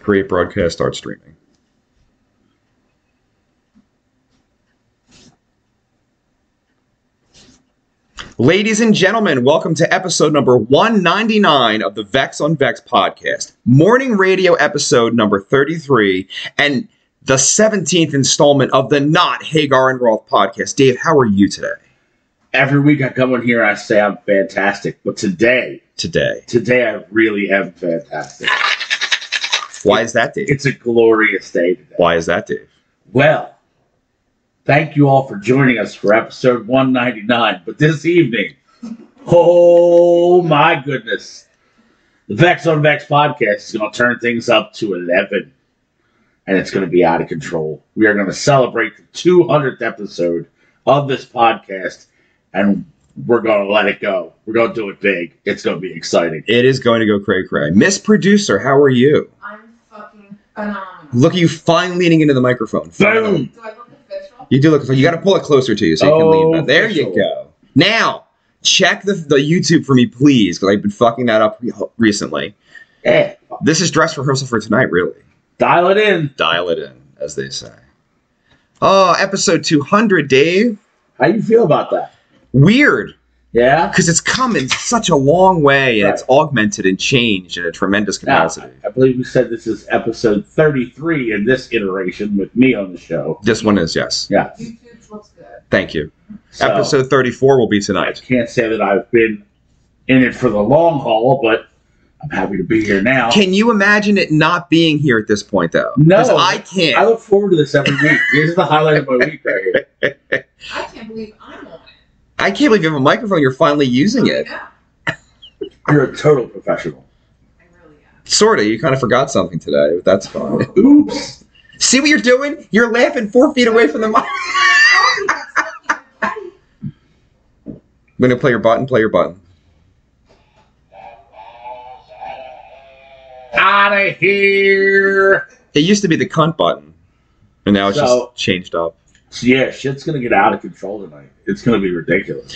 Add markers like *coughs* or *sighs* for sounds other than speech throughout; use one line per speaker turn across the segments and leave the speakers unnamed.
Create broadcast, start streaming. Ladies and gentlemen, welcome to episode number 199 of the Vex on Vex podcast, morning radio episode number 33, and the 17th installment of the Not Hagar and Roth podcast. Dave, how are you today?
Every week I come on here, I say I'm fantastic, but today,
Today.
today I really am fantastic.
Why is that, Dave?
It's a glorious day today.
Why is that, Dave?
Well, thank you all for joining us for episode 199. But this evening, oh my goodness, the Vex on Vex podcast is going to turn things up to 11 and it's going to be out of control. We are going to celebrate the 200th episode of this podcast and we're going to let it go. We're going to do it big. It's going to be exciting.
It is going to go cray cray. Miss Producer, how are you?
I'm fucking phenomenal.
Look at you fine leaning into the microphone.
Boom!
Do I look official?
You do look. You got to pull it closer to you so you can lean.
Oh,
back. There
official.
you go. Now check the the YouTube for me, please, because I've been fucking that up re- recently.
Yeah,
This is dress rehearsal for tonight, really.
dial it in.
Dial it in, as they say. Oh, episode two hundred, Dave.
How you feel about that?
Weird,
Yeah.
because it's come in such a long way, and
Right.
it's augmented and changed in a tremendous
Now,
capacity.
I believe we said this is episode 33 in this iteration with me on the show.
This one is yes.
Yeah.
YouTube looks good.
Thank you.
So,
Episode thirty-four will be
I
tonight.
can't say that I've been in it for the long haul, but I'm happy to be here now.
Can you imagine it not being here at this point, though?
No.
'Cause I can't.
I look forward to this every week. Here's the highlight of my week right here.
I can't believe I'm on it.
I can't believe you have a microphone. You're finally using it.
Yeah,
You're a total professional.
I really am.
Sort of. You kind of forgot something today, but that's fine.
Oops.
See what you're doing? You're laughing four feet away from the mic. *laughs*
Oh, that's fucking petty.
I'm gonna play your button. Play your button.
Out of here.
It used to be the cunt button, and now it's
So-
just changed up.
So yeah, shit's going to get out of control tonight. It's going to be ridiculous.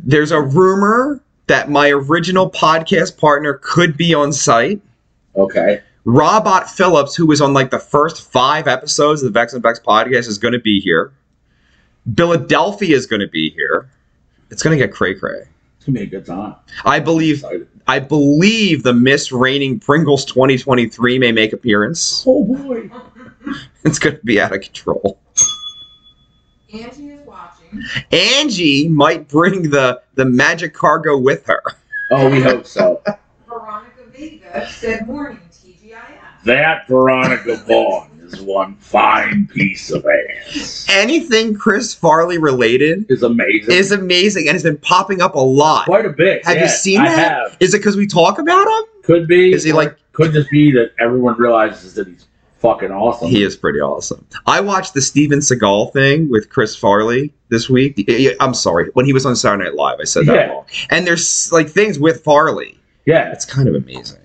There's a rumor that my original podcast partner could be on site.
Okay.
Robot Phillips, who was on like the first five episodes of the Vex and Vex podcast, is going to be here. Philadelphia is going to be here. It's going to get cray cray.
It's going to be a good time.
I believe
Excited.
I believe the Miss Reigning Pringles 2023 may make appearance. *laughs*
Oh, boy.
It's going to be out of control.
*laughs* Angie is watching.
Angie might bring the the magic cargo with her.
Oh, we hope so.
Veronica Vega said morning TGIF.
That
*laughs*
Veronica Vaughn is one fine piece of ass.
Anything Chris Farley related
Is amazing.
is amazing and has been popping up a lot.
quite a bit.
Have you
yes,
seen
I
that?
have.
Is it because we talk about him?
Could be.
Is he
or
like-
Could just be that everyone realizes that he's fucking awesome.
He is pretty awesome. I watched the Steven Seagal thing with Chris Farley this week. Yeah, yeah, I'm sorry, when he was on Saturday Night Live, I said that
Yeah.
wrong. And there's like things with Farley.
yeah,
It's kind of amazing.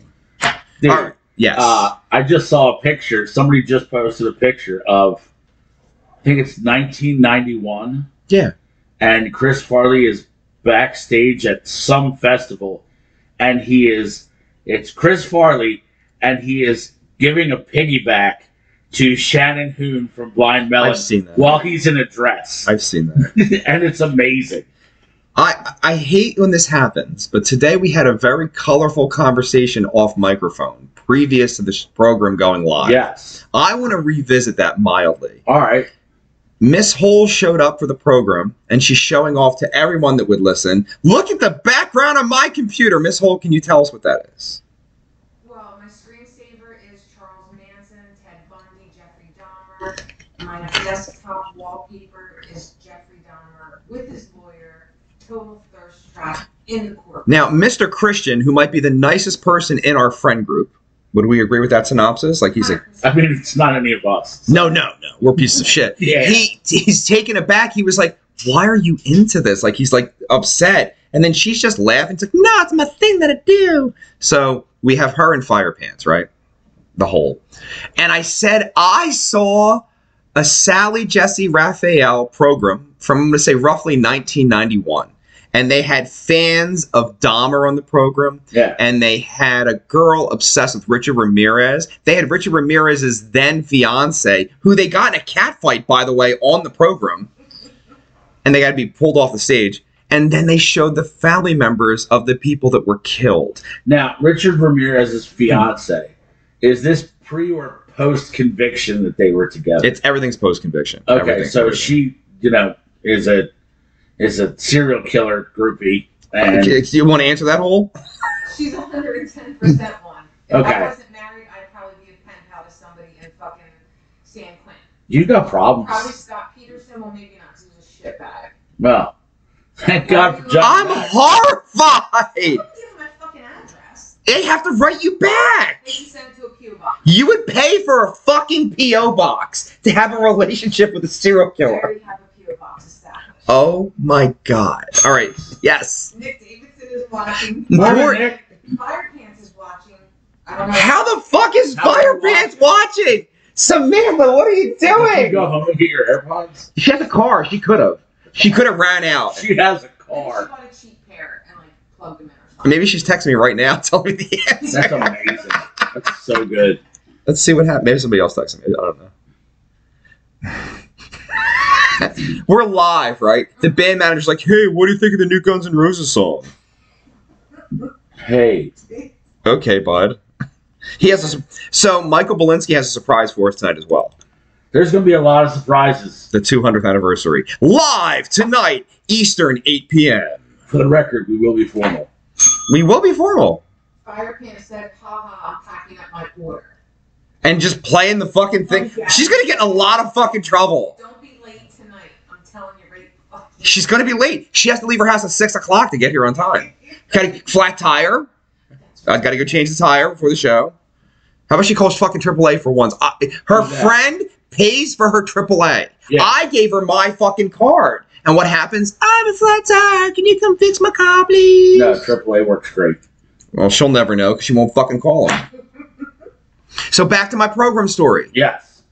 dude.
All right. Yes.
Uh, I just saw a picture. Somebody just posted a picture of. I think it's 1991,
yeah.
and Chris Farley is backstage at some festival, and he is. It's Chris Farley, and he is giving a piggyback to Shannon Hoon from Blind Melon
I've seen that.
while he's in a dress,
I've seen that.
*laughs* and it's amazing.
I I hate when this happens, but today we had a very colorful conversation off microphone previous to this program going live.
Yes.
I want to revisit that mildly.
All right.
Miss Hole showed up for the program and she's showing off to everyone that would listen. Look at the background on my computer. Miss Hole, can you tell us what that is?
Well, my screensaver is Charles Manson, Ted Bundy, Jeffrey Dahmer. My desktop wallpaper is Jeffrey Dahmer with his lawyer, total thirst trap in the court.
Now, Mr. Christian, who might be the nicest person in our friend group, would we agree with that synopsis? Like he's a
I mean, it's not any of us.
No, no, no. We're pieces of shit.
Yeah.
He he's taken aback. He was like, "Why are you into this?" Like he's like upset, and then she's just laughing. It's like, "No, it's my thing that I do." So we have her in fire pants, right? The whole, and I said I saw a Sally Jesse Raphael program from I'm going to say roughly 1991, and they had fans of Dahmer on the program
Yeah.
and they had a girl obsessed with Richard Ramirez. They had Richard Ramirez's then fiance, who they got in a catfight, by the way, on the program, and they got to be pulled off the stage. And then they showed the family members of the people that were killed.
Now, Richard Ramirez's fiance, is this pre or post conviction that they were together?
It's everything's post conviction.
okay, so she, you know, is a is a serial killer groupie, and
Do you want to answer that whole?
She's hundred and ten
Hmm.
percent one. If
Okay.
I wasn't married, I'd probably be a pen pal to somebody in fucking San Quentin.
you got
Probably
Oh.
problems.
Scott Peterson. Well, maybe not. 'cause He was a shit bag.
Well, thank God for John.
I'm
Madden.
I
horrified.
don't give him my fucking address.
They have to write you back.
They can send it to a PO box.
You would pay for a fucking PO box to have a relationship with a serial
They
killer.
already have a PO box established.
Oh my god. All right. Yes.
Nick Davidson is
*laughs*
watching.
Morning,
Morning.
Nick.
Fire Pants is watching. I don't know.
How the fuck is
How
Fire
are you
Pants watching? Samantha, what are you
Did you go
doing?
home and get your AirPods?
She has a car. She could have. She could have ran out.
She has a
Maybe she
car.
bought a cheap pair and like plugged them in or something.
Maybe she's texting me right now, *laughs* telling me the answer.
That's amazing. That's so good.
Let's see what happens. Maybe somebody else texted me. I don't know. *laughs* We're live, right? The band manager's like, "Hey, what do you think of the new Guns N' Roses song?"
Hey,
Okay, bud. *laughs* He has a su- so Michael Belinsky has a surprise for us tonight as well.
there's gonna be a lot of surprises.
The 200th anniversary live tonight, Eastern, 8 p.m.
For the record, we will be formal.
We will be formal
Fire Pants said, "Ha ha, I'm packing up my order.
and just playing the fucking thing.
Oh,
She's gonna get in a lot of fucking trouble.
Don't be late tonight. I'm telling you right the fuck now."
She's gonna be late. She has to leave her house at six o'clock to get here on time. Got a flat tire.
That's
I gotta go change the tire before the show. How about she calls fucking AAA for once? I, her
Yeah.
friend pays for her AAA.
Yeah.
I gave her my fucking card. And what happens? I have a flat tire. Can you come fix my car, please?
No, AAA works great.
Well, she'll never know because she won't fucking call him. so back to my program story.
Yes.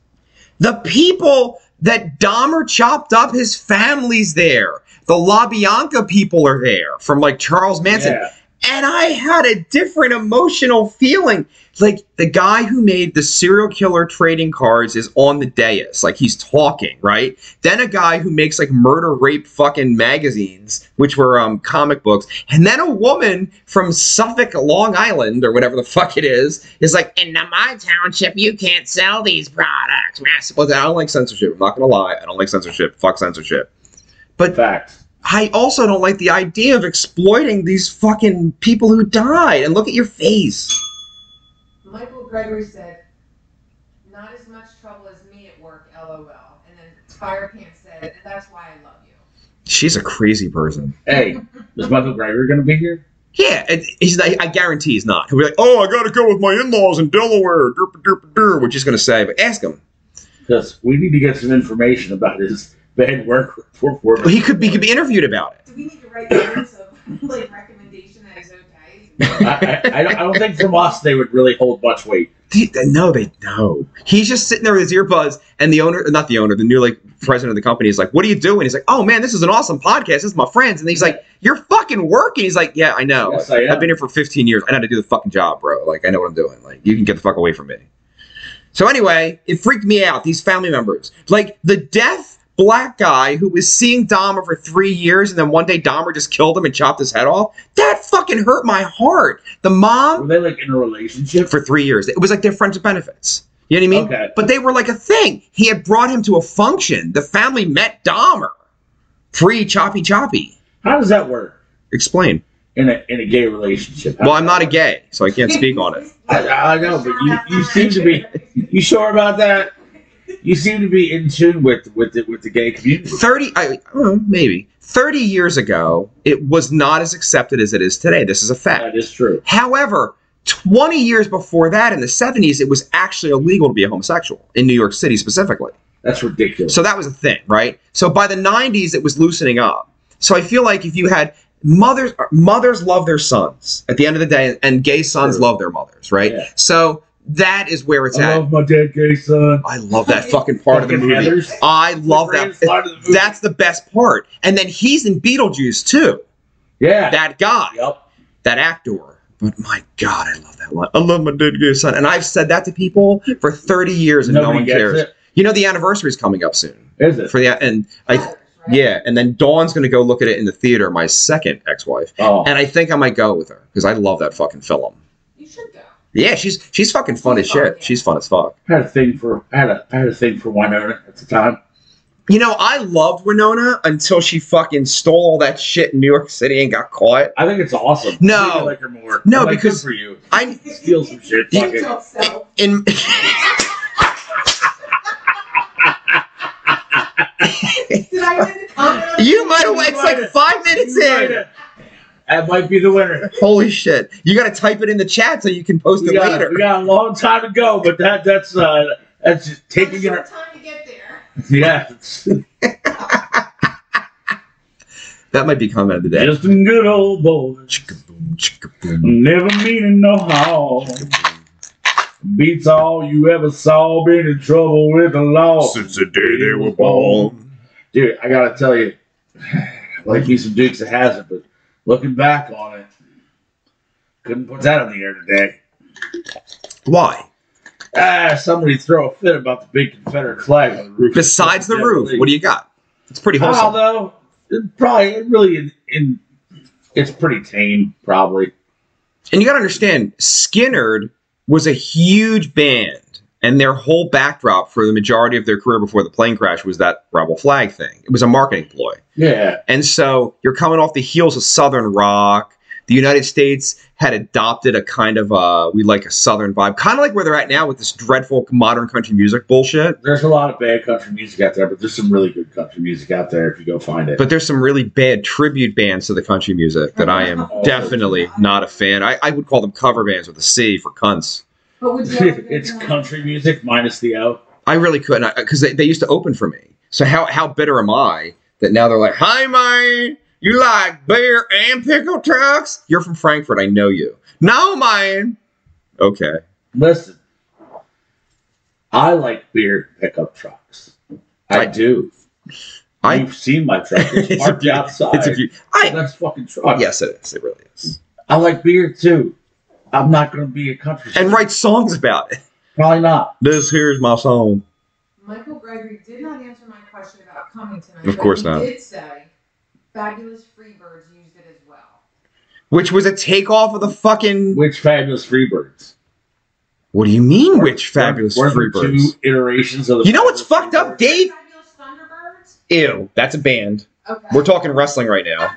The people that Dahmer chopped up, his family's there. The LaBianca people are there from like Charles Manson.
Yeah.
And I had a different emotional feeling. Like the guy who made the serial killer trading cards is on the dais, like he's talking, right? Then a guy who makes like murder rape fucking magazines, which were um comic books, and then a woman from Suffolk, Long Island, or whatever the fuck it is, is like, in my township, you can't sell these products. Well, I don't like censorship. I'm not gonna lie, I don't like censorship. Fuck censorship.
Facts.
I also don't like the idea of exploiting these fucking people who died. And look at your face.
Michael Gregory said, "Not as much trouble as me at work, lol." And then Fire Pants said, "And that's why I love you."
She's a crazy person.
Hey, is Michael Greger gonna be here?
Yeah, and he's. I I guarantee he's not. He'll be like, "Oh, I gotta go with my in-laws in Delaware." Derp, derp, derp, which he's gonna say, but ask him.
Because we need to get some information about his bad work report.
He could be he could be interviewed about it.
Do we need to write notes of like recommendation that is okay?
I, I, I, don't, I don't think from us they would really hold much weight.
They- they- no, they know. He's just sitting there with his earbuds, and the owner, not the owner, the new like president of the company is like, "What are you doing?" He's like, "Oh man, this is an awesome podcast. This is my friends." And he's like, "You're fucking working." He's like, "Yeah, I know.
Yes, I am.
I've been here for 15 years. I know how to do the fucking job, bro. Like, I know what I'm doing. Like, you can get the fuck away from me." So anyway, it freaked me out. These family members, like the deaf black guy who was seeing Dahmer for three years, and then one day Dahmer just killed him and chopped his head off. That fucking hurt my heart. The mom
Were they like in a relationship?
for three years. It was like their friends with benefits. You know what I mean?
Okay.
But they were like a thing. He had brought him to a function. The family met Dahmer. Pre choppy choppy.
How does that work
Explain.
in a in a gay relationship? How
Well,
does
I'm
that
not a gay, so I can't speak on
*laughs*
it.
I- I know, but you- you seem to be- work? You sure about that? You seem to be in tune with with the, with the gay community.
Thirty, I, I don't know, maybe thirty years ago, it was not as accepted as it is today. This is a fact.
That is true.
However, twenty years before that, in the '70s, it was actually illegal to be a homosexual in New York City specifically.
That's ridiculous.
So that was a thing, right? So by the 90s, it was loosening up. So I feel like if you had mothers, mothers love their sons at the end of the day, and gay sons
True.
love their mothers, right?
Yeah.
So that is where it's
I
at.
love my dead gay son.
I love
*laughs*
that fucking part of the
Fucking
movie.
Heathers.
I love
The
that.
greatest part of the movie.
That's the best part. And then he's in Beetlejuice too.
Yeah.
That guy,
yep.
that actor. But my God, I love that line. I love my dead gay son. And I've said that to people for 30 years and
Nobody
no one
gets
cares.
it.
You know, the anniversary is coming up soon.
Is it?
For the, and I, yeah, and then Dawn's going to go look at it in the theater, my second ex wife.
Oh.
And I think I might go with her because I love that fucking film.
You should go.
Yeah, she's she's fucking fun as shit. She's fun as fuck.
I had a thing for I had a I had a thing for Winona at the time.
You know, I loved Winona until she fucking stole all that shit in New York City and got caught.
I think it's awesome.
No.
I think I like her more.
No,
I'm like,
because-
good for you
I
steal some shit.
You-
Fuck it.
Don't sell.
in *laughs*
Did I win the comment?
you might have it's like five minutes
You might
in.
have- That might be the winner.
Holy shit! You gotta type it in the chat so you can post
We
it
got,
later.
we got a long time to go, but that that's uh that's just taking
Short
it.
time to get there.
Yeah, it's
That might be comment of the day.
just a good old boy,
Chicka-boom, chicka-boom.
never meaning no harm. Beats all you ever saw. Been in trouble with the law.
Since the day
dude, I gotta tell you, *sighs* like me some Dukes it hasn't, but looking back on it, couldn't put that on the air today.
Why?
Ah, somebody throw a fit about the big Confederate flag on the roof.
Besides the roof, what do you got? It's
Oh,
pretty wholesome.
Although it probably it really in, in it's pretty tame, probably.
And you got to understand, Skinnerd was a huge band, and their whole backdrop for the majority of their career before the plane crash was that rebel flag thing. It was a marketing ploy.
Yeah,
And so you're coming off the heels of Southern rock. The United States had adopted a kind of uh, we like a Southern vibe, kind of like where they're at now with this dreadful modern country music bullshit.
there's a lot of bad country music out there, but there's some really good country music out there if you go find it.
But there's some really bad tribute bands to the country music that I am definitely not a fan. I, I would call them cover bands with a C for cunts. *laughs*
But would you ever go
*laughs* it's
down?
country music minus the O.
I really couldn't because they, they used to open for me. So how how bitter am I that now they're like, "Hi, man, you like beer and pickle trucks? You're from Frankfurt, I know you." No, man. Okay.
Listen, I like beer pickup trucks. I,
I-
do.
I
You've seen my
*laughs*
truck. It's,
It's a
parked
beer-
outside.
it's a few. I
That's fucking truck.
yes, it is. It really is.
I like beer too. I'm not going to be a country.
And
singer.
write songs about it.
probably not.
This here's my song.
Michael Gregory did not answer my question about coming tonight.
Of
but
course
he
not.
Did say fabulous Freebirds used it as well.
Which was a takeoff of the fucking.
Which fabulous Freebirds?
What do you mean, which fabulous
Were there
Freebirds?
Two iterations of the.
You know what's
Fabulous
fucked up,
Freebirds?
Dave? Eight.
Fabulous Thunderbirds.
Ew, that's a band.
Okay. Uh,
We're talking wrestling right now.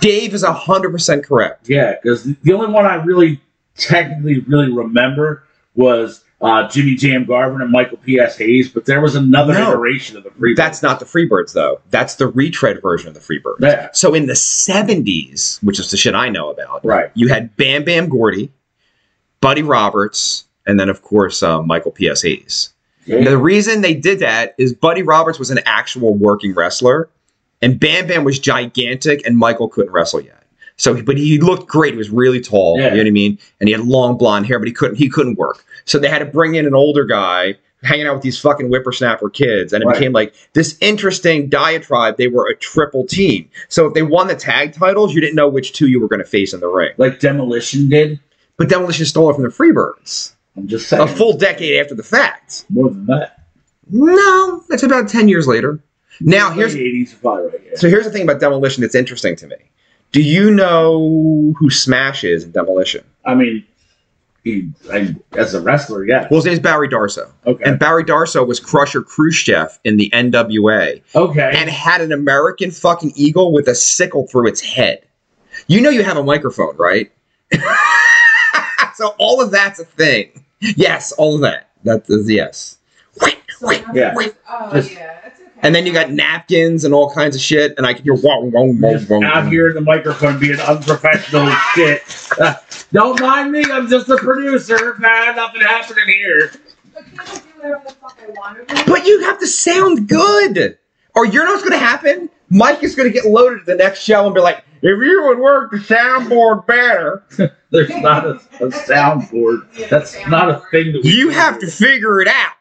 Dave is hundred percent correct.
Yeah, because the only one I really technically really remember was uh, Jimmy Jam Garvin and Michael P.S. Hayes, but there was another
No.
iteration of the Freebirds.
That's not the Freebirds though. That's the retread version of the Freebirds.
Yeah,
So in the 70s, which is the shit I know about,
right.
you had Bam Bam Gordy, Buddy Roberts, and then of course uh, Michael P.S. Hayes. Now, the reason they did that is Buddy Roberts was an actual working wrestler, and Bam Bam was gigantic, and Michael couldn't wrestle yet. So, but he looked great. He was really tall. You
Yeah.
know what I mean? And he had long blonde hair, but he couldn't. He couldn't work. So they had to bring in an older guy hanging out with these fucking whippersnapper kids, and it
Right.
became like this interesting diatribe. They were a triple team. So if they won the tag titles, you didn't know which two you were going to face in the ring.
like Demolition did.
But Demolition stole it from the Freebirds
I'm just saying.
a full decade after the fact.
more than that.
No, that's about 10 years later. Now, here's
the 80s are probably right. Yeah.
so here's the thing about Demolition that's interesting to me. Do you know who Smash is in Demolition?
I mean, he, I, as a wrestler, yeah.
Well, his name's Barry Darso.
Okay.
And Barry Darso was Crusher Khrushchev in the NWA
okay.
and had an American fucking eagle with a sickle through its head. You know you have a microphone, right? *laughs* so all of that's a thing. Yes, all of that. That is yes. Wait,
So
wait.
now
yeah.
there's- Oh
Just-
yeah, that's okay.
And then you got napkins and all kinds of shit, and I can hear wah, wah, wah,
Just
wah,
out
wah.
here in the microphone being unprofessional as shit. *laughs* Uh, don't mind me, I'm just a producer. Nah, nothing happening here.
But can't I do whatever the fuck I want to do?
But you have to sound good, or you know what's going to happen. Mike is going to get loaded to the next show and be like, "If you would work the soundboard better,
There's not a, a soundboard.
Yeah,
That's
soundboard.
not a thing that we
you
do.
have to figure it out."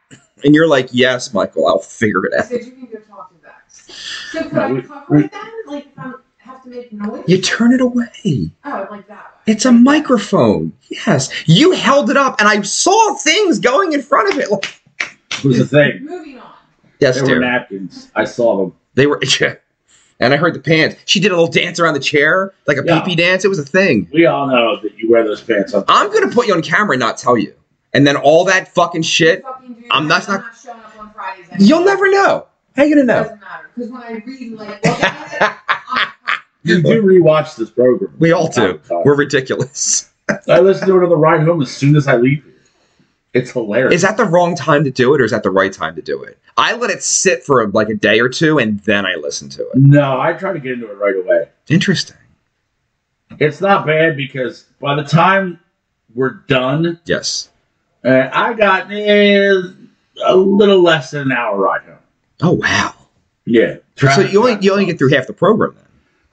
And you're like, "Yes, Michael, I'll figure it
I
out."
said you can go talk to Vex. So could
No,
I
we-
cover
we-
it then? Like if I have to make noise?
You turn it away.
Oh, like that way.
It's a microphone. Yes. You held it up and I saw things going in front of it. Like-
Who's the thing?
Moving on.
Yes,
There were
dear.
napkins. I saw them.
They were. *laughs* Yeah. And I heard the pants. She did a little dance around the chair, like a
Yeah.
pee pee dance. It was a thing.
We all know that you wear those pants on.
I'm going to put you on camera and not tell you. And then all that fucking shit,
Fucking do
I'm
that.
not-
I'm not showing up on Fridays. anymore.
you'll never know. How you going to know?
Doesn't matter because when I read like look at it, I'm
You do rewatch this program.
We all do.
Oh, God.
We're ridiculous.
I listen to it on the ride home as soon as I leave here. It's hilarious.
*laughs* Is that the wrong time to do it or is that the right time to do it? I let it sit for like a day or two and then I listen to it.
no, I try to get into it right away.
Interesting.
It's not bad because by the time we're done,
Yes.
uh, I got eh, a little less than an hour ride home.
Oh, wow.
Yeah.
So
Traffic
you only,
sucks.
you only get through half the program then.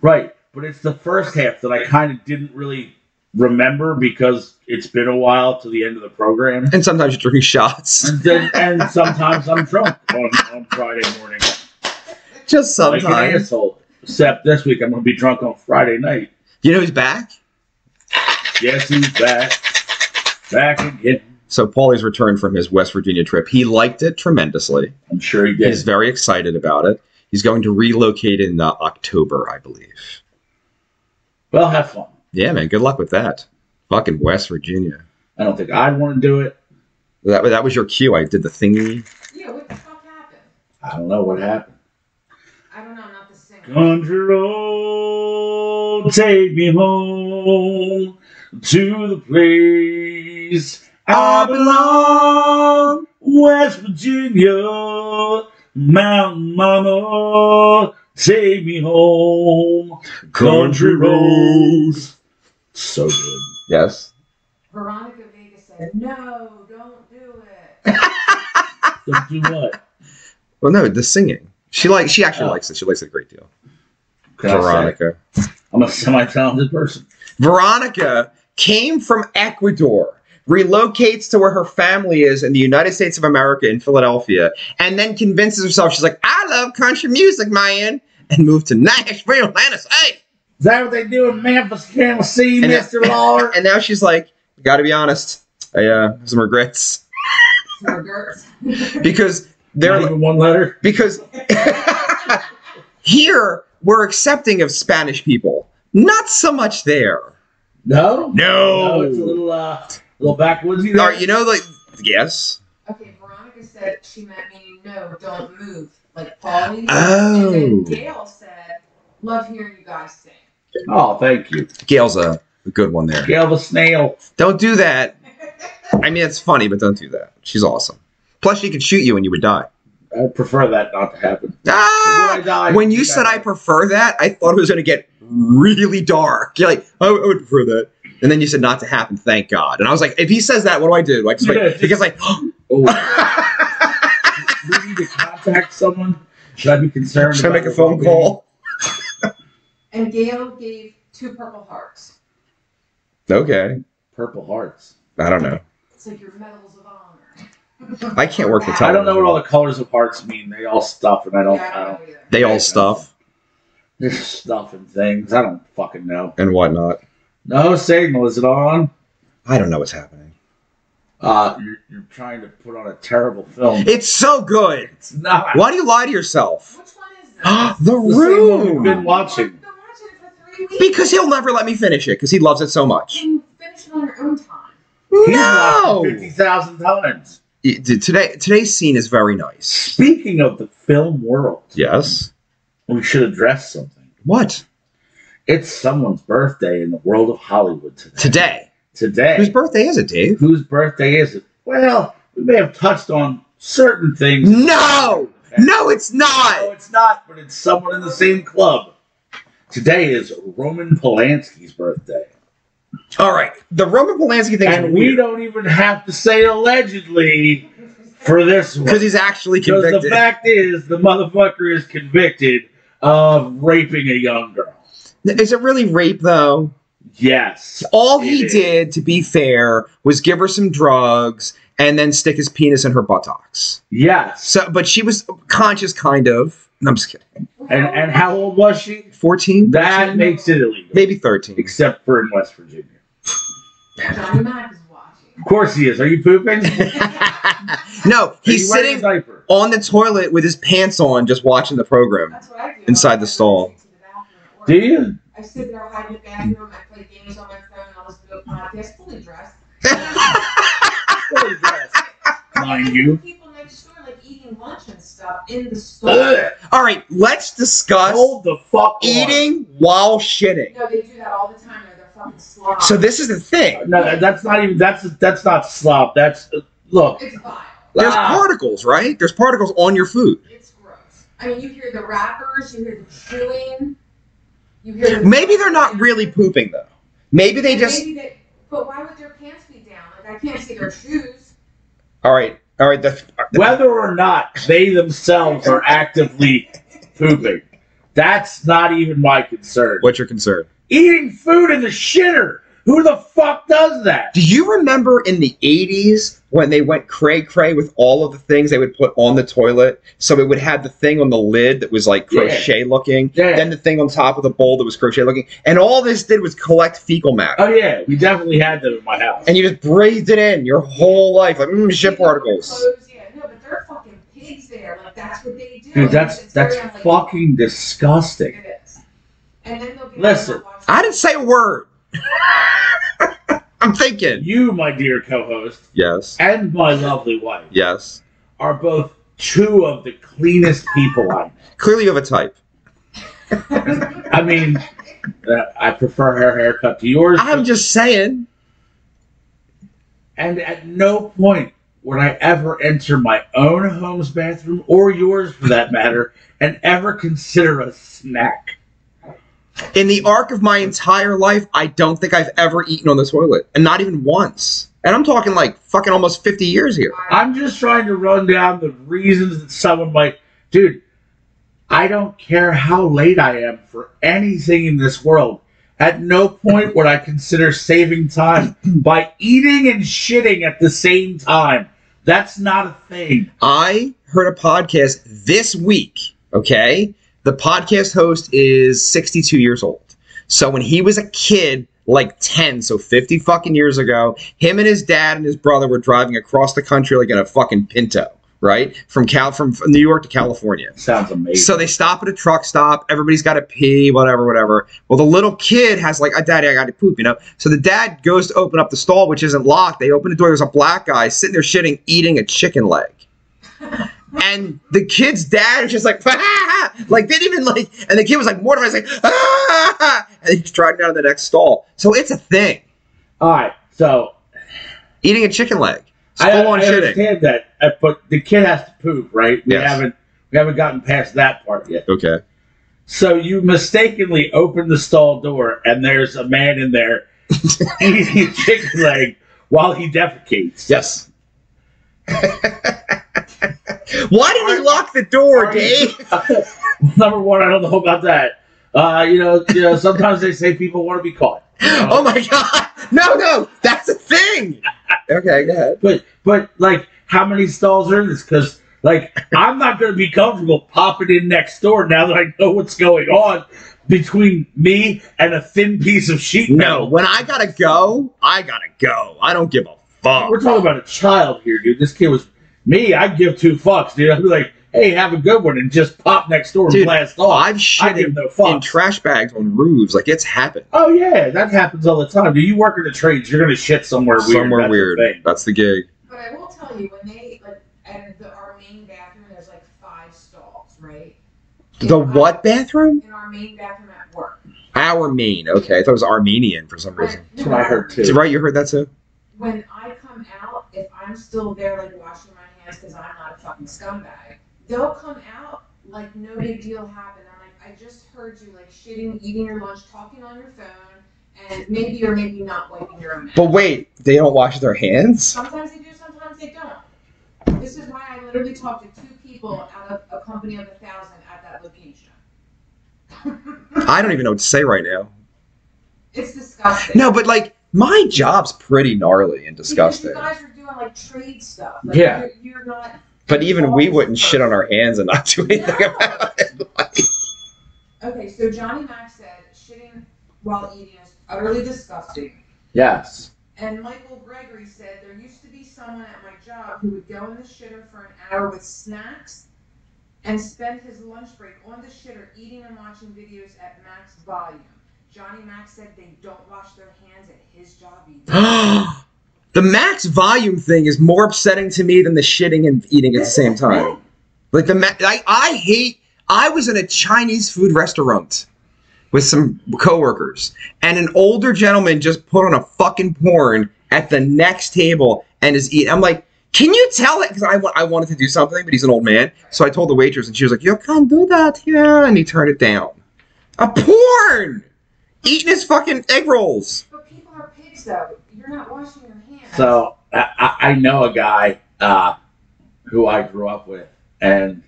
Right, but it's the first half that I kind of didn't really remember because it's been a while to the end of the program.
And sometimes you're drinking *laughs* shots.
And, then, and sometimes I'm drunk on, on Friday morning.
Just
Like an
sometimes.
asshole. Except this week I'm going to be drunk on Friday night.
You know who's back?
Yes, he's back. Back again.
So Paulie's returned from his West Virginia trip. He liked it tremendously.
I'm sure he
He's
did.
very excited about it. He's going to relocate in uh, October, I believe.
Well, have fun.
Yeah, man. Good luck with that. Fucking West Virginia.
I don't think I'd want to do it.
That, that was your cue. I did the thingy.
not- yeah, what the fuck happened?
I don't know what happened.
I don't know. I'm not the singer.
Country road, take me home to the place I belong. West Virginia, Mountain Mama, take me home. Country road. So good.
Yes.
Veronica Vega said, "No, don't do
*laughs*
it."
Don't do what?
Well, no, the singing. She like she actually
Oh.
likes it. She likes it a great deal.
Can I say?
Veronica.
I'm a semi-talented person.
Veronica came from Ecuador, relocates to where her family is in the United States of America in Philadelphia, and then convinces herself she's like, I love country music, man, and moved to Nashville, Tennessee.
Is that what they do in Memphis, Tennessee,
And-
Mr. Lawler?
*laughs* And now she's like, gotta be honest, I uh, have some regrets
So regrets.
because they're
Not even one letter.
because *laughs* here we're accepting of Spanish people, not so much there.
No.
No.
No, it's a little, uh, little backwoodsy there.
Or, you know, like yes.
Okay, Veronica said she meant meaning no, don't move, like Paulie. And
Oh,
then Gail said, "Love hearing you guys sing." *laughs*
oh, thank you.
Gail's a good one there.
Gail the snail.
Don't do that. I mean, it's funny, but don't do that. She's awesome. Plus, she could shoot you and you would die.
I prefer that not
*laughs*
to happen.
Ah!
When I die,
When you said I prefer that, I thought it was going to get really dark. You're like, I would I would prefer that. And then you said not to happen, thank God. And I was like, if he says that, what do I do? Do I just
*laughs*
wait? Because, like, *laughs*
Oh, do we need to contact someone? Should I be concerned?
should I
about
make a
the
phone
well-being?
call?
And Gail gave two purple hearts.
Okay.
Purple hearts.
I don't know.
It's like your medals of honor.
I can't work the
I
time.
I don't know what all the colors of hearts mean. They all stuff, and I don't. I don't.
either.
They all stuff
There's stuff and things. I don't fucking know.
and whatnot.
No signal. Is it on?
I don't know what's happening.
Uh, you're, you're trying to put on a terrible film.
It's so good.
It's not.
Why do you lie to yourself? *gasps*
Which one is this?
the
the same one we've
room.
been watching.
I've been watching it for three weeks.
Because he'll never let me finish it because he loves it so much.
You can finish it on your own time.
He's
No.
watched it 50,000 times.
It- t- Today, today's scene is very nice.
Speaking of the film world,
Yes.
we should address something.
What?
It's someone's birthday in the world of Hollywood today.
Today.
Today.
Whose birthday is it, Dave?
Whose birthday is it? Well, we may have touched on certain things.
No! No, it's
No,
not!
it's not, but it's someone in the same club. Today is Roman Polanski's birthday.
All right. The Roman Polanski thing
And
is
we
weird
don't even have to say allegedly for this one.
because he's actually
Because
convicted.
the fact is, the motherfucker is convicted of raping a young girl.
is it really rape, though?
Yes.
All
It
he
is.
did, to be fair, was give her some drugs and then stick his penis in her buttocks.
Yes.
So, but she was conscious, kind of. No, I'm just kidding.
And and how old was she?
14?
That
13?
makes it illegal,
maybe 13.
except for in West Virginia.
Johnny Mac is watching.
Of course he is. Are you
*laughs*
pooping? Are
*laughs* no,
you
he's
wearing
sitting
a diaper.
on the toilet with his pants on just watching the program.
That's what I do.
Inside the stall.
I go to the bathroom at work.
Do you?
I sit there, hide in the bathroom, I play games on my phone, I listen to a podcast,
*laughs*
fully dressed.
Fully dressed. Mind you.
People next door like eating lunch and stuff in the store.
Ugh.
All right, let's discuss
Hold the fuck on.
eating while shitting.
No, they do that all the time. They're, they're fucking slobs.
So this is the thing.
No, that's not even. That's that's not slop. That's uh, look.
it's vile.
There's
Ah.
particles, right? There's particles on your food.
It's gross. I mean, you hear the rappers, you hear the chewing, you hear. The
Maybe they're not really pooping though. Maybe they
And
just
maybe they- but why would their pants be down? Like I can't see their shoes.
All right. All right, the,
Whether or not they themselves are actively pooping, that's not even my concern.
what's your concern?
Eating food in the shitter. Who the fuck does that?
Do you remember in the 80s when they went cray cray with all of the things they would put on the toilet? So it would have the thing on the lid that was like
Yeah.
crochet looking,
Yeah.
then the thing on top of the bowl that was crochet looking, and all this did was collect fecal matter.
Oh yeah, we definitely had them in my house.
And you just breathed it in your whole life, like mm, shit
People wear
particles.
clothes, Yeah, no, but they're fucking pigs there. Like that's what they do.
Dude, that's
It's
that's
very unlike-
fucking disgusting.
It is. And then they'll be
Listen,
like, "Oh, watch-
I didn't say a word. *laughs* I'm thinking.
You, my dear co-host,
Yes.
and my lovely wife
Yes.
are both two of the cleanest people I know.
Clearly, you have a type.
I mean, uh, I prefer her haircut to yours.
I'm just saying.
and at no point would I ever enter my own home's bathroom or yours for that matter and ever consider a snack.
In the arc of my entire life, I don't think I've ever eaten on the toilet, and not even once. And I'm talking like fucking almost 50 years here.
I'm just trying to run down the reasons that someone might, dude, I don't care how late I am for anything in this world. At no point would I consider saving time by eating and shitting at the same time. That's not a thing.
I heard a podcast this week, okay? The podcast host is 62 years old. So when he was a kid, like 10, so 50 fucking years ago, him and his dad and his brother were driving across the country like in a fucking pinto, right? From Cal from from New York to California.
Sounds amazing.
So they stop at a truck stop. Everybody's got to pee, whatever, whatever. Well, the little kid has like, "Uh, "Daddy, I got to poop," you know. So the dad goes to open up the stall, which isn't locked. They open the door. There's a black guy sitting there shitting, eating a chicken leg. And the kid's dad was just like, *laughs* like didn't even like. And the kid was like mortified, he's like, *laughs* ah! and he's driving down to the next stall. So it's a thing,
All right, so
eating a chicken leg. It's
I,
full on
I
shitting.
understand that, uh, but the kid has to poop, right? We
Yes.
haven't we haven't gotten past that part yet.
Okay.
So you mistakenly open the stall door, and there's a man
*laughs*
in there eating a chicken leg while he
*laughs*
defecates.
Yes. Why did he lock the door,
Are
Dave?
you- *laughs* Number one, I don't know about that. Uh, you know, you know, sometimes they say people want to be caught. you know?
Oh my god! No, no, that's a thing. Okay, go ahead.
But but like, how many stalls are in this? Because like, I'm not going to be comfortable popping in next door now that I know what's going on between me and a thin piece of sheet
No,
metal.
when I gotta go, I gotta go. I don't give a fuck.
We're talking about a child here, dude. This kid was me. I give two fucks, dude. I'd be like, hey, have a good one, and just pop next door and
Dude,
blast off.
I've
I give
shitted
no fucks.
in trash bags on roofs. Like it's happened.
oh yeah, that happens all the time. Dude, you work in the trades, you're gonna shit somewhere weird.
Somewhere
That's the
weird.
thing.
That's the gig.
But I will tell you, when they like at the, our main bathroom, there's like five stalls, right?
The
And I-
what bathroom?
In our main bathroom at work.
Our main. Okay, I thought it was Armenian for some reason.
That's what I heard
Is it
too.
right? You heard that too?
When I come out, if I'm still there, like washing my hands because I'm not a fucking scumbag, they'll come out like no big deal happened. I'm like, I just heard you like shitting, eating your lunch, talking on your phone, and maybe or maybe not wiping your own.
But
ass.
wait, they don't wash their hands.
Sometimes they do, sometimes they don't. This is why I literally talked to two people out of a company of a thousand at that location.
I don't even know what to say right now.
*laughs* it's disgusting.
No, but like my job's pretty gnarly and
Because
disgusting.
you guys are doing like trade stuff. Like,
Yeah.
You're, you're not.
But even we wouldn't shit on our hands and not do anything about it.
Okay, so Johnny Mack said shitting while eating is utterly disgusting.
Yes.
And Michael Gregory said there used to be someone at my job who would go in the shitter for an hour with snacks and spend his lunch break on the shitter eating and watching videos at max volume. Johnny Mack said they don't wash their hands at his job either.
*gasps* the max volume thing is more upsetting to me than the shitting and eating at the same time. Like the ma- I, I hate. I was in a Chinese food restaurant with some coworkers, and an older gentleman just put on a fucking porn at the next table and is eating. I'm like, can you tell it? Because I wa- I wanted to do something, but he's an old man. So I told the waitress, and she was like, you can't do that here. And he turned it down. A porn! Eating his fucking egg rolls.
but people are pigs though. You're not washing your hands.
So I, I I know a guy uh, who I grew up with, and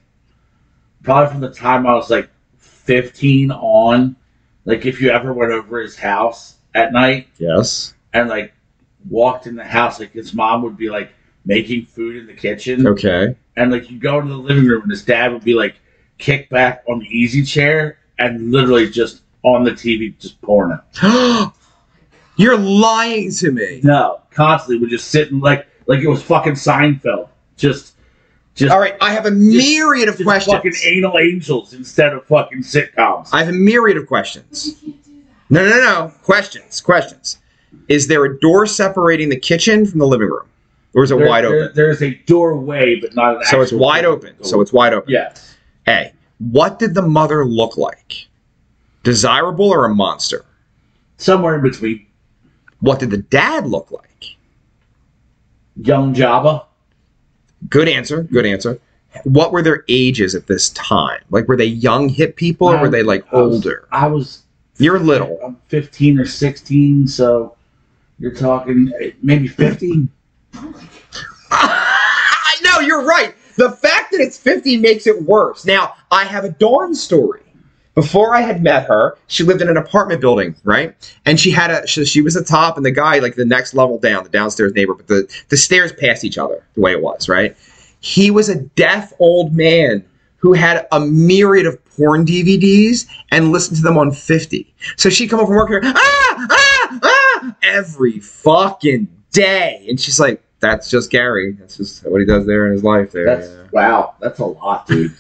probably from the time I was like 15 on, like if you ever went over his house at night
Yes.
and like walked in the house, like his mom would be like making food in the kitchen,
Okay.
and like you go into the living room and his dad would be like kicked back on the easy chair and literally just on the TV just porno.
*gasps* You're lying to me.
No, constantly would just sit and like like it was fucking Seinfeld, just just.
All right, I have a myriad of
Just
questions.
Fucking anal angels instead of fucking sitcoms.
I have a myriad of
but
questions.
you can't do that.
No, no, no. Questions, questions. Is there a door separating the kitchen from the living room? Or is it
There-
wide
there-
open?
There's a doorway, but not an
So it's
actual
wide
door.
open. So it's wide open.
yes.
A. What did the mother look like? Desirable or a monster?
Somewhere in between,
What did the dad look like?
young Jabba.
Good answer. Good answer. What were their ages at this time? Like, were they young hip people or were they like
I was-
older?
I was.
You're little.
I'm 15 or 16, so you're talking eh, maybe 15.
*laughs* no, you're right. The fact that it's 50 makes it worse. Now, I have a Dawn story. Before I had met her, she lived in an apartment building, right? And she had a she, she was the top and the guy like the next level down, the downstairs neighbor, but the the stairs passed each other the way it was, right? He was a deaf old man who had a myriad of porn DVDs and listened to them on 50. So she'd come home from work here, ah, ah, ah, every fucking day. And she's like, that's just Gary. That's just what he does there in his life there.
That's
yeah.
wow. That's a lot, dude.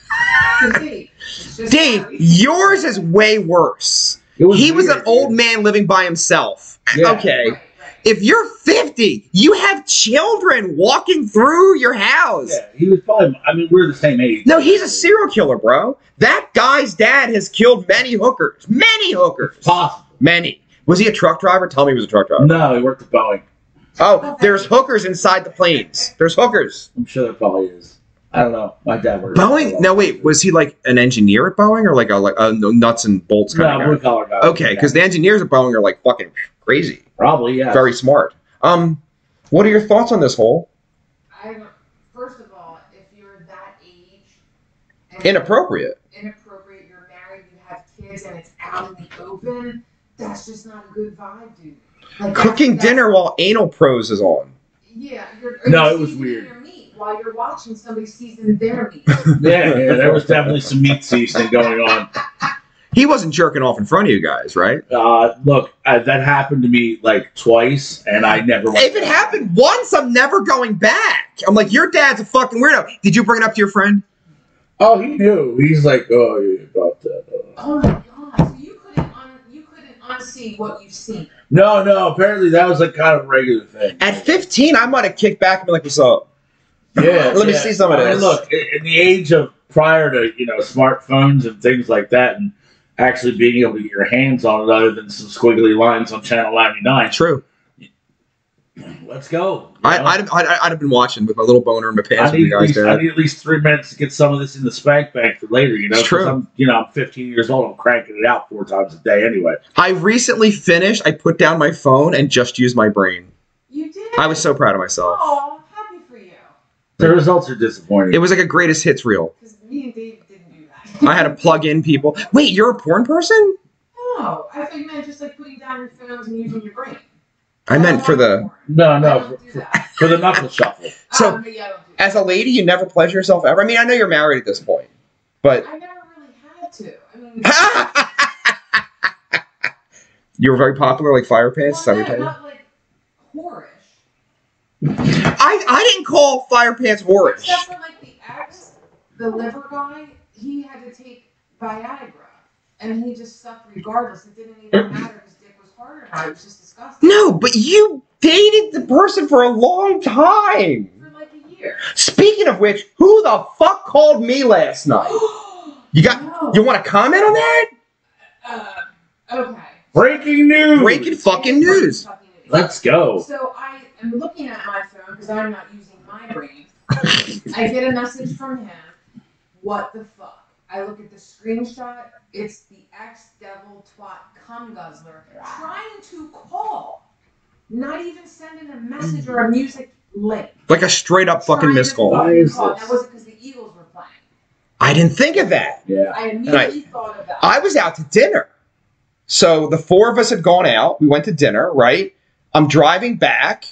So Dave, it's just
Dave,
sorry.
yours is way worse.
It
he was an
weird,
old
dude.
man living by himself.
Yeah.
Okay.
Right, right.
If you're 50, you have children walking through your house.
Yeah, he was probably. I mean, we're the same age.
No, he's a serial killer, bro. That guy's dad has killed many hookers. Many hookers.
Possible.
Many. Was he a truck driver? Tell me he was a truck driver.
No, he worked at Boeing.
Oh, there's hookers inside the planes. There's hookers.
I'm sure there probably is. I don't know. My dad worked. at
Boeing? No, wait. Was he like an engineer at Boeing or like a like a nuts and bolts kind
no,
of
blue
guy?
collar guy.
Okay, because the engineers at Boeing are like fucking crazy,
probably yeah.
very smart. Um, what are your thoughts on this whole
I first of all, if you're that age, and
inappropriate?
inappropriate, you're married, you have kids, and it's out in the open, that's just not a good vibe, dude. Like, that's-
Cooking
that's-
dinner while anal pros is on.
Yeah, you're,
No,
you're
it was
seasoning
weird.
Your meat while you're watching somebody season their meat.
yeah,
*laughs*
yeah, there was definitely some meat seasoning going on.
He wasn't jerking off in front of you guys, right?
Uh, look, uh, that happened to me like twice, and I never. went
If it
back.
happened once, I'm never going back. I'm like, your dad's a fucking weirdo. Did you bring it up to your friend?
oh, he knew. He's like, oh, you about that. uh."
*laughs* oh my god! So you couldn't un, you couldn't unsee what you've seen.
No, no. Apparently, that was like kind of a regular thing.
At 15, I might have kicked back and been like, what's up?
yeah,
Let me
yeah.
see some of
I mean,
this.
look, i- in the age of prior to you know smartphones and things like that, and actually being able to get your hands on it, other than some squiggly lines on Channel 99.
True.
Let's go. you
I,
know?
I'd, I'd, I'd have been watching with my little boner and my pants
I
with you
need, at
guys,
least, I
dad.
need at least three minutes to get some of this in the spank bank for later. You know,
It's true.
'cause I'm, you know, I'm 15 years old. I'm cranking it out four times a day anyway.
I recently finished. I put down my phone and just used my brain.
You did.
I was so proud of myself.
Oh, I'm happy for you.
The results are disappointing.
It was like a greatest hits reel.
Because me and Dave didn't do that.
I had
*laughs*
to plug in people. Wait, you're a porn person?
No, I thought you meant just like putting down your phones and using your brain.
I meant for the.
No,
I
no,
don't do
for,
that.
for the knuckle shuffle.
*laughs* So-
Oh, no, yeah, I don't do that.
As a lady, you never pleasure yourself ever. I mean, I know you're married at this point, but *laughs*
I never really had to. I mean,
you were very popular, like fire pants. Is that
well,
what
no,
you're talking about?
not like whorish.
I I didn't call fire pants whorish.
Except for like the ex, the liver guy, he had to take Viagra, and he just sucked regardless. It didn't even matter if his dick was hard or not. It was just disgusting.
Mm. No, but you dated the person for a long time.
For like
*gasps*
a year. *gasps*
Speaking of which, who the fuck called me last night? You got
No.
you want to comment on that?
Uh, okay.
Breaking news.
Breaking fucking news.
Fucking news.
Let's
Oh.
go.
So I am looking at my phone because I'm not using my brain. I get a message from him. What the fuck? I look at the screenshot. It's the ex devil twat cum guzzler trying to call, not even sending a message or a music link.
Like a straight up fucking
Trying to
missed call.
Why is
call.
this?
That wasn't because the Eagles were playing.
I didn't think of that.
Yeah.
I immediately thought of that.
I was out to dinner. So the four of us had gone out. We went to dinner, right? I'm driving back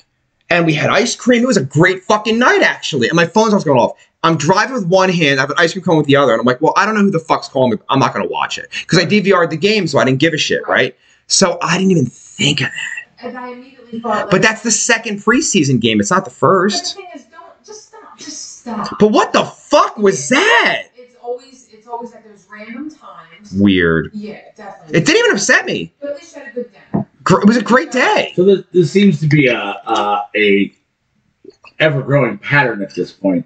and we had ice cream. It was a great fucking night, actually. And my phone's always going off. I'm driving with one hand, I have an ice cream cone with the other. And I'm like, well, I don't know who the fuck's calling me. I'm not going to watch it. Because I DVR'd the game, so I didn't give a shit, right? So I didn't even think of that.
and I immediately thought.
But
like,
that's the second preseason game. It's not the
but the
first.
thing is, don't just stop. Just stop.
But what the fuck was that?
It's always it's always at those random times.
Weird.
Yeah, definitely.
It didn't even upset me.
But at least you had a good
*laughs*
dinner.
Gr- It was a great day.
So this, this seems to be a uh, a ever growing pattern at this point.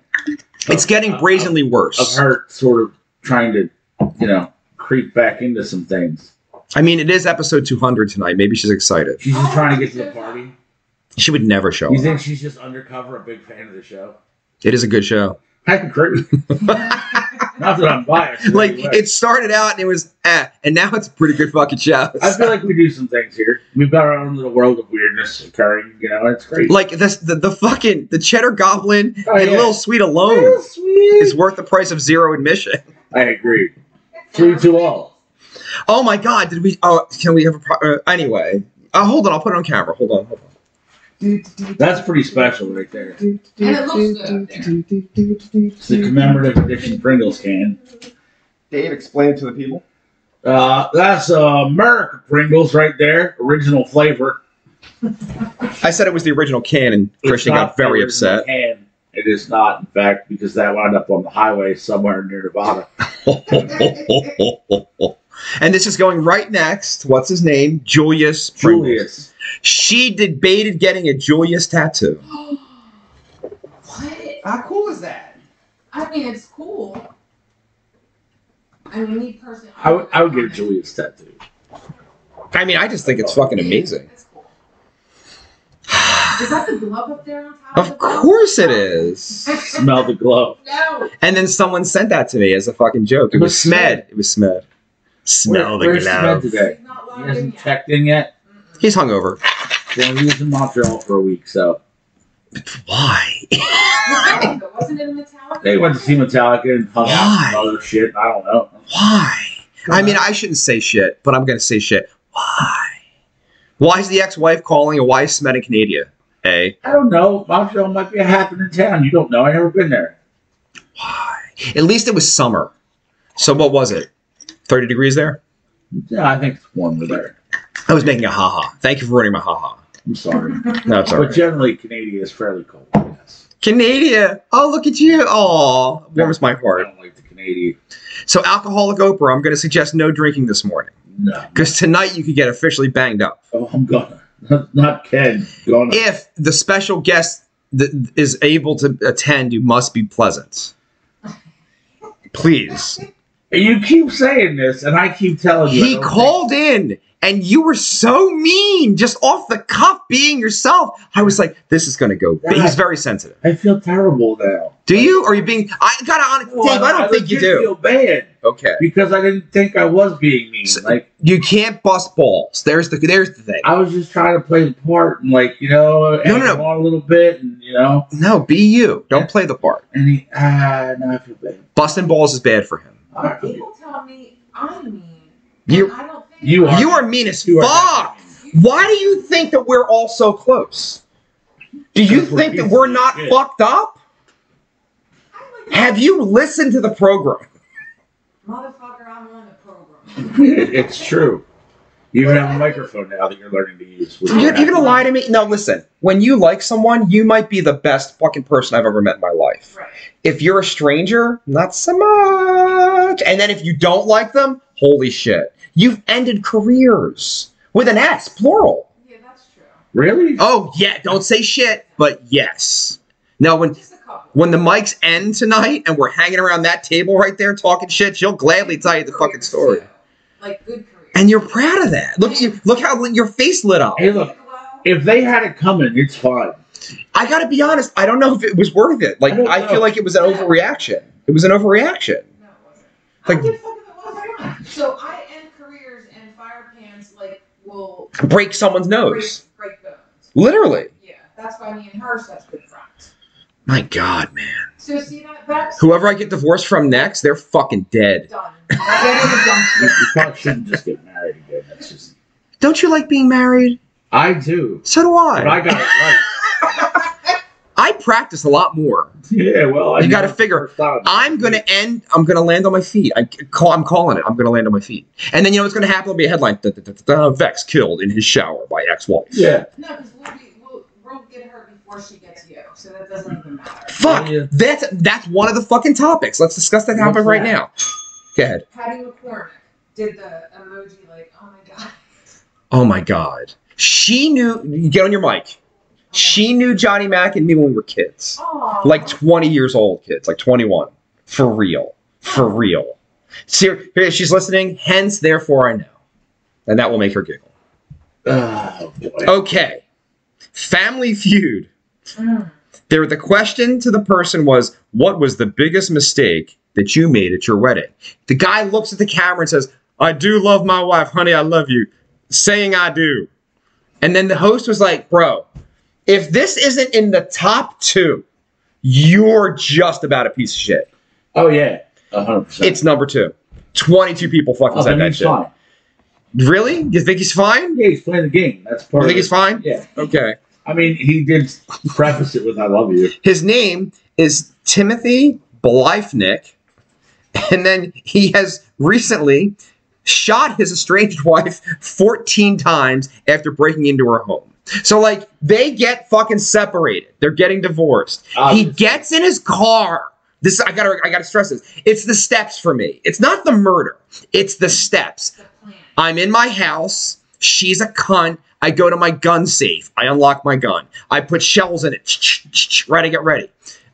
It's getting
Of-
brazenly worse.
of her sort of trying to, you know, creep back into some things.
I mean, it is episode 200 tonight. Maybe she's excited.
She's just trying to get to the party.
She would never show
You
up.
think she's just undercover, a big fan of the show?
It is a good show.
I agree. Not that I'm biased. in
Like,
any way.
it started out and it was eh, and now it's a pretty good fucking show.
I feel like we do some things here. We've got our own little world of weirdness occurring. You know, it's great.
Like, this, the, the fucking, the Cheddar Goblin
Oh,
and
yeah.
Little Sweet
Oh,
alone
sweet.
is worth the price of zero admission.
I agree. Three to all.
Oh my God, did we, oh, can we have a, pro- uh, anyway. Uh, hold on, I'll put it on camera. Hold on, hold on.
That's pretty special right there.
And it looks good.
It's the commemorative edition Pringles can.
Dave, explain it to the people.
Uh, that's uh, America Pringles right there. Original flavor.
I said it was the original can and
It's
Christian got
not
very
favored in
upset. *laughs*
Japan. It is not, in fact, because that wound up on the highway somewhere near Nevada.
and this is going right next. What's his name? Julius. Pringles.
Julius.
She debated getting a Julius tattoo.
what?
How cool is that?
I mean, it's cool. I mean, me personally.
I would, I would give
it.
Julius tattoo.
I mean, I just think it's fucking amazing.
That's cool. Is that the glove up there on top?
Of
the bell?
course it is.
Smell the glove.
*laughs* No.
And then someone sent that to me as a fucking joke. It was Smed. It was Smed. Smell
Where-
the
where's Smed
glove.
today?
He's not
He
logged in
hasn't
yet.
checked in yet.
Mm-mm.
He's hungover.
Yeah, he was in Montreal for a week, so
Why?
Metallica, Wasn't it a Metallica?
they went to see Metallica and hung out
Why?
and other shit. I don't know.
Why? I mean, I shouldn't say shit, but I'm gonna say shit. Why? Why is the ex-wife calling? And why is Smed in Canada? Eh?
I don't know. Montreal might be a happening town. You don't know. I never been there.
Why? At least it was summer. So what was it? 30 degrees there?
Yeah, I think it's warmer there.
I was making a haha. Thank you for ruining my haha.
I'm sorry,
No, it's all
but
right.
generally Canada is fairly cold. I guess.
Canada. Oh, look at you. Aw. Warms my
I
heart.
don't like the Canadian.
So, alcoholic Oprah, I'm going to suggest no drinking this morning.
No,
Because tonight you could get officially banged up.
oh, I'm gonna. Not Ken. Gonna.
If the special guest that is able to attend, you must be pleasant. Please.
You keep saying this, and I keep telling you. I
He
don't
called in and you were so mean, just off the cuff, being yourself. I was like, this is going to go. But he's very sensitive.
think- I feel terrible now.
Do you? Or are you being. I got to honest.
No,
Dave, I don't think you
legit
do.
Feel bad
Okay.
because I didn't think I was being mean.
So-
like
You can't bust balls. There's the there's the thing.
I was just trying to play the part and like you know,
No,
hang
no, no.
on a little bit, and you know,
No, be you. Don't play the part.
and he ah, now I feel bad.
Busting balls is bad for him.
All right.
People tell me I'm mean.
You
I don't think
You
I am.
are-
you are mean as
You are
fuck.
not-
Why do you think that we're all so close? Do you
Because we're
think that
pieces
we're
of
not
shit.
fucked up?
I'm like,
Have you listened to the program?
motherfucker, I'm on the program.
*laughs* it's true. You even have a microphone now that you're learning to use. which
You're
you're
even a
happy
lie to me. No, listen. When you like someone, you might be the best fucking person I've ever met in my life.
Right.
If you're a stranger, not so much. And then if you don't like them, holy shit. You've ended careers with an S, plural.
Yeah, that's true.
with. Really?
Oh, yeah, don't say shit, but yes. Now, when
Just a couple.
when the mics end tonight and we're hanging around that table right there talking shit, she'll gladly tell you the fucking story.
Like good career.
And you're proud of that. Look, you, look how your face lit up.
Hey, look. If they had it coming, it's fine.
I gotta be honest, I don't know if it was worth it. Like,
I don't
I,
know.
feel like it was an overreaction. It was an overreaction.
No, it wasn't.
Like-
I don't give a fuck if it was or not. So I end careers and fire pants like will
Break someone's
break,
nose.
break bones.
Literally.
Yeah, that's why me and her are such good friends.
My God, man.
So see that that's
Whoever I get divorced from next, they're fucking dead.
done. That
You, you probably shouldn't just get married again. That's just.
Don't you like being married?
I do.
So do
But I
I.
got it right.
I practice a lot more.
*laughs* Yeah, well, I
You gotta
know.
figure-
Thought-
I'm gonna end. I'm gonna land on my feet. I call. I'm calling it. I'm gonna land on my feet. And then you know what's gonna happen? There'll be a headline: "Duh, duh, duh, duh, duh, Vex killed in his shower by ex-wife.
Yeah.
no, because we'll be we'll, we'll get her before she gets you, so that doesn't even matter.
Fuck.
Oh, Yeah.
That's that's one of the fucking topics. Let's discuss that topic
What's
right
that?
now. Go ahead.
Patty McCormick did the emoji like, oh my god. *laughs*
Oh my god. She knew. Get on your mic. She knew Johnny Mac and me when we were kids,
Aw.
like 20 years old kids, like 21. For real. For real. Ser- here, she's listening. Hence, therefore, I know, and that will make her giggle.
Oh, boy.
Okay. Family Feud.
Hmm.
Mm.
There, the question to the person was, "What was the biggest mistake that you made at your wedding?" The guy looks at the camera and says, "I do love my wife, honey. I love you," saying "I do," and then the host was like, "Bro, if this isn't in the top two, you're just about a piece of shit."
Oh, yeah. 100%.
It's number two. Twenty-two people fucking
oh,
said
then
that
he's
shit.
fine.
Really? You think he's fine?
Yeah, he's playing the game. That's part
You
of
think
it.
he's fine?
Yeah.
Okay.
I mean, he did preface it with "I love you."
His name is Timothy Bleifnick, and then he has recently shot his estranged *laughs* wife 14 times after breaking into her home. So, like, they get fucking separated. They're getting divorced. He
Obviously.
gets in his car. This I gotta I gotta stress this. It's the steps for me. It's not the murder. It's the steps.
The plan.
I'm in my house. She's a cunt. I go to my gun safe. I unlock my gun. I put shells in it. Ready, get ready.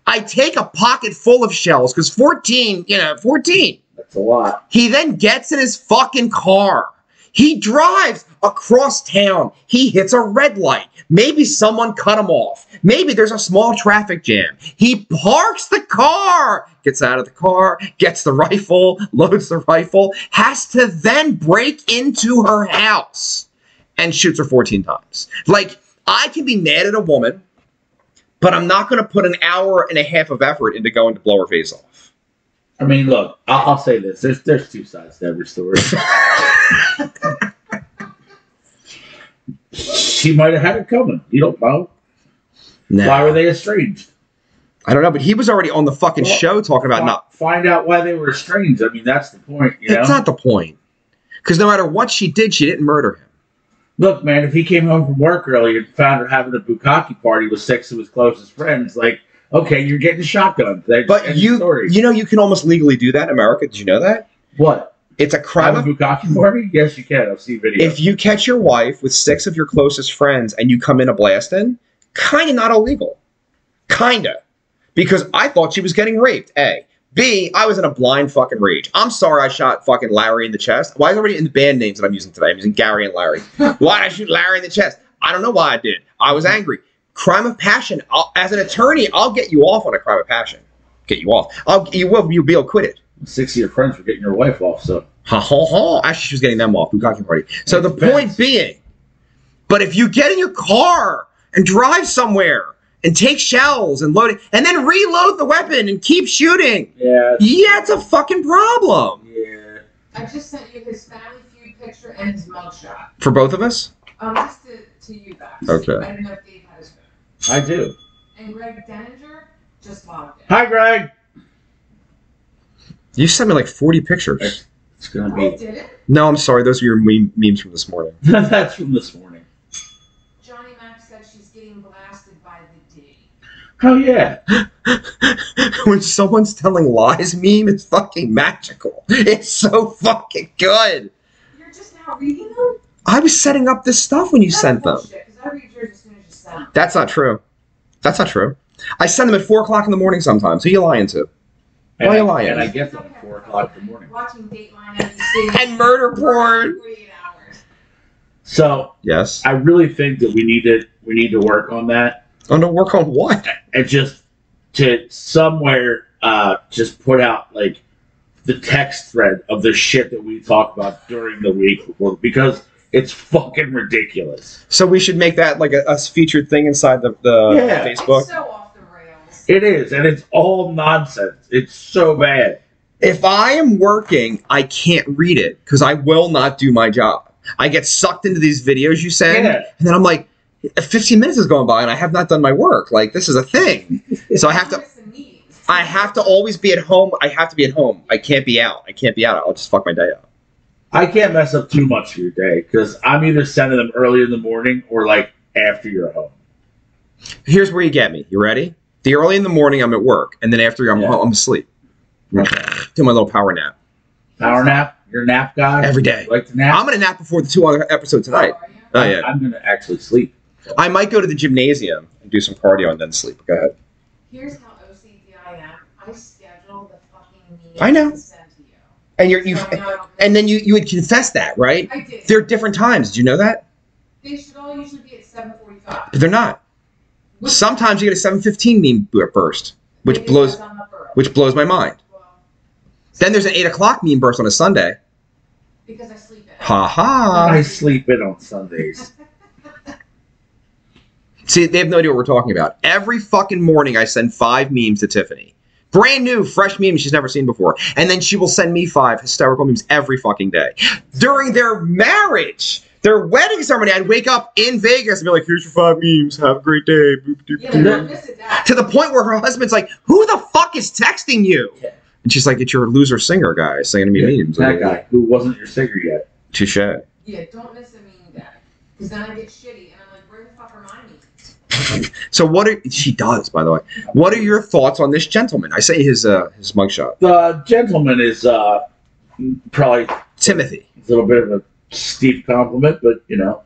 I take a pocket full of shells because 14, you know, 14.
That's a lot.
He then gets in his fucking car. He drives across town. He hits a red light. Maybe someone cut him off. Maybe there's a small traffic jam. He parks the car, gets out of the car, gets the rifle, loads the rifle, has to then break into her house and shoots her 14 times. Like, I can be mad at a woman, but I'm not going to put an hour and a half of effort into going to blow her face off.
I mean, look, I'll, I'll say this: there's there's two sides to
*laughs*
every story. she might have had it coming. You don't know.
Nah.
Why were they estranged?
I don't know, but he was already on the fucking
Well,
show talking about
Fi-
not.
Find out why they were estranged. I mean, that's the point. You know.
That's not the point. Because no matter what she did, she didn't murder him.
look, man, if he came home from work early and found her having a bukkake party with six of his closest friends, like, okay, you're getting shotgunned. That's
But
end of
you,
story.
you know, you can almost legally do that in America. Did you know that?
what?
It's a crime
Have a
of,
bukkake party? Yes, you can. I've seen videos.
if you catch your wife with six of your closest friends and you come in a blasting, kind of not illegal. Kinda. Because I thought she was getting raped, A. B, I was in a blind fucking rage. I'm sorry I shot fucking Larry in the chest. Why is everybody in the band names that I'm using today? I'm using Gary and Larry. Why did I shoot Larry in the chest? I don't know why I did. I was angry. Crime of passion. I'll, as an attorney, I'll get you off on a crime of passion. Get you off. I'll, you will. You'll be acquitted.
six of your friends were getting your wife off. So
Ha ha ha. Actually, she was getting them off. Bukkake party. So the
Depends.
point being, but if you get in your car and drive somewhere and take shells and load it and then reload the weapon and keep shooting,
yeah,
yeah, it's a fucking problem
yeah.
I just sent you his family feud picture and his mugshot.
for both of us.
Um, just to, to you guys.
Okay.
I don't know if Dave had his phone.
I do.
And Greg Denninger just logged in.
Hi, Greg.
You sent me like 40 pictures.
It's gonna *laughs*
I
be.
did it.
No, I'm sorry. Those are your meme- memes from this morning. *laughs*
That's from this morning.
Johnny Mac said she's getting blasted by the D.
Oh yeah.
when someone's telling lies, meme is fucking magical. It's so fucking good.
You're just now reading them?
I was setting up this stuff when you
That's
sent them.
bullshit, 'cause I read yours as soon as you sent them.
That's not true. That's not true. I send them at four o'clock in the morning sometimes. Who you lying to?
And
Why
I-
you lying?
And I get them at four o'clock in the morning.
Watching Dateline NBC.
And murder porn.
48 hours.
So
Yes.
I really think that we need to we need to work on that
I'm gonna work on what?
and just to somewhere uh, just put out like the text thread of the shit that we talk about during the week because it's fucking ridiculous.
So we should make that like a, a featured thing inside the, the
Yeah.
Facebook.
It's so off the rails.
It is, and it's all nonsense. It's so bad.
If I am working, I can't read it because I will not do my job. I get sucked into these videos you send,
Yeah.
and then I'm like, 15 minutes has gone by and I have not done my work. Like this is a thing. so I have to.
Missing meetings.
I have to always be at home. I have to be at home. I can't be out. I can't be out. I'll just fuck my day up.
I can't mess up too much of your day because I'm either sending them early in the morning or like after you're home.
Here's where you get me. You ready? The early in the morning, I'm at work, and then after I'm
Yeah.
home, I'm asleep. *sighs* Do my little power nap
Power nap. You're a nap guy.
every day.
You like to nap.
I'm gonna nap before the two hour episode tonight.
How are you?
Oh yeah.
I'm gonna actually sleep.
I might go to the gymnasium and do some cardio and then sleep. Go ahead.
Here's how OCD I am. I schedule the fucking meetings
I know.
to send to you.
And you're you,
So I know I don't miss
and then you you would confess that, right?
I did.
They're different times. Did you know that?
they should all usually be at 7:45.
But they're not.
Which-
Sometimes you get a 7:15 meme bu- burst, which
Maybe
blows
because I'm up early.
which blows my mind.
Well,
Then there's an eight o'clock meme burst on a Sunday.
because I sleep in.
Ha ha.
I sleep in on Sundays.
See, they have no idea what we're talking about. Every fucking morning, I send five memes to Tiffany. Brand new, fresh memes she's never seen before. And then she will send me five hysterical memes every fucking day. During their marriage, their wedding ceremony, I'd wake up in Vegas and be like, here's your five memes. Have a great day. Boop, doop,
*laughs* Yeah,
doop.
but I miss it that.
To the point where her husband's like, who the fuck is texting you?
Yeah.
And she's like, it's your loser singer guy sending me memes.
that guy who wasn't your singer yet.
Touche.
Yeah, don't miss a mean guy. Because then I get shitty and I'm like, where the fuck are my meetings?
So what are she does, by the way. What are your thoughts on this gentleman? I say his uh his mugshot.
The gentleman is uh, probably a
Timothy.
little bit of a steep compliment, but you know,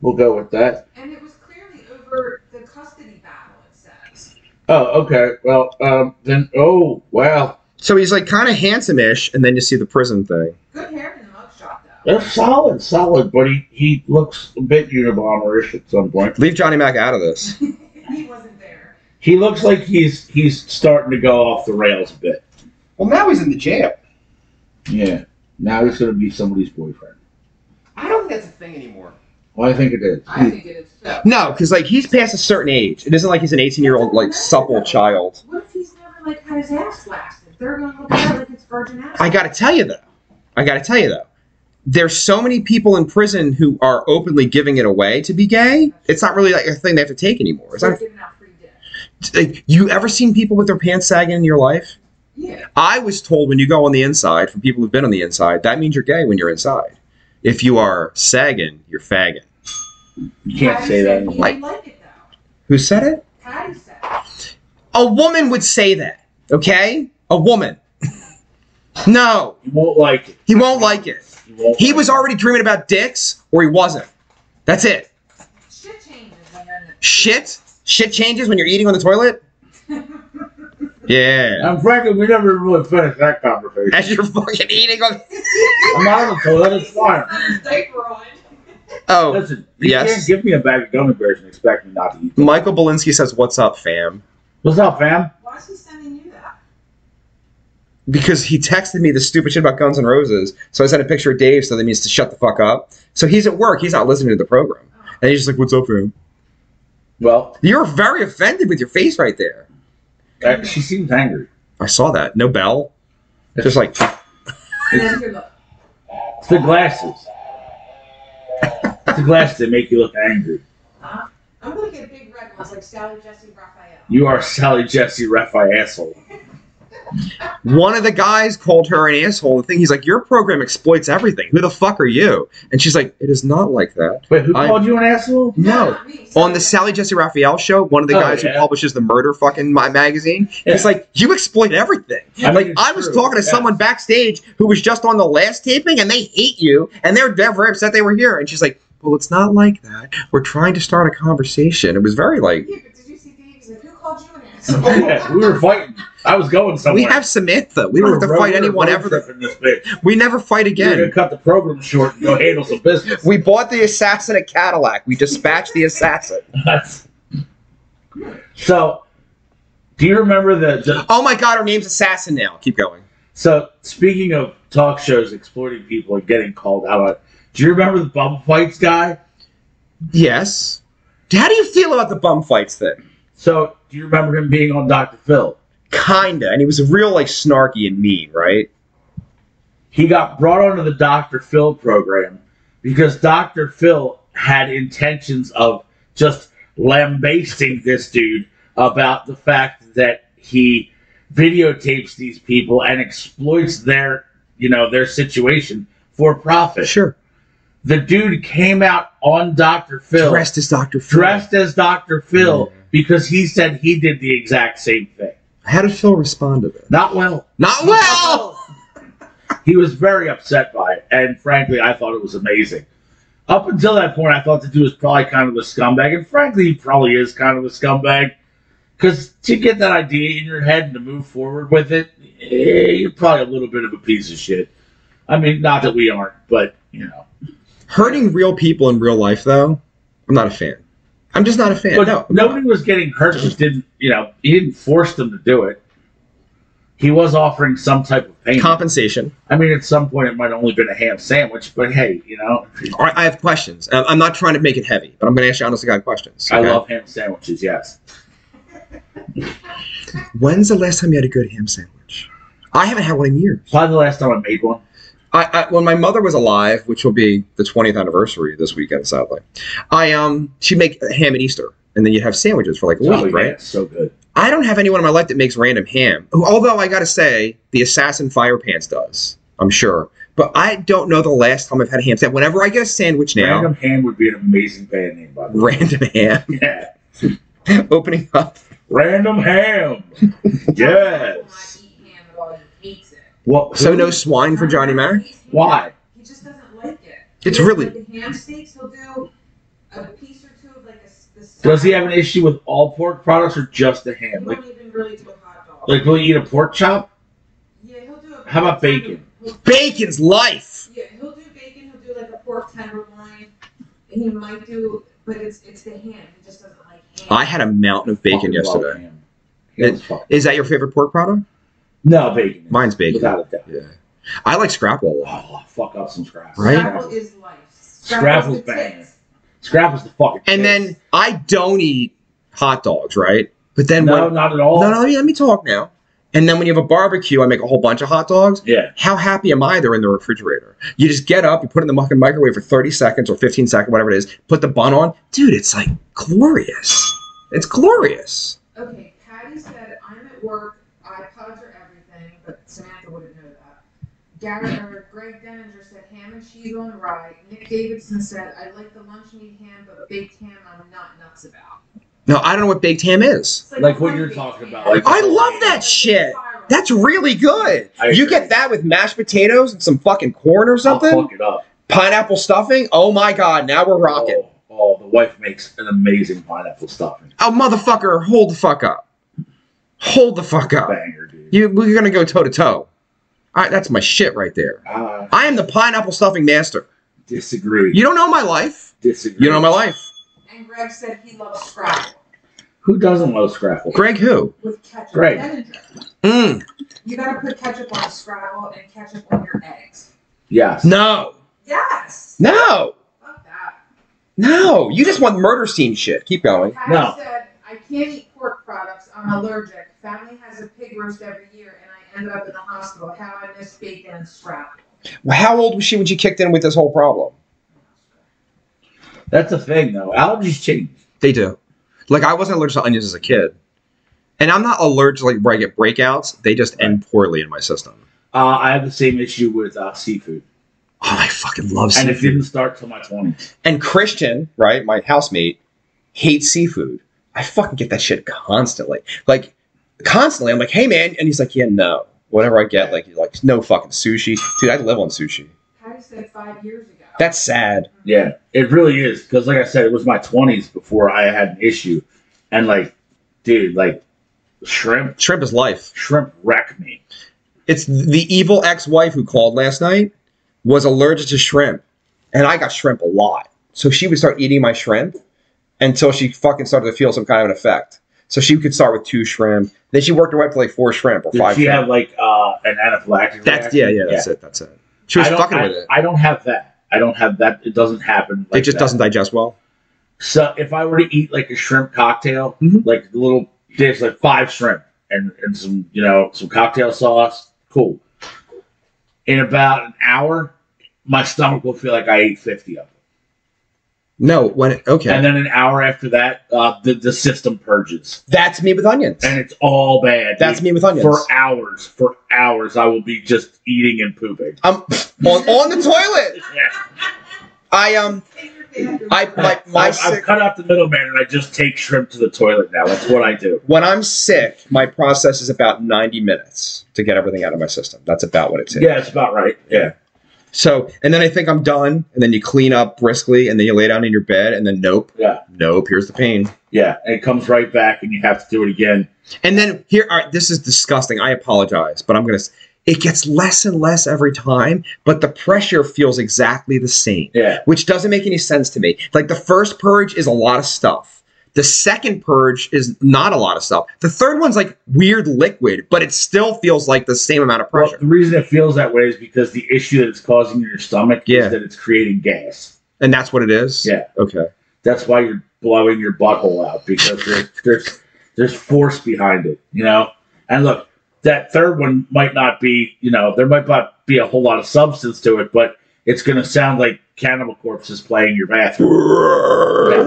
we'll go with that.
And it was clearly over the custody battle, it says.
Oh, okay. Well, um, then. Oh, wow.
So he's like kind of handsome-ish, and then you see the prison thing.
Good hair in the mugshot, though.
That's solid, solid, but he, he looks a bit Unabomber-ish at some point.
Leave Johnny Mac out of this.
he wasn't there.
He looks like he's he's starting to go off the rails a bit.
Well, now he's in the jail.
Yeah. Now he's going to be somebody's boyfriend.
I don't think that's a thing anymore.
Well, I think it is.
I think it is too.
No, because like he's past a certain age. It isn't like he's an 18-year-old like supple child.
What if he's never like had his ass blasted? They're gonna look at it like it's virgin ass.
I gotta tell you though. I gotta tell you though. There's so many people in prison who are openly giving it away to be gay. It's not really like a thing they have to take anymore. It's
They're
not,
giving out free dick.
like, you ever seen people with their pants sagging in your life?
Yeah.
I was told when you go on the inside, from people who've been on the inside, that means you're gay when you're inside. If you are sagging, you're fagging.
You can't say that.
He
anymore.
Like-
didn't like it though.
Who said it?
Patty said it.
A woman would say that, okay? A woman. *laughs* no,
You won't like it.
he won't like it.
You won't
He
like
was
it.
already dreaming about dicks, or he wasn't. That's it.
Shit changes when you're in the
Shit. Shit changes when you're eating on the toilet. Yeah. *laughs*
And frankly, we never really finished that conversation.
As you're fucking eating on.
I'm
*laughs*
out of the toilet. It's fine.
Diaper on.
Oh,
Listen, you
Yes.
can't give me a bag of gummy bears and expect me not to eat. them.
Michael Belinsky says, "What's up, fam?"
What's up, fam?
Why is he sending you that?
because he texted me the stupid shit about Guns N' Roses. So I sent a picture of Dave, so that means to shut the fuck up. So he's at work. He's not listening to the program. And he's just like, what's up, fam?
Well,
You're very offended with your face right there.
uh, she seems angry.
I saw that. No bell. Just like,
And then you're like,
It's the glasses. the glasses that make you look angry.
Huh? I'm gonna get big red ones like Sally Jesse Raphael.
You are Sally Jesse Raphael asshole.
One of the guys called her an asshole. The thing he's like, your program exploits everything. Who the fuck are you? And she's like, it is not like that.
Wait, who
I-
called you an asshole?
No.
not me,
On the Sally Jesse Raphael show, one of the
Oh,
guys
yeah.
who publishes the murder fucking my magazine,
Yeah.
it's like you exploit everything.
I mean,
like
it's
I was
true,
talking to
yeah.
someone backstage who was just on the last taping, and they hate you, and they're dead very upset they were here. And she's like, well, it's not like that. We're trying to start a conversation. It was very like
Yeah, but did you see Dave's? Like, who called you an
*laughs* Yeah,
asshole?
Oh, we
*laughs*
were fighting. I was going somewhere.
we have Samantha. We don't have to
were
fight
road-
anyone
road
ever.
tripping this bitch.
We never fight
We're
again.
gonna cut the program short and go handle
*laughs*
some business.
We bought the assassin a Cadillac. We dispatched the assassin.
That's- so, do you remember the, the
Oh my God, her name's Assassin now. Keep going.
So speaking of talk shows exploiting people and getting called out, on- do you remember the bum fights guy?
Yes. How do you feel about the bum fights thing?
So do you remember him being on Dr. Phil?
Kinda, and he was real like snarky and mean, right?
He got brought onto the Dr. Phil program because Dr. Phil had intentions of just lambasting this dude about the fact that he videotapes these people and exploits their, you know, their situation for profit.
Sure.
The dude came out on Dr. Phil
Dressed as Doctor Phil.
dressed as Dr. Phil because he said he did the exact same thing.
How did Phil respond to that?
Not well.
Not well.
He was very upset by it, and frankly, I thought it was amazing. Up until that point, I thought the dude was probably kind of a scumbag, and frankly, he probably is kind of a scumbag. Because to get that idea in your head and to move forward with it, eh, you're probably a little bit of a piece of shit. I mean, not that we aren't, but you know.
Hurting real people in real life, though, I'm not a fan. I'm just not a fan.
But
no, I'm
nobody was getting hurt. Just didn't, you know, he didn't force them to do it. He was offering some type of
not.
payment.
compensation.
I mean, at some point, it might only been a ham sandwich, but hey, you know,
All right, I have questions. I- I'm not trying to make it heavy, but I'm going to ask you honestly God questions.
I
okay?
love ham sandwiches. Yes,
When's the last time you had a good ham sandwich? I haven't had one in years.
probably the last time I made one.
I, I when my mother was alive, which will be the 20th anniversary this weekend, sadly, I um she make ham and Easter, and then you have sandwiches for like a
Oh,
week,
yeah,
right?
it's so good.
I don't have anyone in my life that makes random ham. Who- Although I gotta say, the assassin fire pants does, I'm sure. But I don't know the last time I've had ham sandwich. Whenever I get a sandwich now,
Random ham would be an amazing band name, by the way.
random, ham *laughs*
Yeah,
opening up. *laughs*
random ham. yes.
I eat ham at all. He hates it.
What?
So
who-
no swine for Johnny Mac.
He's ham.
Why?
He just doesn't like it.
It's
He doesn't
really-
like the ham steaks. He'll do a piece or two of like a. s- The side.
Does he have an issue with all pork products or just the
He
ham? Like,
won't even really do a hot dog.
like will he eat a pork chop?
yeah, he'll do. A
How about bacon?
He'll-
Bacon's life.
Yeah, he'll do bacon. He'll do like a pork tenderloin, and he might do, but it's it's the ham. He just doesn't like ham.
I had a mountain of bacon
Fucking love
yesterday.
ham. It was fun.
Is that your favorite pork product?
No bacon.
Mine's bacon.
Without a doubt.
Yeah. I like scrapple a lot.
Oh, fuck up some scraps.
Right?
Scrapple is life.
Scrapple's
the
banging.
tits.
Scrap is the fucking.
And then I don't eat hot dogs, right? But then
no,
when
not at all.
no, no, let me, let me talk now. And then when you have a barbecue, I make a whole bunch of hot dogs.
Yeah.
How happy am I they're in the refrigerator? You just get up, you put it in the fucking microwave for 30 seconds or 15 seconds, whatever it is, put the bun on. Dude, it's like glorious. It's glorious.
Okay, Patty said, I'm at work, iPods are everything, but Samantha wouldn't know that. Garrett or Greg Denninger said ham and cheese on the rye. Nick Davidson said, I like the lunch meat ham, but baked ham I'm not nuts about.
No, I don't know what baked ham is.
It's
Like what
a
you're
baked
talking
ham.
about, like-
I love that shit. That's really good.
I
You
agree.
get that with mashed potatoes and some fucking corn or
I'll
something,
fuck it up.
pineapple stuffing. Oh my God, now we're rocking.
Oh, oh, the wife makes an amazing pineapple stuffing.
Oh, motherfucker, hold the fuck up. Hold the fuck up.
Banger, dude.
You, we're going to go toe to toe. All right, that's my shit right there.
I
I am the pineapple stuffing master.
disagree.
You don't know my life.
disagree.
You don't know my life.
And Greg said he loves scrapple
Who doesn't love Scrapple?
Greg who?
with ketchup.
Greg.
Denninger.
Mm,
You gotta put ketchup on scrapple and ketchup on your eggs.
Yes.
no.
Yes!
No.
Fuck that.
No. You just want murder scene shit. Keep going.
Patty
No.
said, I can't eat pork products. I'm allergic. Family has a pig roast every year, and I ended up in the hospital. How I missed bacon and scrapple.
Well, How old was she when she kicked in with this whole problem?
That's a thing, though. Allergies change.
They do. Like I wasn't allergic to onions as a kid, and I'm not allergic to like where I get breakouts. They just end poorly in my system.
Uh, I have the same issue with uh, seafood,
Oh, I fucking love
and
seafood.
it didn't start till my twenties.
And Christian, right, my housemate, hates seafood. I fucking get that shit constantly. Like, constantly. I'm like, hey, man. And he's like, yeah, no. Whatever I get, like, like no fucking sushi. Dude, I live on sushi.
Patty said five years ago.
That's sad.
Yeah, it really is because, like I said, it was my twenties before I had an issue, and like, dude, like, shrimp,
Shrimp is life.
shrimp wreck me.
It's the evil ex wife who called last night was allergic to shrimp. And I got shrimp a lot. So she would start eating my shrimp until she fucking started to feel some kind of an effect. So she could start with two shrimp. Then she worked her way up to like four shrimp or
Did
five
she
shrimp.
have like uh, an anaphylactic?
That's
reaction?
yeah, yeah, that's it, that's it. She was
I don't-
fucking
I-
with it.
I don't have that. I don't have that. It doesn't happen.
it just
that.
doesn't digest well.
So if I were to eat like a shrimp cocktail,
Mhm.
like a little dish, like five shrimp and, and some, you know, some cocktail sauce, cool. In about an hour, my stomach will feel like I ate 50 of them.
No, when it, okay,
And then an hour after that, uh, the, the system purges.
that's me with onions.
And it's all bad.
That's
dude.
me with onions.
For hours, for hours, I will be just eating and pooping. *laughs*
I'm on, on the toilet.
Yeah.
I um,
In your bathroom.
I like my
I've, I've
sick,
cut out the middleman and I just take shrimp to the toilet now. That's what I do.
when I'm sick, my process is about ninety minutes to get everything out of my system. That's about what it takes.
Yeah, it's about right. Yeah.
So, and then I think I'm done, and then you clean up briskly, and then you lay down in your bed, and then nope,
Yeah.
nope, here's the pain.
Yeah, and it comes right back, and you have to do it again.
And then here, all right, this is disgusting. I apologize, but I'm gonna. s- It gets less and less every time, but the pressure feels exactly the same,
Yeah,
which doesn't make any sense to me. Like the first purge is a lot of stuff. The second purge is not a lot of stuff. The third one's like weird liquid, but it still feels like the same amount of
well,
pressure.
the reason it feels that way is because the issue that it's causing in your stomach
Yeah.
is that it's creating gas.
and that's what it is.
Yeah.
Okay.
That's why you're blowing your butthole out because there's there's there's force behind it, you know. And look, that third one might not be, you know, there might not be a whole lot of substance to it, but it's going to sound like Cannibal Corpse is playing your bathroom. That's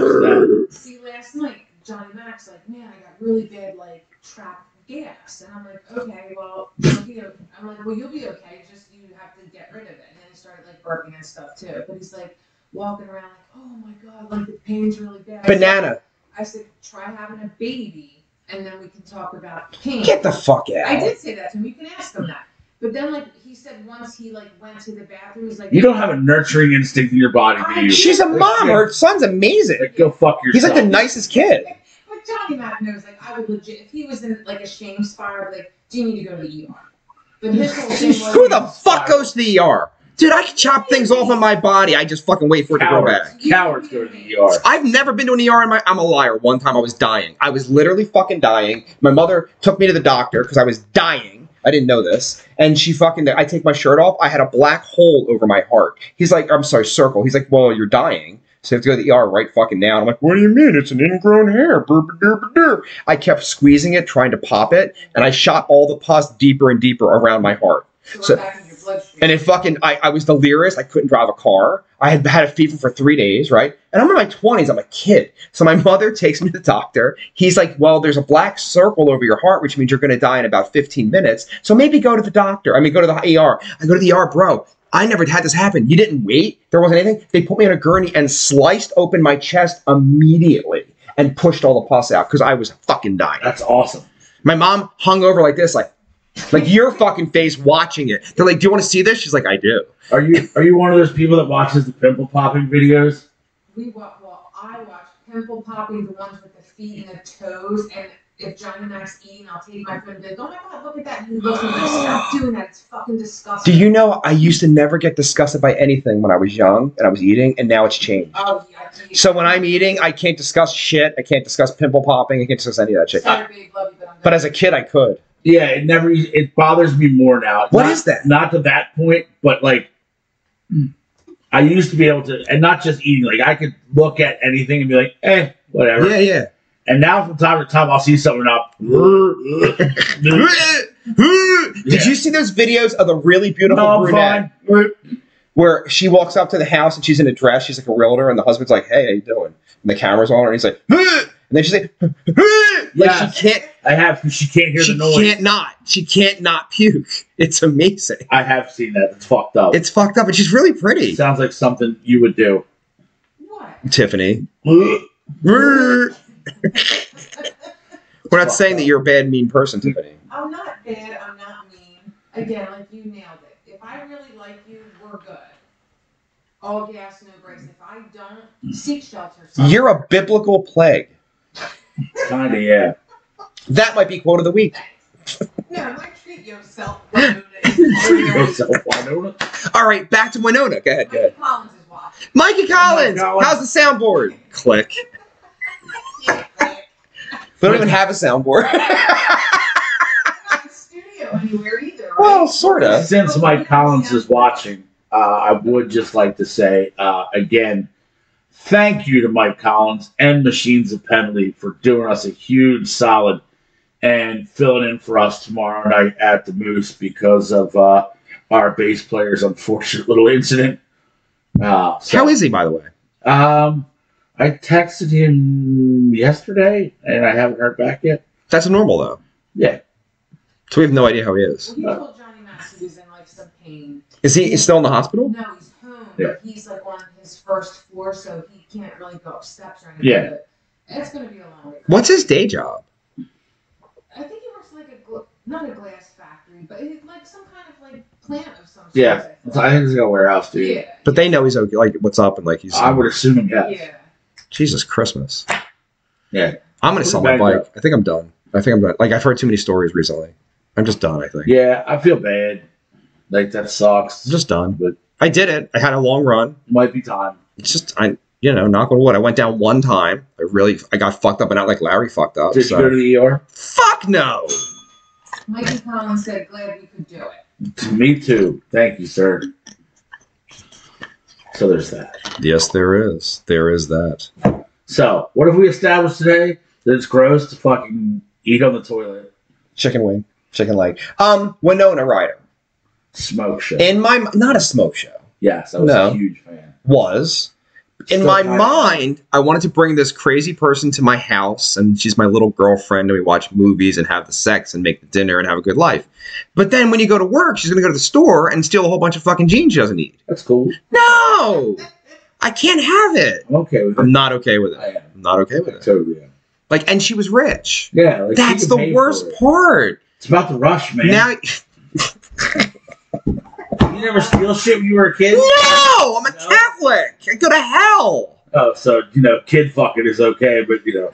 *laughs*
that.
See, last night, Johnny Mac's like, man, I got really bad, like, trapped gas. And I'm like, okay, well, you'll be okay. I'm like, well, you'll be okay. Just you have to get rid of it. And then he started, like, burping and stuff, too. But he's, like, walking around, like, oh my God, like, the pain's really bad. I said-
Banana.
I said, try having a baby, and then we can talk about pain.
Get the fuck out.
I did say that to him. You can ask him that. But then, like, he said once he, like, went to the bathroom, he's like,
You don't have a nurturing instinct in your body, do you?
She's a mom. Her son's amazing.
Like, go fuck yourself.
He's like the nicest kid.
But Johnny Mack knows, like, I would legit, if he was in, like, a shame spiral, like, do you need to go to the ER? But his whole thing
*laughs*
was,
Who the fuck goes to the ER? Dude, I can chop things off of my body. I just fucking wait for it to grow
Cowards.
back.
Cowards go to the ER.
I've never been to an ER in my. I'm a liar. One time I was dying. I was literally fucking dying. My mother took me to the doctor because I was dying. I didn't know this. And she fucking. I take my shirt off. I had a black hole over my heart. He's like, I'm sorry, circle. He's like, well, you're dying. So you have to go to the ER right fucking now. And I'm like, what do you mean? It's an ingrown hair. Burp, derp, derp. I kept squeezing it, trying to pop it, and I shot all the pus deeper and deeper around my heart.
So,
So-
we're back in your bloodstream.
And it fucking, I, I was delirious. I couldn't drive a car. I had had a fever for three days, right? And I'm in my 20s. I'm a kid. So my *laughs* mother takes me to the doctor. He's like, Well, there's a black circle over your heart, which means you're going to die in about 15 minutes. So maybe go to the doctor. I mean, go to the AR. I go to the ER, bro. I never had this happen. You didn't wait. There wasn't anything. They put me on a gurney and sliced open my chest immediately and pushed all the pus out because I was fucking dying.
That's awesome.
My mom hung over like this, like, like your fucking face watching it. They're like, "Do you want to see this?" She's like, "I do."
Are you are you one of those people that watches the pimple popping videos?
we watch, well, I watch Pimple Poppy, the ones with the feet and the toes, and if Johnny Mack's eating, I'll take my friend and be like, oh my God, look at that. And he looks at me,
*gasps*
stop doing that. It's fucking
Do
disgusting.
you know I used to never get disgusted by anything when I was young and I was eating, and now it's changed.
Oh, yeah, I
So when I'm eating, I can't discuss shit. I can't discuss pimple popping. I can't discuss any of that shit.
Sorry, babe, love you, but I'm
But
done.
as a kid, I could.
Yeah, it never it bothers me more now.
What
Not-
is that?
Not to that point, but like I used to be able to and not just eating, like I could look at anything and be like, eh, whatever.
yeah.
And now from time to time I'll see something
*laughs*
up.
Did you see those videos of the really beautiful
no, I'm
brunette?
fine.
where she walks up to the house and she's in a dress. She's like a realtor, and the husband's like, "Hey, how you doing?" And the camera's on her, and he's like, "Huh!" and then she's like, "Huh!" like
Yeah.
she can't,
I have. She can't hear
she
the noise.
can't not, she can't not puke. It's amazing.
I have seen that. It's fucked up.
It's fucked up, and she's really pretty.
sounds like something you
*laughs*
would do.
What?
Tiffany,
I
*laughs* we're not saying that you're a bad, mean person, Tiffany.
I'm not bad. I'm not mean. Again, like you nailed it. If I really like you, we're good. All gas, no brakes. If I don't, seek shelter. somewhere.
You're a biblical plague.
kind of
*laughs*
yeah.
That might be quote of the week.
No, like treat yourself. *laughs*
*laughs*
Mike
Yourself, Winona.
All right, back to Winona. Go ahead, go ahead.
Collins is watching.
Mikey Collins,
Collins.
how's the soundboard? Click.
Yeah, like,
They don't even have a soundboard.
I'm not in the studio anywhere either. Right?
well, sorta.
Since Mike Collins is watching, uh, I would just like to say uh, again, thank you to Mike Collins and Machines of Penalty for doing us a huge solid and filling in for us tomorrow night at the Moose because of uh, our bass player's unfortunate little incident. Uh,
*laughs*
so-
How is he, by the way?
Um, I texted him yesterday, and I haven't heard back yet.
That's normal though.
Yeah,
So we have no idea how he
Well,
is.
he told Johnny Max he was in like some pain.
Is he he's still in the hospital?
No, he's home.
Yeah.
But he's like on his first floor, so he can't really go up steps or anything.
Yeah.
But it's gonna be a long way.
What's his day job?
I think he works like a gl- not a glass factory, but it's like some kind of like plant of some sort.
Yeah.
I
I
think.
think it's gonna wear out, dude.
yeah.
But they know he's okay, like what's up and like he's
I would assume yes.
Yeah.
Jesus Christmas.
Yeah.
I'm gonna sell my
Back up.
bike. I think I'm done. I think I'm done. Like I've heard too many stories recently. I'm just done, I think.
Yeah, I feel bad. Like that sucks.
I'm just done.
but
I did it. I had a long run.
might be time.
it's just I you know knock on wood. I went down one time. I really I got fucked up, but not like Larry fucked up.
Did
so-
you go to the ER?
Fuck no.
Mikey Collins said, "Glad we could do
*laughs*
it."
Me too. Thank you, sir. So there's that.
Yes, there is. There is that.
So what have we established today? That it's gross to fucking eat on the toilet,
Chicken wing, chicken leg. Um, Winona Ryder
smoke shit.
in my m- not a smoke show
yes, I was
No.
a huge fan.
was. In
Still
my
kinda-
mind, I wanted to bring this crazy person to my house, and she's my little girlfriend, and we watch movies and have the sex and make the dinner and have a good life. But then when you go to work, she's gonna go to the store and steal a whole bunch of fucking jeans she doesn't need.
That's cool.
No, I can't have it.
I'm okay with it.
I'm not okay with it.
I am.
I'm not okay with it.
Totally. am.
Like, and she was rich.
Yeah, like she
That's
can
the
pay
worst
for it.
part.
It's about the rush, man.
Now,
you never steal shit when you were a
*laughs*
kid.
no, I'm a
No.
Catholic. I go to hell.
Oh, so you know, kid fucking is okay, but you know,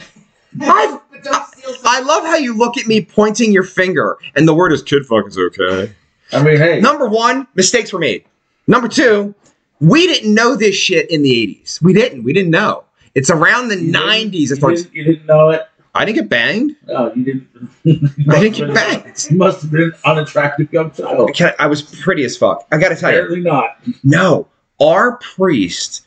I've-
but don't steal some-
I love how you look at me pointing your finger, and the word is kid fuck is okay.
I mean, hey,
Number one, mistakes were made. Number two, we didn't know this shit in the 80s. We didn't. We didn't know. It's around the
you didn't-
90s.
You
It's like,
didn't, you didn't know it.
I didn't get banged.
Oh, you didn't. you
*laughs* I
must
didn't
have
get
been-
banged.
*laughs* You must have been an unattractive young
I,
child.
can't- I was pretty as fuck. I gotta tell you.
Apparently not.
No, our priest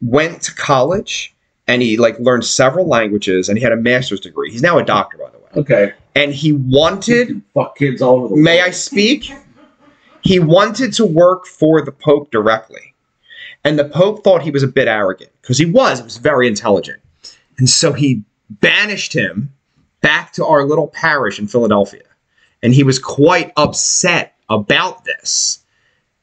went to college and he like learned several languages and he had a master's degree. He's now a doctor, by the way.
Okay.
And he
You
wanted,
can fuck kids all over the
may I
world.
speak? He wanted to work for the Pope directly. And the Pope thought he was a bit arrogant because he was, he was very intelligent. And so he banished him back to our little parish in Philadelphia. And he was quite upset about this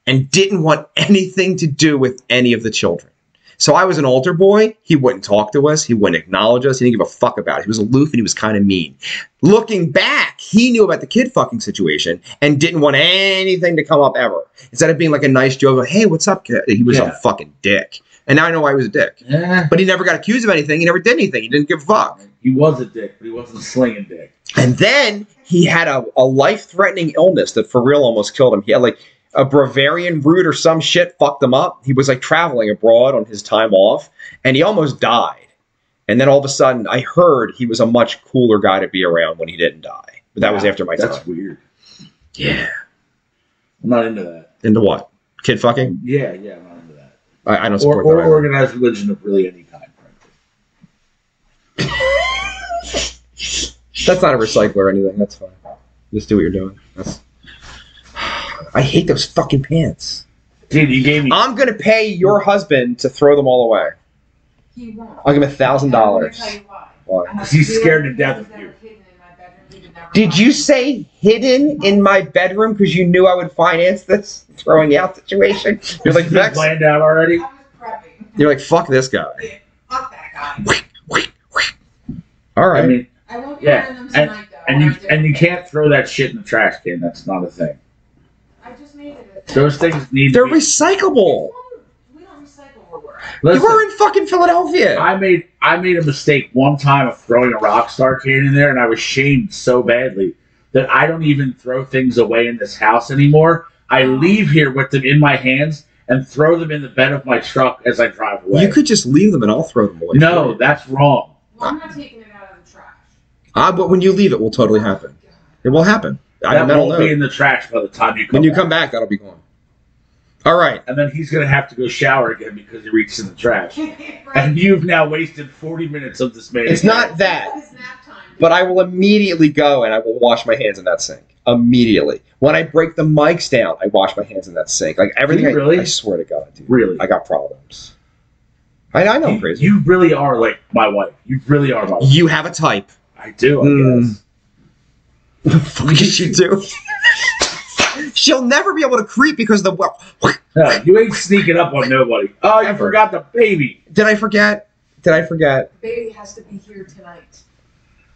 and didn't want *laughs* anything to do with any of the children. So I was an altar boy. He wouldn't talk to us. He wouldn't acknowledge us. He didn't give a fuck about it. He was aloof and he was kind of mean. Looking back, he knew about the kid fucking situation and didn't want anything to come up ever. Instead of being like a nice joke, like, hey, what's up, kid? He was
Yeah.
a fucking dick. And now I know why he was a dick.
Yeah.
But he never got accused of anything. He never did anything. He didn't give a fuck.
He was a dick, but he wasn't a slinging dick.
And then he had a, a life threatening illness that for real almost killed him. He had like a Bavarian root or some shit fucked him up. He was like traveling abroad on his time off and he almost died. And then all of a sudden, I heard he was a much cooler guy to be around when he didn't die. But that was
Wow,
after my
That's
time.
weird.
Yeah.
I'm not into that.
Into what? Kid fucking?
Yeah, yeah, I'm not into that.
I, I don't
Or,
support
or
that. either.
organized religion of really any kind, frankly.
That's not a recycler or anything. That's *sighs* fine. Just do what you're doing. That's. I hate those fucking pants.
Dude, you gave me.
I'm gonna pay your husband to throw them all away.
He won't.
I'll give him a thousand
And I'm gonna
dollars.
tell you why.
Why?
I have
He's
zero
scared to death
things
of
that
you.
were hidden in my bedroom he would never
Did
find.
you say hidden in my bedroom because you knew I would finance this throwing out situation? You're like
*laughs* This is
Vex.
planned out
I
already.
was
*laughs*
prepping.
You're like fuck this guy.
Fuck that guy.
All right.
I mean,
I won't be
Yeah,
wearing them tonight though.
and you
I do.
and you can't throw that shit in the trash can. That's not a thing.
I just made it. a thing.
Those things need.
They're
to be,
recyclable.
We don't recycle where we're at.
You
listen,
were in fucking Philadelphia.
I made I made a mistake one time of throwing a rock star can in there, and I was shamed so badly that I don't even throw things away in this house anymore. I leave here with them in my hands and throw them in the bed of my truck as I drive away.
you could just leave them and I'll throw them away.
no, that's wrong.
Well, I'm not taking it out of the trash.
Uh, but when you leave, it will totally happen. It will happen. I,
That
that'll
won't
know.
be in the trash by the time you come.
when you
back.
come back, that'll be gone. All right.
and then he's gonna have to go shower again because he reached in the trash.
right?
And you've now wasted forty minutes of this man.
It's not that.
It's nap time.
but I will immediately go and I will wash my hands in that sink immediately. When I break the mics down, I wash my hands in that sink. Like everything.
you
I,
really?
I swear to God, dude,
really.
I got problems. I, I know I'm
you,
crazy.
you really are like my wife. You really are my wife.
You have a type.
I do, I
Mm.
guess.
What the fuck did she do? She'll never be able to creep because of the.
No, you ain't sneaking up on nobody. Oh, you
Ever.
forgot the baby.
Did I forget? Did I forget?
Baby has to be here tonight.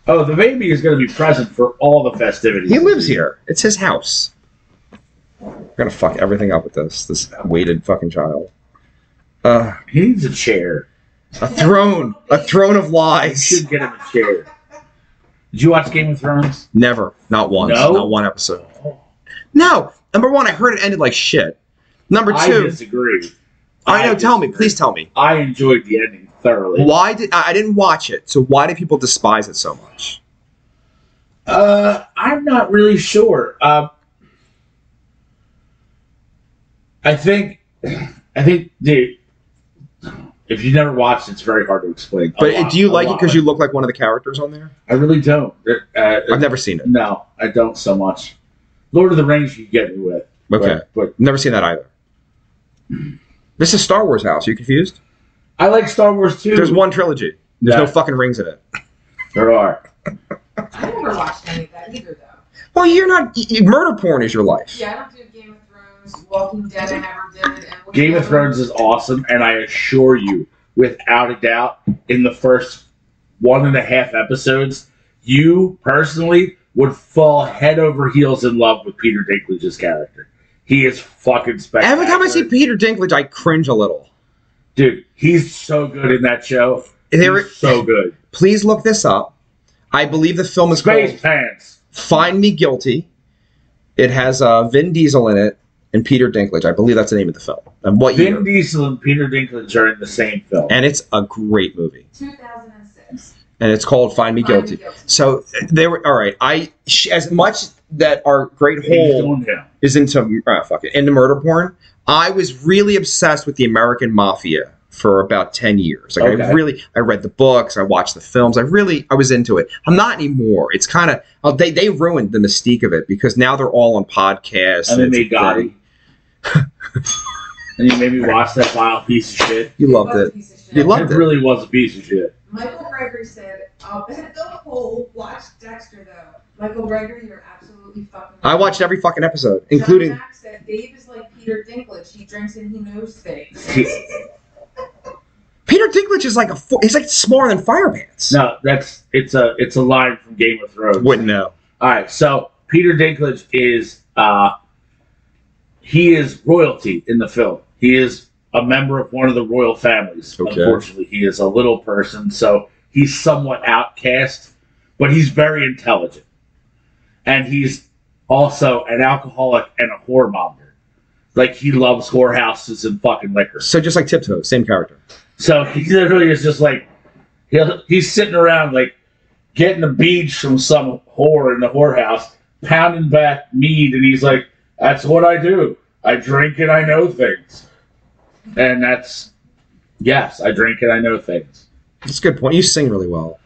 Oh, the baby is going to be present for all the festivities.
He lives here. It's his house. I'm gonna fuck everything up with this this weighted fucking child. Uh,
He needs a chair.
a throne, a throne of
You
lies.
should get him a chair. Did you watch Game of Thrones?
Never. Not once.
No?
Not one episode. No. Number one, I heard it ended like shit. Number
I
two,
disagree.
I, know. Tell me,
disagree.
please tell me.
I enjoyed the ending thoroughly.
Why did I I didn't watch it? So why do people despise it so much?
Uh, I'm not really sure. Um, I think, I think, dude, if you never watched, it's very hard to explain. A
But
lot,
do you
a
like it
lot.
because you look like one of the characters on there?
I really don't. Uh,
I've never seen it.
No, I don't so much. Lord of the Rings, you get me with.
Okay,
But, but
never seen that either. This is Star Wars House. you confused?
I like Star Wars too.
There's one trilogy. There's
Yeah.
no fucking rings in it.
There are.
I never watched any of that either, though.
Well, you're not. y- y- Murder porn is your life.
Yeah, I don't do Game of Thrones, Walking Dead, I never did. And what-
Game of Thrones is awesome, and I assure you, without a doubt, in the first one and a half episodes, you personally would fall head over heels in love with Peter Dinklage's character. He is fucking spectacular.
Every time I see Peter Dinklage, I cringe a little.
dude, he's so good in that show.
There,
He's so good.
please look this up. I believe the film is called
Space pants.
Find Me Guilty. It has uh, Vin Diesel in it and Peter Dinklage. I believe that's the name of the film. And what year?
Vin Diesel and Peter Dinklage are in the same film.
and it's a great movie.
2006.
And it's called Find Me
Find Me
Guilty. So they were all right. I sh- as much that our great
He's
hole
doing him.
is into uh, fuck it, into murder porn. I was really obsessed with the American Mafia for about ten years. Like I
Okay.
really, I read the books, I watched the films. I really, I was into it. I'm not anymore. It's kind of oh, they they ruined the mystique of it because now they're all on podcasts.
and then
it's
they
a
got
thing.
him. *laughs* and you made me watch that vile piece of shit.
You loved
He was a
it.
piece of shit.
You loved
It
it.
really was a piece of shit.
Michael Gregory said, I'll bet *laughs* the whole watch Dexter though. Michael Gregory, you're absolutely fucking
I watched every fucking episode, including
John Mack said Dave is like Peter Dinklage. He drinks and he knows things.
Peter Dinklage is like a fo- he's like smaller than Firepants.
No, that's it's a it's a line from Game of Thrones.
wouldn't know.
All right, so Peter Dinklage is uh he is royalty in the film. He is a member of one of the royal families.
Okay.
Unfortunately, he is a little person, so he's somewhat outcast, but he's very intelligent. And he's also an alcoholic and a whoremonger. Like he loves whorehouses and fucking liquor.
So just like Tiptoe, same character.
So he literally is just like he'll, he's sitting around like getting a beach from some whore in the whorehouse, pounding back mead, and he's like, "That's what I do. I drink and I know things." And that's yes, I drink and I know things.
That's a good point. You sing really well.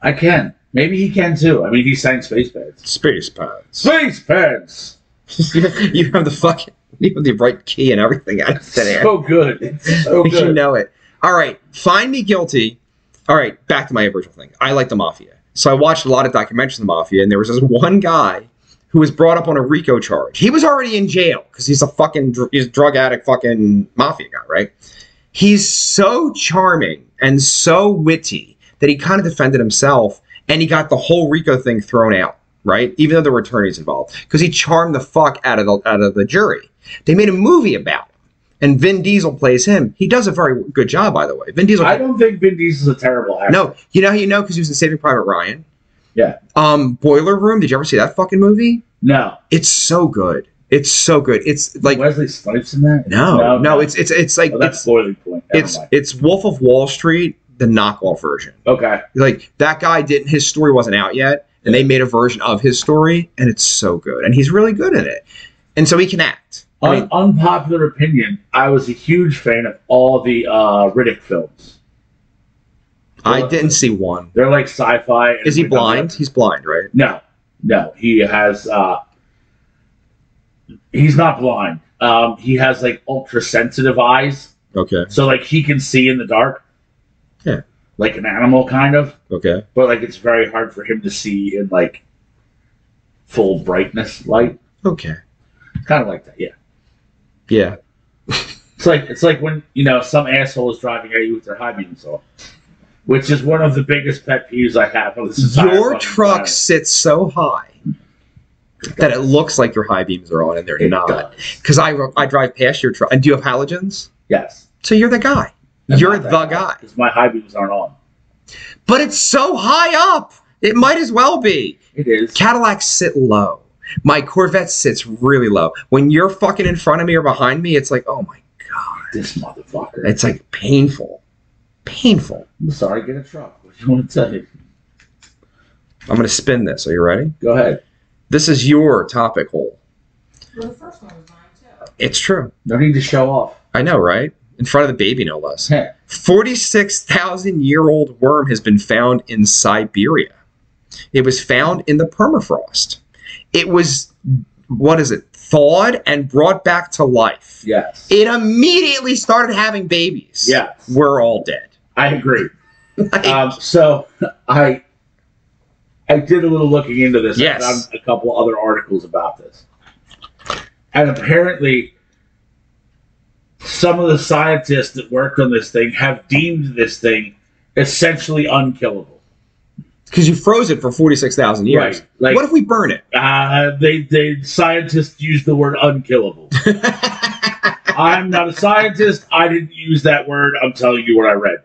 I can. Maybe he can too. I mean, he sang Space Pants.
Space Pants.
Space Pants.
*laughs* you have the fucking, you have the right key and everything out of thin air.
So good. It's
*laughs*
so
you
good.
know it. All right, find me guilty. All right, back to my original thing. I like the mafia, so I watched a lot of documentaries on the mafia, and there was this one guy who was brought up on a RICO charge. He was already in jail because he's a fucking dr- he's a drug addict, fucking mafia guy, right? He's so charming and so witty that he kind of defended himself, and he got the whole RICO thing thrown out, right? Even though there were attorneys involved, because he charmed the fuck out of the out of the jury. They made a movie about him, and Vin Diesel plays him. He does a very good job, by the way. Vin Diesel.
I don't think Vin Diesel's a terrible actor.
No, you know how you know because he was in Saving Private Ryan.
Yeah.
Um, Boiler Room. Did you ever see that fucking movie?
No.
It's so good. It's so good. It's like no,
Wesley Snipes in that?
no. It's it's it's like
Oh, that's
it's
boiling point. Never
it's
mind.
it's Wolf of Wall Street, the knockoff version.
Okay.
Like that guy didn't. His story wasn't out yet, and they made a version of his story, and it's so good. And he's really good in it, and so he can act. I mean,
Un- unpopular opinion. I was a huge fan of all the uh, Riddick films.
I didn't see one.
They're like sci-fi. and
Is he
we don't
blind?
know-
He's blind, right?
No, no. He has. uh He's not blind. Um, he has like ultra sensitive eyes,
Okay.
so like he can see in the dark.
Yeah.
Like an animal, kind of,
Okay.
but like it's very hard for him to see in like full brightness light.
Okay.
Kind of like that, yeah.
Yeah.
It's like it's like when you know some asshole is driving at you with their high beams on, which is one of the biggest pet peeves I have on this entire
Your
fucking
truck
planet.
sits so high that it looks like your high beams are on, and they're
It
not.
does.
Because I I drive past your truck. And do you have halogens?
Yes,
So you're the guy.
I'm
You're
not
the
that
guy.
because my high beams aren't on.
But it's so high up. It might as well be.
It is.
Cadillacs sit low. My Corvette sits really low. When you're fucking in front of me or behind me, it's like, oh my god.
This motherfucker.
It's like painful. Painful.
I'm sorry, get a truck. What do you want to tell you?
I'm gonna spin this. Are you ready?
Go ahead.
This is your topic hole.
Well, the first one was mine too.
It's true.
No need to show off.
I know, right? In front of the baby, no less.
Heh.
46,000 year old worm has been found in Siberia. It was found in the permafrost. It was, what is it, thawed and brought back to life.
Yes.
It immediately started having babies.
Yes.
We're all dead.
I agree. Um, so I I did a little looking into this.
Yes.
I found a couple other articles about this. And apparently some of the scientists that worked on this thing have deemed this thing essentially unkillable.
Because you froze it for 46,000 years.
Right. Like
what if we burn it?
uh, they they scientists use the word
*laughs*
unkillable. I'm not a scientist. I didn't use that word. I'm telling you what I read.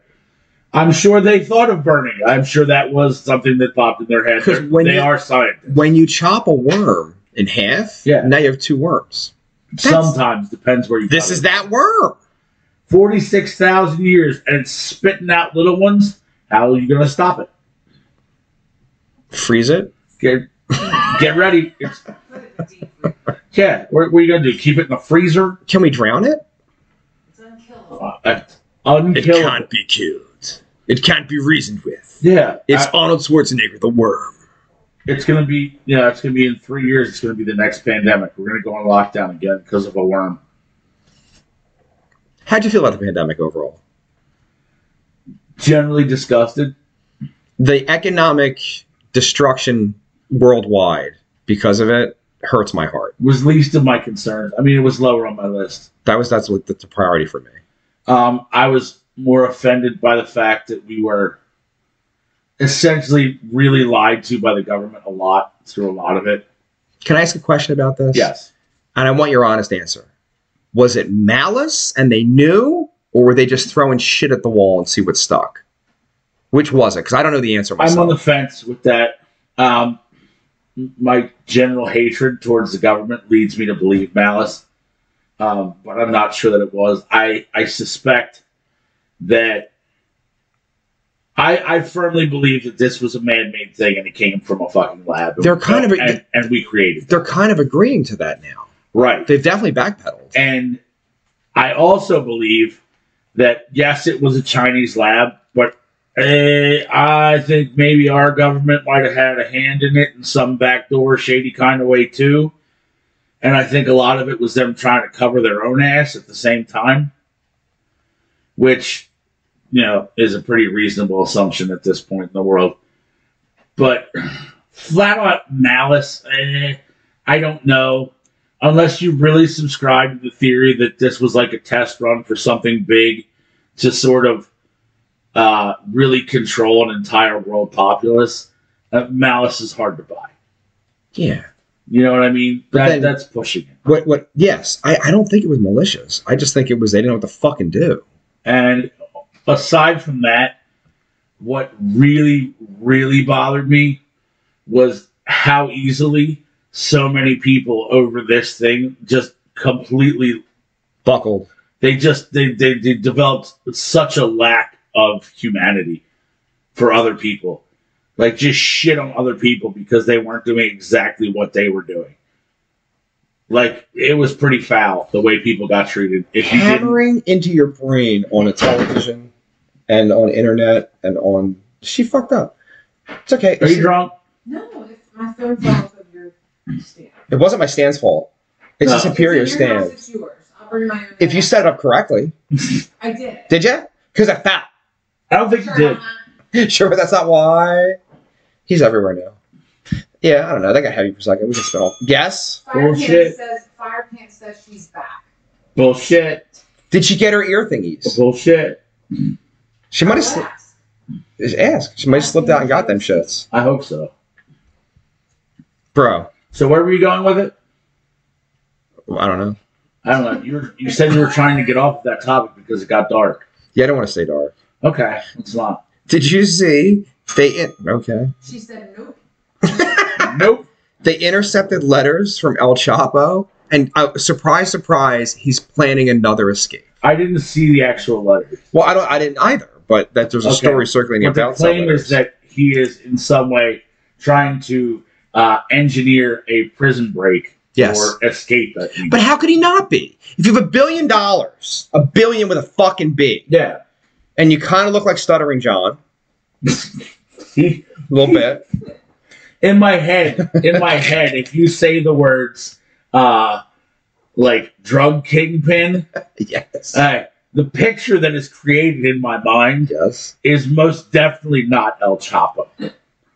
I'm sure they thought of burning. I'm sure that was something that popped in their head.
'Cause
They're-
when
they
you-
are scientists.
when you chop a worm in half,
Yeah.
now you have two worms. That's-
Sometimes depends where you.
This
cut
is
it.
that worm.
forty-six thousand years and it's spitting out little ones. How are you going to stop it?
Freeze it.
Get get ready. It's,
Put it in the deep freezer.
yeah, what, what are you going to do? Keep it in the freezer?
Can we drown it?
It's unkillable.
Uh, that's unkillable.
be killed. It can't be reasoned with.
Yeah, I-
Arnold Schwarzenegger, the worm.
it's going to be yeah, it's going to be in three years. It's going to be the next pandemic. We're going to go on lockdown again because of a worm.
How'd you feel about the pandemic overall?
Generally disgusted.
The economic destruction worldwide because of it hurts my heart.
was least of my concerns. I mean, it was lower on my list.
That was that's what that's a priority for me.
Um, I was more offended by the fact that we were essentially really lied to by the government a lot through a lot of it.
Can I ask a question about this?
Yes.
And I want your honest answer. Was it malice and they knew, or were they just throwing shit at the wall and see what stuck? Which was it? Because I don't know the answer myself.
I'm on the fence with that. Um, my general hatred towards the government leads me to believe malice, um, but I'm not sure that it was. I, I suspect that I, I firmly believe that this was a man made thing and it came from a fucking lab.
They're kind of a-
and, and we created it.
They're kind of agreeing to that now.
right.
They've definitely backpedaled.
And I also believe that yes, it was a Chinese lab, but eh, I think maybe our government might have had a hand in it in some backdoor, shady kind of way too. And I think a lot of it was them trying to cover their own ass at the same time, which, you know, is a pretty reasonable assumption at this point in the world. But *sighs* flat out malice, eh, I don't know. Unless you really subscribe to the theory that this was like a test run for something big to sort of uh, really control an entire world populace, uh, malice is hard to buy.
Yeah.
You know what I mean? That,
then-
that's pushing it.
What? What? Yes. I, I don't think it was malicious. I just think it was they didn't know what to fucking do.
And aside from that, what really, really bothered me was how easily so many people over this thing just completely
Buckled.
they just they, they, they developed such a lack of humanity for other people like just shit on other people because they weren't doing exactly what they were doing like it was pretty foul the way people got treated if you didn't
Hammering into your brain on a television and on internet and on. She fucked up. It's okay.
are you drunk
No, if my phone fell off of your stand.
It wasn't my stand's fault. It's
No.
a superior
It's in your house,
stand.
It's yours. I'll bring my own.
If you
back.
set it up correctly,
I did.
did you? Because I fat. *laughs*
i don't think you
Sure,
did
I'm not-
Sure, that's not why. He's everywhere now. Yeah, I don't know. That got heavy for a second. We can spin off. Yes.
Fire
Bullshit.
Pants says, Fire Pants says she's back.
bullshit
Did she get her ear thingies?
bullshit
She might have sli-
Relax.
just ask. She might have slipped out and got them shits,
i hope so
bro.
so where were you going with it
I don't know.
i don't know you, were, you said you were trying to get off of that topic because it got dark
Yeah, I don't want to say dark.
okay it's not
Did you see they in- okay?
She said, nope.
nope
They intercepted letters from El Chapo, and uh, surprise, surprise, he's planning another escape.
i didn't see the actual letter
Well, I don't. I didn't either. But that there's a
Okay.
story circulating
What the
about some
claim
letters.
is that he is in some way trying to uh, engineer a prison break
Yes.
or escape. I think.
But how could he not be? If you have a billion dollars, a billion with a fucking B,
yeah, *laughs*
and you kind of look like Stuttering John
he,
a little bit,
in my head, in my head, if you say the words uh, like drug kingpin,
*laughs* yes,
uh, the picture that is created in my mind
yes,
is most definitely not El Chapo.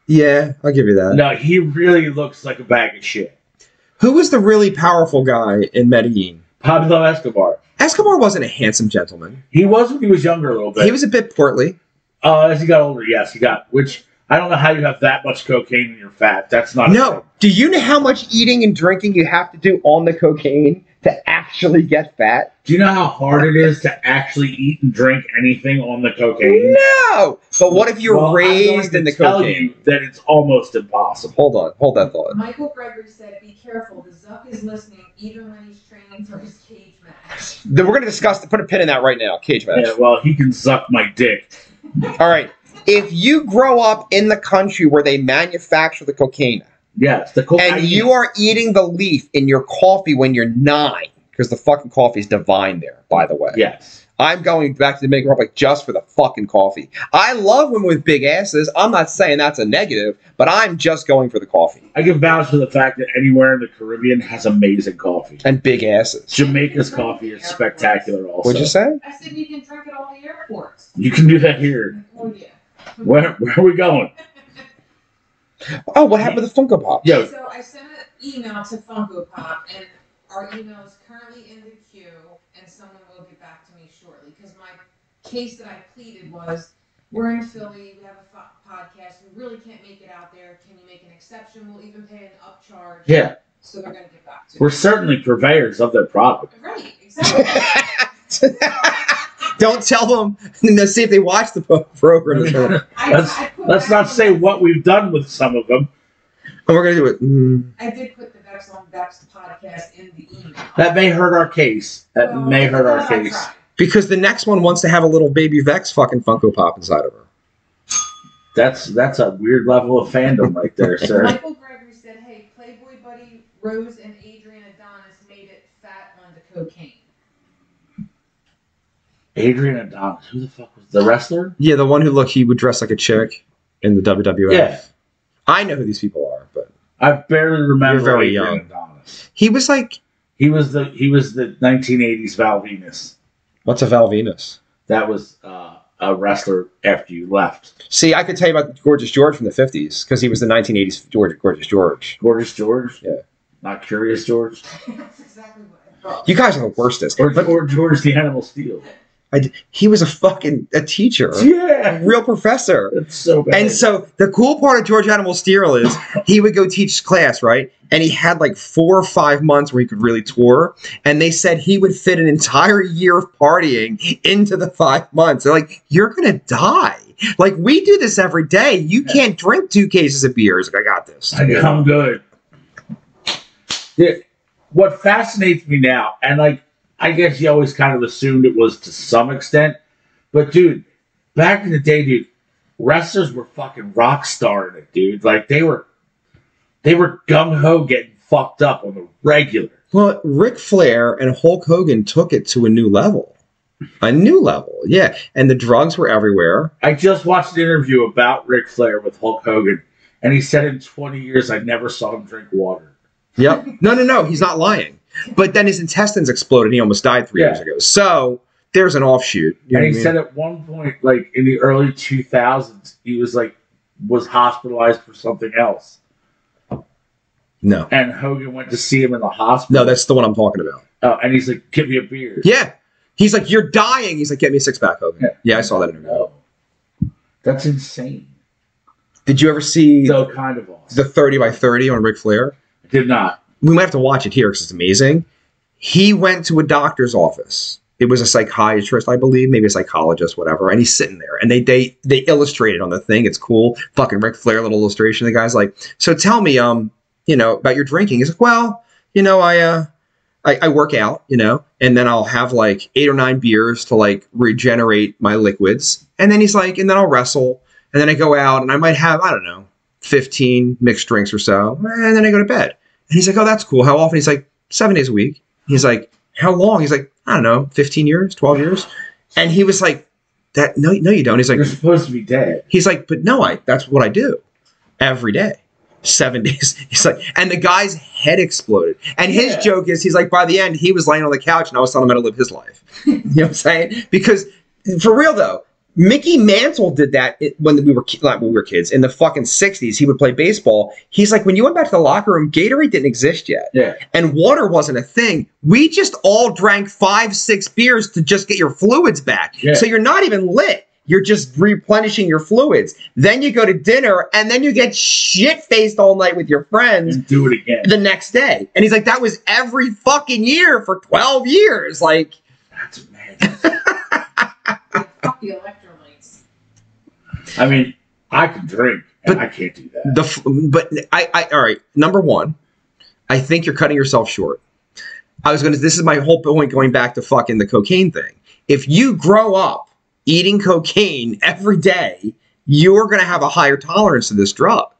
yeah, I'll give you that.
No, he really looks like a bag of shit.
Who was the really powerful guy in Medellin?
Pablo Escobar.
Escobar wasn't a handsome gentleman.
He was when he was younger a little bit.
He was a bit portly.
Uh, as he got older, yes, he got. Which I don't know how you have that much cocaine in your fat. That's not. a
No,
thing.
do you know how much eating and drinking you have to do on the cocaine to actually get fat?
Do you know how hard it is to actually eat and drink anything on the cocaine?
No, but what if you're
Well, I'm
raised
going
in the
to tell
cocaine?
you that it's almost impossible.
Hold on, hold that thought.
Michael Gregory said, be careful. The Zuck is listening even when he's training for his cage match.
Then we're going to discuss. Put a pin in that right now. Cage match.
Yeah, well, he can suck my dick.
All right. If you grow up in the country where they manufacture the cocaine
Yes, the cocaine.
and you are eating the leaf in your coffee when you're nine, because the fucking coffee is divine there, by the way.
Yes.
I'm going back to the Dominican Republic just for the fucking coffee. I love women with big asses. I'm not saying that's a negative, but I'm just going for the coffee
I can vouch for the fact that anywhere in the Caribbean has amazing coffee.
and big asses.
Jamaica's coffee is spectacular. Also,
What'd you say?
I said, you can drink at all the airports.
You can do that here.
Oh, yeah.
Where, where are we going?
Oh, what happened with the Funko Pop?
Yo,
So I sent an email to Funko Pop, and our email is currently in the queue, and someone will get back to me shortly. Because my case that I pleaded was, we're in Philly, we have a fo- podcast, we really can't make it out there. Can you make an exception? We'll even pay an upcharge.
yeah,
So they're gonna get back to
we're
me.
certainly purveyors of their product.
Right, exactly.
*laughs* Don't tell them. *laughs* No, see if they watch the *laughs* po- program. this
*laughs*
morning.
I,
Let's-
I put
Let's
Vex
not
on
say
Vex.
what we've done with some of them.
And we're going to do it. Mm.
I did put the Vex on Vex podcast in the email.
That may hurt our case. That
Well,
may hurt our
I tried.
case.
Because the next one wants to have a little baby Vex fucking Funko Pop inside of her.
That's that's a weird level of fandom right there,
*laughs*
sir.
Michael Gregory said, "Hey, Playboy Buddy Rose and Adrian Adonis made it fat on the cocaine." *laughs*
Adrian Adonis, who the fuck was the wrestler?
Yeah, the one who look he would dress like a chick in the WWF.
Yeah.
I know who these people are, but
I barely remember
You're very
Adrian
young.
Adonis.
He was like,
He was the he was the 1980s Val Venus.
what's a Val Venus?
That was uh, a wrestler after you left.
See, I could tell you about Gorgeous George from the 50s because he was the 1980s George, Gorgeous George.
Gorgeous George.
Yeah.
Not Curious George.
That's exactly what I thought.
You guys are the worstest.
Or,
But
or George the Animal Steel.
I d he was a fucking a teacher, a
Yeah.
real professor.
That's so bad.
And so the cool part of George Animal Steele is he would go teach class, right? And he had like four or five months where he could really tour. And they said he would fit an entire year of partying into the five months. They're like, you're gonna die. Like we do this every day. You
Yeah.
can't drink two cases of beer. He's like, I got this.
I know, I'm good. Yeah. What fascinates me now, and like, I guess you always kind of assumed it was to some extent, but dude, back in the day, dude, wrestlers were fucking rock starring it, dude. Like they were, they were gung ho getting fucked up on the regular.
Well, Ric Flair and Hulk Hogan took it to a new level. A new level, yeah. And the drugs were everywhere.
I just watched an interview about Ric Flair with Hulk Hogan, and he said in 20 years I never saw him drink water.
Yep. No, no, no. He's not lying. But then his intestines exploded. And he almost died three
Yeah.
years ago. So there's an offshoot. You know what
and he
I mean?
said at one point, like in the early 2000s, he was like, was hospitalized for something else.
no,
And Hogan went to see him in the hospital.
no, that's the one I'm talking about.
Oh, and he's like, give me a beer.
Yeah. He's like, you're dying. He's like, get me a six pack, Hogan.
Yeah.
Yeah, I saw that interview.
No. That's insane.
Did you ever see
So kind of awesome.
the 30 by 30 on Ric Flair?
Did not.
we might have to watch it here because it's amazing. He went to a doctor's office. It was a psychiatrist, I believe, maybe a psychologist, whatever. And he's sitting there, and they they they illustrate it on the thing. It's cool. Fucking Ric Flair little illustration. The guy's like, "So tell me, um, you know, about your drinking." He's like, "Well, you know, I uh, I, I work out, you know, and then I'll have like eight or nine beers to like regenerate my liquids, and then he's like, and then I'll wrestle, and then I go out, and I might have I don't know, fifteen mixed drinks or so, and then I go to bed." And he's like, oh, that's cool. How often? He's like, seven days a week. He's like, how long? He's like, I don't know, 15 years, 12 years. And he was like, that no, no, you don't. He's like,
You're supposed to be dead.
he's like, but no, I that's what I do every day. Seven *laughs* days. He's like, and the guy's head exploded. And his
Yeah.
joke is he's like, by the end, he was laying on the couch and I was telling him how to live his life. *laughs* you know what I'm saying? Because for real though, Mickey Mantle did that it- when we were ki- like, when we were kids in the fucking 60s. He would play baseball. He's like, when you went back to the locker room, Gatorade didn't exist yet
Yeah.
and water wasn't a thing. We just all drank five, six beers to just get your fluids back.
Yeah.
So you're not even lit. You're just replenishing your fluids. Then you go to dinner and then you get shit faced all night with your friends
And do it again.
the next day. And he's like, that was every fucking year for 12 years. Like,
That's mad.
Fuck the electrolytes.
I mean, I can drink, and
But-
I can't do that.
the, f- but I, I, all right, number one, I think you're cutting yourself short. I was going to, this is my whole point going back to fucking the cocaine thing. If you grow up eating cocaine every day, you're going to have a higher tolerance to this drug,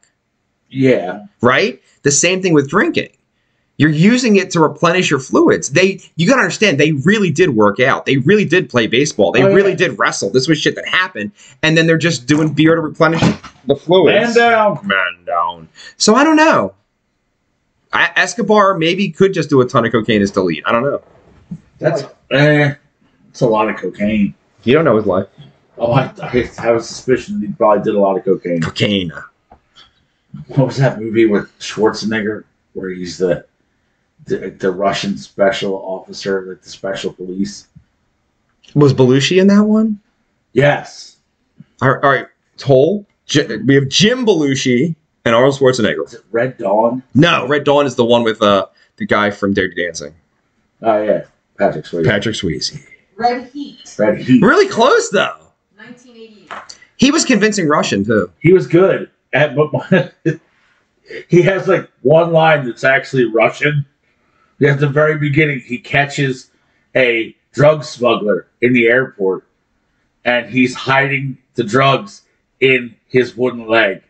Yeah.
right? The same thing with drinking. You're using it to replenish your fluids. They, you got to understand, they really did work out. They really did play baseball. They
Oh, yeah.
really did wrestle. This was shit that happened. And then they're just doing beer to replenish the fluids
Man down.
man down. So I don't know. I, Escobar maybe could just do a ton of cocaine and still eat. I don't know.
That's, eh, that's a lot of cocaine.
You don't know his life.
Oh, I, I have a suspicion that he probably did a lot of cocaine.
Cocaine.
What was that movie with Schwarzenegger where he's the the, the Russian special officer, like the special police?
Was Belushi in that one?
Yes.
All right. All right. Toll. J- we have Jim Belushi and Arnold Schwarzenegger.
Was it Red Dawn?
No, Red Dawn is the one with uh, the guy from Dirty Dancing,
Oh, yeah. Patrick Swayze.
Patrick Swayze.
Red Heat,
Red Heat.
Really close though.
1988.
He was convincing Russian too.
He was good. At, but *laughs* he has like one line that's actually Russian. At the very beginning, he catches a drug smuggler in the airport and he's hiding the drugs in his wooden leg.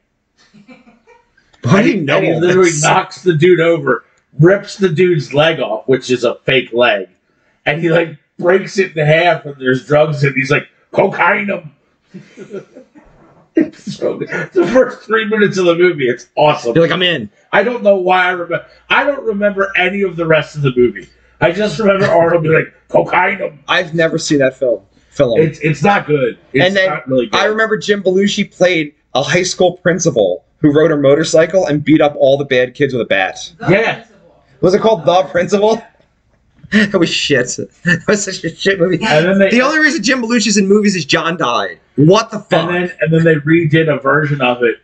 I didn't
And he literally knocks the dude over, rips the dude's leg off, which is a fake leg, and he like breaks it in half and there's drugs in it. He's like, cocaine 'em." It's *laughs* so good. The first three minutes of the movie, it's awesome.
You're like, I'm in.
I don't know why I remember. I don't remember any of the rest of the movie. I just remember Arnold being like, "Cocaine."
I've never seen that film. Film.
It's it's not good. It's
And then
not really good.
I remember Jim Belushi played a high school principal who rode a motorcycle and beat up all the bad kids with a bat.
The
Yeah.
Principal. Uh,
Was it called
Oh,
The Principal? *laughs* That was shit. That was such a shit movie.
and then they
The only reason Jim Belushi's in movies is John died. What the fuck?
and then and then they redid a version of it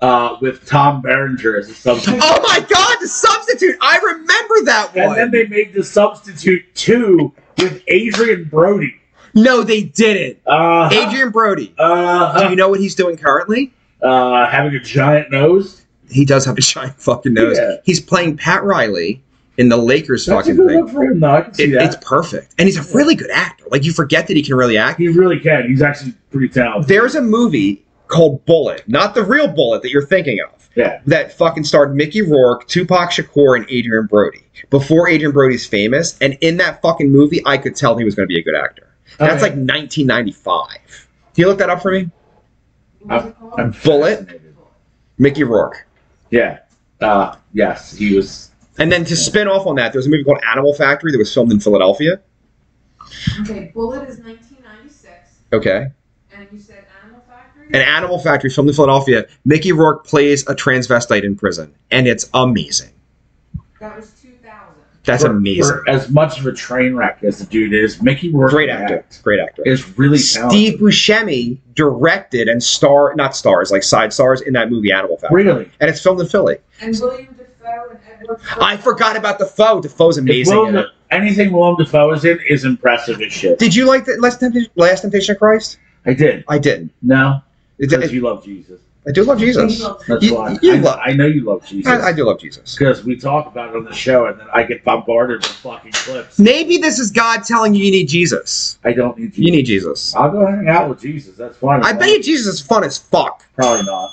uh, with Tom Berenger as a substitute.
oh my god, the substitute! I remember that
and
one.
then they made the substitute two with Adrian Brody.
no, they didn't.
Uh,
Adrian Brody. Do
uh,
you know what he's doing currently?
uh, having a giant nose.
He does have a giant fucking nose.
Yeah.
He's playing Pat Riley in the Lakers
That's a
fucking
good
thing.
look for him, though. I can see
It, It's
that.
perfect. And he's a really good actor. Like, you forget that he can really act.
He really can. He's actually pretty talented.
There's a movie called Bullet, not the real Bullet that you're thinking of,
Yeah.
that fucking starred Mickey Rourke, Tupac Shakur, and Adrian Brody. Before Adrian Brody's famous, and in that fucking movie, I could tell he was going to be a good actor. That's
Okay.
like 1995. Can you look that up for me?
What was it called?
I'm
Bullet,
fascinated.
Mickey Rourke.
Yeah. Uh, yes, he was.
And then to spin off on that, there was a movie called Animal Factory that was filmed in Philadelphia.
Okay, Bullet is 1996,
Okay.
and you said Animal Factory?
An Animal Factory filmed in Philadelphia. Mickey Rourke plays a transvestite in prison, and it's amazing.
that was 2000.
That's
for-
amazing.
for as much of a train wreck as the dude is, Mickey Rourke
Great
can
actor.
act.
Great actor.
is really
Steve
talented.
Buscemi directed and star not stars like side stars in that movie Animal Factory,
Really,
and it's filmed in Philly.
And William Defoe and Edward.
I forgot about Defoe. Defoe's
If
amazing.
Willem,
in it.
anything Willem Dafoe is in is impressive as shit.
Did you like the Last Temptation, Last Temptation of Christ?
I did
I didn't.
no
It-
because
it-
you love Jesus.
I do love Jesus.
Defoe.
That's
You-
why
you
I,
love-
I know you love Jesus
I, I do love Jesus.
because we talk about it on the show, and then I get bombarded with fucking clips.
Maybe this is God telling you you need Jesus.
I don't need Jesus.
You need Jesus.
I'll go hang out with Jesus. That's fine.
I bet you Jesus is fun as fuck.
probably not.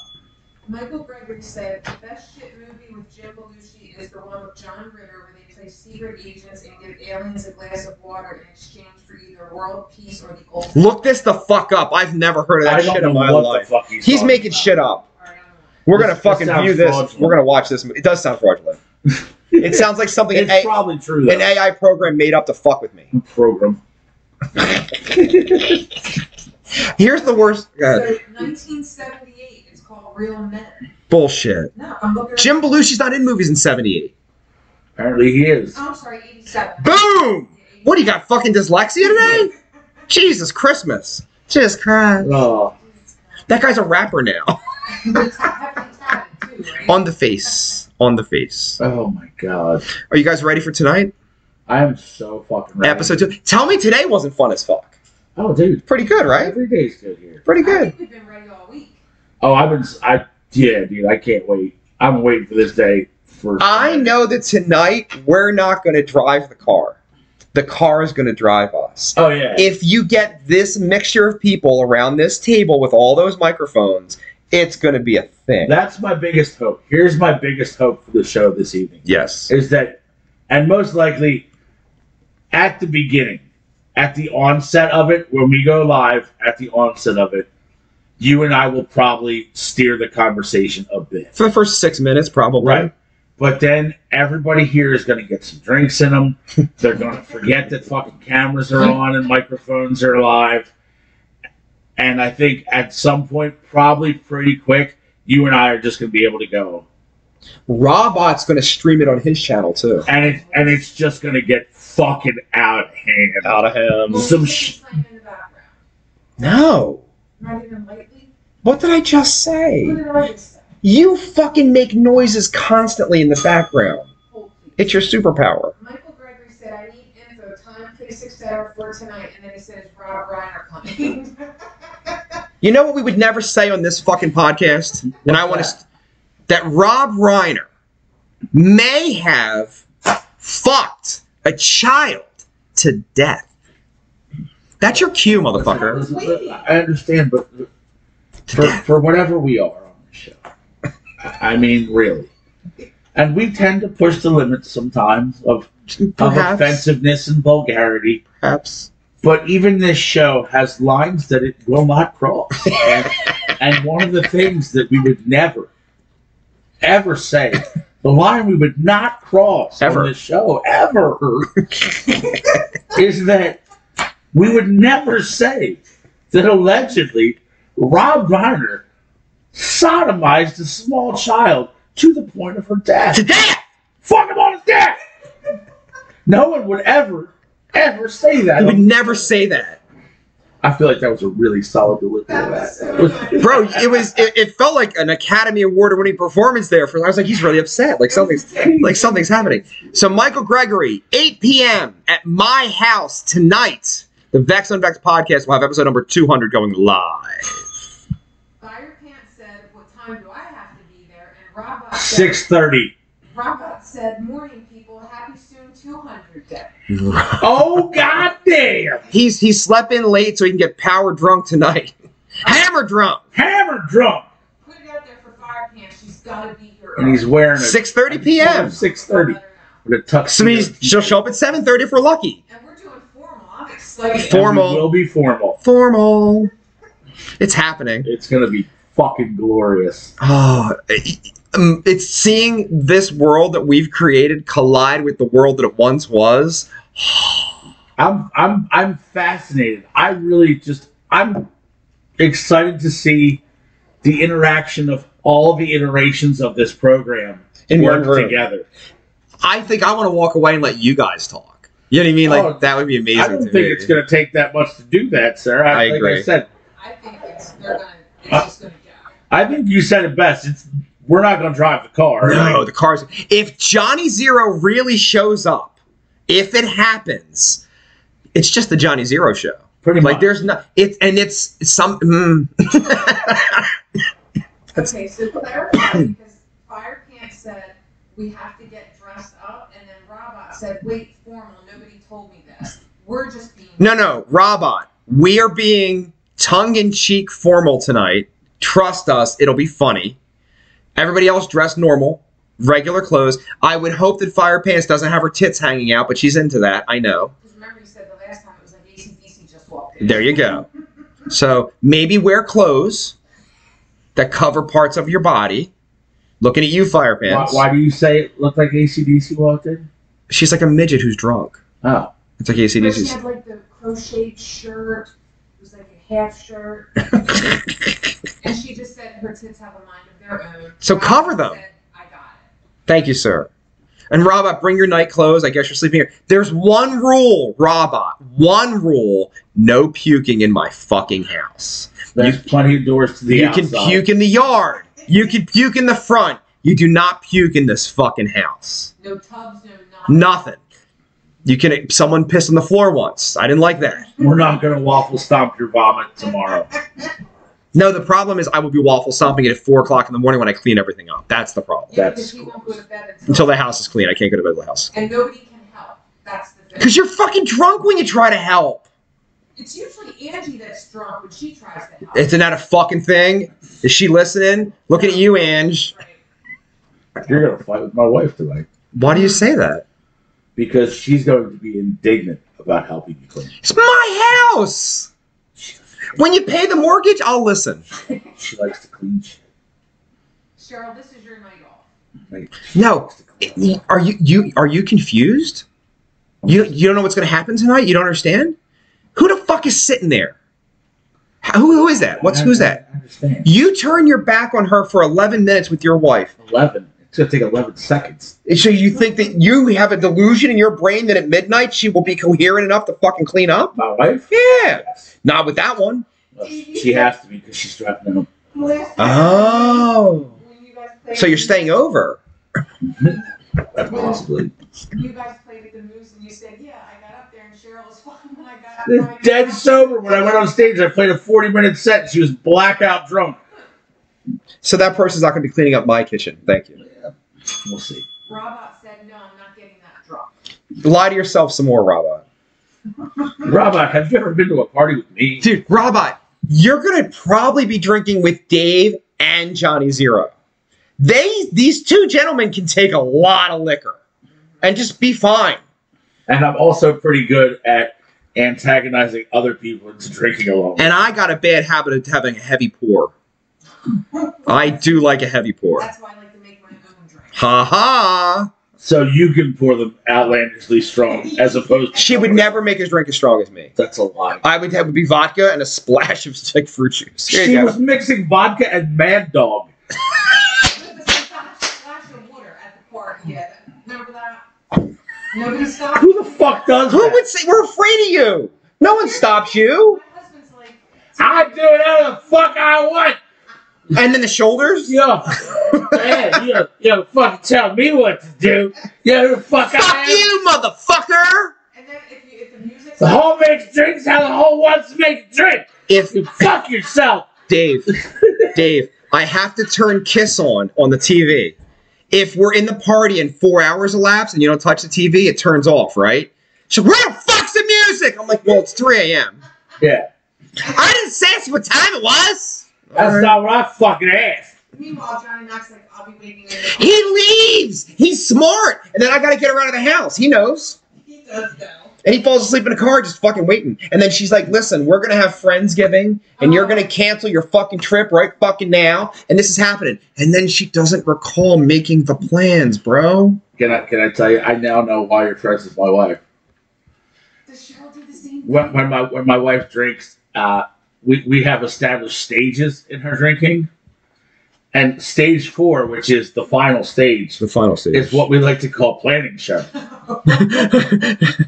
Michael Gregory said the best shit movie with Jim Belushi is the one with John Ritter where they play secret agents and give aliens a glass of water in exchange for either world peace or the ultimate.
Look this the fuck up. I've never heard of
I
that
don't
shit
know
in my
what
life.
the fuck he's,
He's
talking
making
about.
shit up.
Alright, I don't know.
We're
This-
gonna fucking
this sounds
view this.
fraudulent.
We're gonna watch this. It does sound fraudulent. it sounds like something an,
It's
A-
probably true.
an
Though.
AI program made up to fuck with me.
program.
Here's the worst
So,
uh,
1978, it's called Real Men.
bullshit.
No, I'm looking.
Jim Belushi's not in movies in '78.
Apparently he is.
Oh, I'm sorry, 87.
Boom! What do you got? Fucking dyslexia today? Jesus Christmas! Jesus Christ!
Oh,
That guy's a rapper now.
It's heavily tatted, too,
*laughs*
right?
On the face. On the face.
oh my god.
Are you guys ready for tonight?
I am so fucking ready.
Episode two. Tell me today wasn't fun as fuck.
Oh, dude.
Pretty good, right?
Every day's good here.
Pretty
I
good.
think we've been ready all week.
Oh, I've been. s- I yeah, dude. I can't wait. I'm waiting for this day for.
I know that tonight we're not going to drive the car. The car is going to drive us.
Oh yeah.
If you get this mixture of people around this table with all those microphones, it's going to be a thing.
That's my biggest hope. Here's my biggest hope for the show this evening
yes.
is that, and most likely, at the beginning, at the onset of it, when we go live, at the onset of it, you and I will probably steer the conversation a bit.
For the first six minutes, probably.
Right. But then everybody here is going to get some drinks in them. They're going to forget that fucking cameras are on and microphones are live. And I think at some point, probably pretty quick, you and I are just going to be able to go.
Robot's going to stream it on his channel, too.
And it, and it's just going to get fucking out of hand.
Out of him.
Well,
some
we
sh-
can play in the background.
No.
Not even lightly.
What did I just say?
What did I just say?
You fucking make noises constantly in the background.
Hold, please.
It's your superpower.
Michael Gregory said, I need info, time, place, etc. for tonight. And then he said, Is Rob Reiner coming?
You know what we would never say on this fucking podcast? and I want
that?
to. That Rob Reiner may have fucked a child to death. That's your cue, motherfucker.
I understand, but for, for whatever we are on the show, I mean, really. And we tend to push the limits sometimes of of
Perhaps.
offensiveness and vulgarity.
Perhaps. *laughs*
But even this show has lines that it will not cross. and, And one of the things that we would never, ever say, the line we would not cross
Ever.
on this show ever, is that we would never say that allegedly Rob Reiner sodomized a small child to the point of her death.
To death!
Fuck him on his death! No one would ever, ever say
I would
that.
never say that.
I feel like that was a really solid delivery
That
of
was so
that.
funny.
Bro, it was it, it felt like an Academy Award winning performance there for I was like, he's really upset. Like something's
*laughs*
like something's happening. So Michael Gregory, 8 p.m. at my house tonight. The Vex on Vex podcast will have episode number 200 going live.
Fire Pants said, "What time do I have to be there?" And Robot said,
Six thirty.
Robot said, "Morning, people. Happy soon 200 day."
Oh god damn!
He's he slept in late so he can get power drunk tonight. *laughs* Hammer drunk.
Hammer drunk,
Put it out there for Fire Pants. She's got to be here.
and he's wearing a
6:30 p.m.
Six thirty.
Let her know.
With a tuxedo.
So he's, she'll show up at 7:30 for Lucky.
And we're doing formal. I'm excited.
For-
And we
formal.
Will be formal.
Formal. It's happening.
It's gonna be fucking glorious.
Oh, it- um, it's seeing this world that we've created collide with the world that it once was.
I'm I'm I'm fascinated. I really just I'm excited to see the interaction of all the iterations of this program
In
work
one room.
together.
I think I want to walk away and let you guys talk. You know what I mean? Like
Oh,
that would be amazing.
I don't
to
think
me.
it's gonna take that much to do that, sir. I,
I
like
agree.
I said,
I think it's they're gonna. It's
Uh,
just gonna go.
I think you said it best. It's we're not gonna drive the car.
No, the cars. If Johnny Zero really shows up, if it happens, it's just the Johnny Zero show.
pretty
Like
much.
there's not. It's and it's some. Mm,
Okay, so
*coughs*
clarify because Fire Pants said we have to get dressed up, and then Robot said, "Wait, formal. Nobody told me this. We're just being."
No, no, Robot. We are being tongue in cheek formal tonight. Trust us, it'll be funny. Everybody else dressed normal, regular clothes. I would hope that Fire Pants doesn't have her tits hanging out, but she's into that. I know.
Because remember, you said the last time it was like ACDC just walked in.
There you go. So maybe wear clothes that cover parts of your body. Looking at you, Fire
why,
Pants.
why do you say it looked like ACDC walked in?
She's like a midget who's drunk.
Oh,
It's like
Remember, She
ACDC's.
had like the crocheted shirt. It was like a half
*laughs*
shirt. and she just said her tits have a mind of their own.
So
Robot
cover them.
said, I got it.
Thank you, sir. And Robot, bring your night clothes. I guess you're sleeping here. There's one rule, Robot. One rule: no puking in my fucking house.
there's plenty of doors to the
you
outside.
can puke in the yard. You can puke in the front. You do not puke in this fucking house.
No tubs, no nothing.
Nothing. You can. Someone pissed on the floor once. I didn't like that.
We're not gonna waffle stomp your vomit tomorrow.
No, the problem is I will be waffle stomping it at four o'clock in the morning when I clean everything up. That's the problem.
Yeah,
That's
because he won't go to bed until,
Until the house is clean, I can't go to bed with the house.
And nobody can help. That's the thing.
Cause you're fucking drunk when you try to help.
It's usually Angie that's drunk when she tries to help.
Isn't that a fucking thing? Is she listening? Looking at you, Ange.
Right.
You're gonna fight with my wife tonight
Why do you say that?
because she's going to be indignant about helping you clean.
It's my house. When you pay the mortgage, I'll listen.
She likes to clean shit.
Cheryl, this is your night off.
Like,
No, it- are you you are you confused? You you don't know what's gonna happen tonight. You don't understand. Who the fuck is sitting there? How- Who, who is that? What's
I-
who's that?
I understand.
You turn your back on her for 11 minutes with your wife.
Eleven. It's gonna take eleven seconds.
So you think that you have a delusion in your brain that at midnight she will be coherent enough to fucking clean up?
My wife?
Yeah. Not with that one.
Well, she has to be because she's driving home.
Last time
Oh.
when you guys played-
So you're staying over.
Possibly.
You guys played at the Moose and you said, yeah, I got up there and Cheryl was *laughs* fine when I got up.
Dead sober. When I went on stage, I played a 40 minute set. and She was blackout drunk.
So that person's not going to be cleaning up my kitchen. Thank you.
We'll see.
Robot said, no, I'm not getting that drop.
Lie to yourself some more, Robot.
Robot, uh, have you ever been to a party with me?
Dude, Robot, you're going to probably be drinking with Dave and Johnny Zero. They, these two gentlemen can take a lot of liquor and just be fine.
And I'm also pretty good at antagonizing other people into drinking along.
And I got a bad habit of having a heavy pour. I do like a heavy pour.
That's why I like to make my own drink.
Ha ha!
So you can pour them outlandishly strong as opposed to.
She would never make his drink as strong as me.
That's a lie.
I would have would be vodka and a splash of like fruit juice. Here
She
you
was
go.
mixing vodka and Mad Dog.
With a splash, splash of water at the park. Yeah, remember that? Nobody stopped.
Who the fuck does
Who
that?
would say we're afraid of you? No one stops you.
My husband's like,
I do whatever the fuck I want.
And then the shoulders. *laughs*
Yo, man, you don't- you don't fucking tell me what to do. You know who the fuck I
Fuck
am?
you, motherfucker!
and then if you if the music's
The whole makes drinks how the whole wants to make a drink.
If
You fuck yourself.
Dave, Dave, I have to turn Kiss on on the TV. If we're in the party and four hours elapse and you don't touch the TV, it turns off, right? She's like, where the fuck's the music? I'm like, well, it's 3 a.m.
Yeah,
I didn't say that's what time it was.
that's not what I fucking asked.
meanwhile Johnny Knox like, I'll be waiting in the
He leaves. He's smart. And then I got to get her out of the house. He knows.
He does though.
And he falls asleep in a car just fucking waiting. And then she's like, listen, we're going to have Friendsgiving and you're going to cancel your fucking trip right fucking now. And this is happening. And then she doesn't recall making the plans, bro.
Can I can I tell you? I now know why you're friends with my wife.
Does Cheryl do the same thing?
When, when my when my wife drinks, uh, we we have established stages in her drinking, and stage four, which is the final stage,
The final stage. *laughs*
is what we like to call planning show.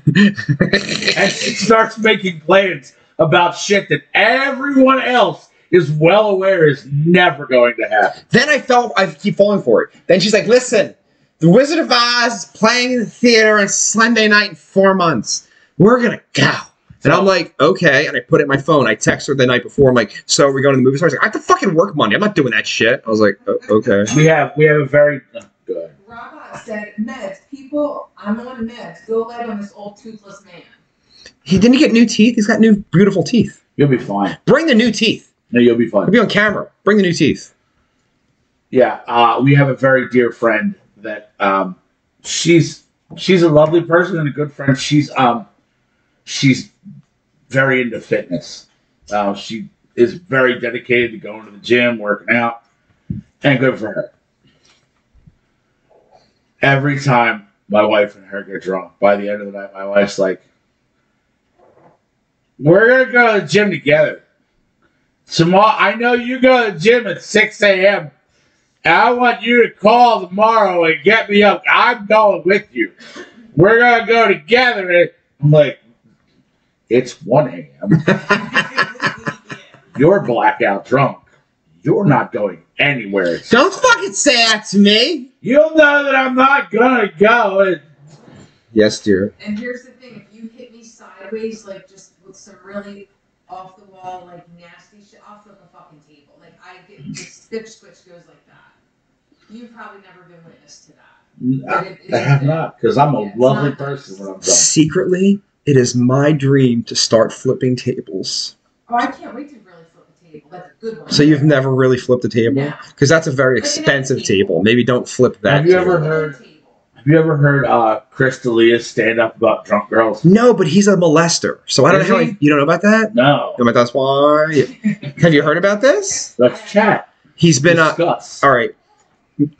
and she starts making plans about shit that everyone else is well aware is never going to happen.
then I felt I keep falling for it. Then she's like, listen, The Wizard of Oz is playing in the theater on Sunday night in four months. We're going to go. And I'm like, okay. And I put it in my phone. I text her the night before. I'm like, so are we going to the movie? So I was like, I have to fucking work Monday. I'm not doing that shit. I was like, o- okay.
We have we have a very oh, good.
*laughs* Robot said, meds, people, I'm on meds. Go light on this old toothless man.
He didn't get new teeth. He's got new beautiful teeth.
You'll be fine.
Bring the new teeth.
No, you'll be
We'll
fine.
be on camera. Bring the new teeth.
Yeah, uh, we have a very dear friend that um, she's she's a lovely person and a good friend. She's um she's very into fitness. Uh, she is very dedicated to going to the gym, working out, and good for her. Every time my wife and her get drunk, by the end of the night, my wife's like, "We're gonna go to the gym together." Tomorrow, I know you go to the gym at six a.m. And I want you to call tomorrow and get me up. I'm going with you. We're gonna go together. And I'm like, it's one a.m. You're blackout drunk. You're not going anywhere.
Don't fucking say that to me.
You'll know that I'm not gonna go. And
Yes, dear.
And here's the thing, if you hit me sideways, like just with some really off the wall, like nasty shit, I'll flip a fucking table. Like I get the stitch switch goes like that. You've probably never been witness to that.
I,
But it is
I have not, because I'm a
Yeah, it's
lovely
not-
person when I'm drunk.
Secretly, it is my dream to start flipping tables.
Oh, I can't wait to really flip a table. That's a good one.
So you've never really flipped a table?
No.
Because that's a very
Look at that
expensive
table.
table. Maybe don't flip that.
Have you ever
table.
heard-
Table.
Have you ever heard uh, Chris D'Elia stand up about drunk girls?
No, but he's a molester. So I don't
Is
know. How
he?
you don't know about that?
No.
No, but that's
*laughs*
why. Have you heard about this?
Let's chat.
He's been uh, a
Discuss.
All right.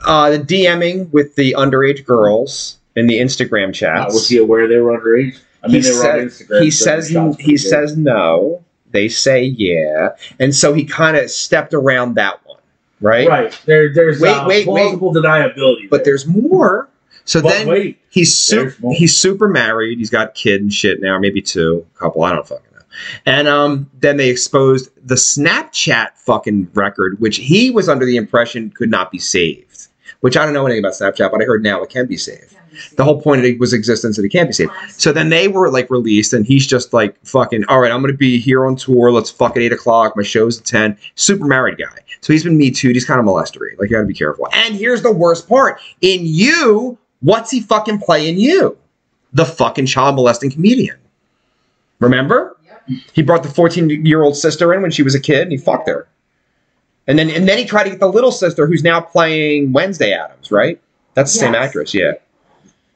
Uh, the DMing with the underage girls in the Instagram
Uh,
chats.
was he aware they were underage? I
he
mean, they were on
says,
Instagram.
he
so
says
the shots
he
were good.
says no. They say yeah, and so he kind of stepped around that one, right?
Right. There, there's
Wait,
uh,
wait, wait.
plausible deniability.
But there's more. So
But
then
wait,
he's super
There's more.
he's super married. He's got kid and shit now, maybe two, a couple. I don't fucking know. And um, then they exposed the Snapchat fucking record, which he was under the impression could not be saved. Which I don't know anything about Snapchat, but I heard now it can be saved.
Can be seen.
The whole point of it was existence and it can't be saved. So then they were like released, and he's just like fucking. All right, I'm gonna be here on tour. Let's fuck at eight o'clock. My show's at ten. Super married guy. So he's been me too. He's kind of molestery. Like you gotta be careful. And here's the worst part. In you, what's he fucking playing you? The fucking child molesting comedian. Remember?
Yep.
He brought the 14 year old sister in when she was a kid, and he fucked her. And then and then he tried to get the little sister, who's now playing Wednesday Adams, right? That's the same
Yes.
actress, yeah.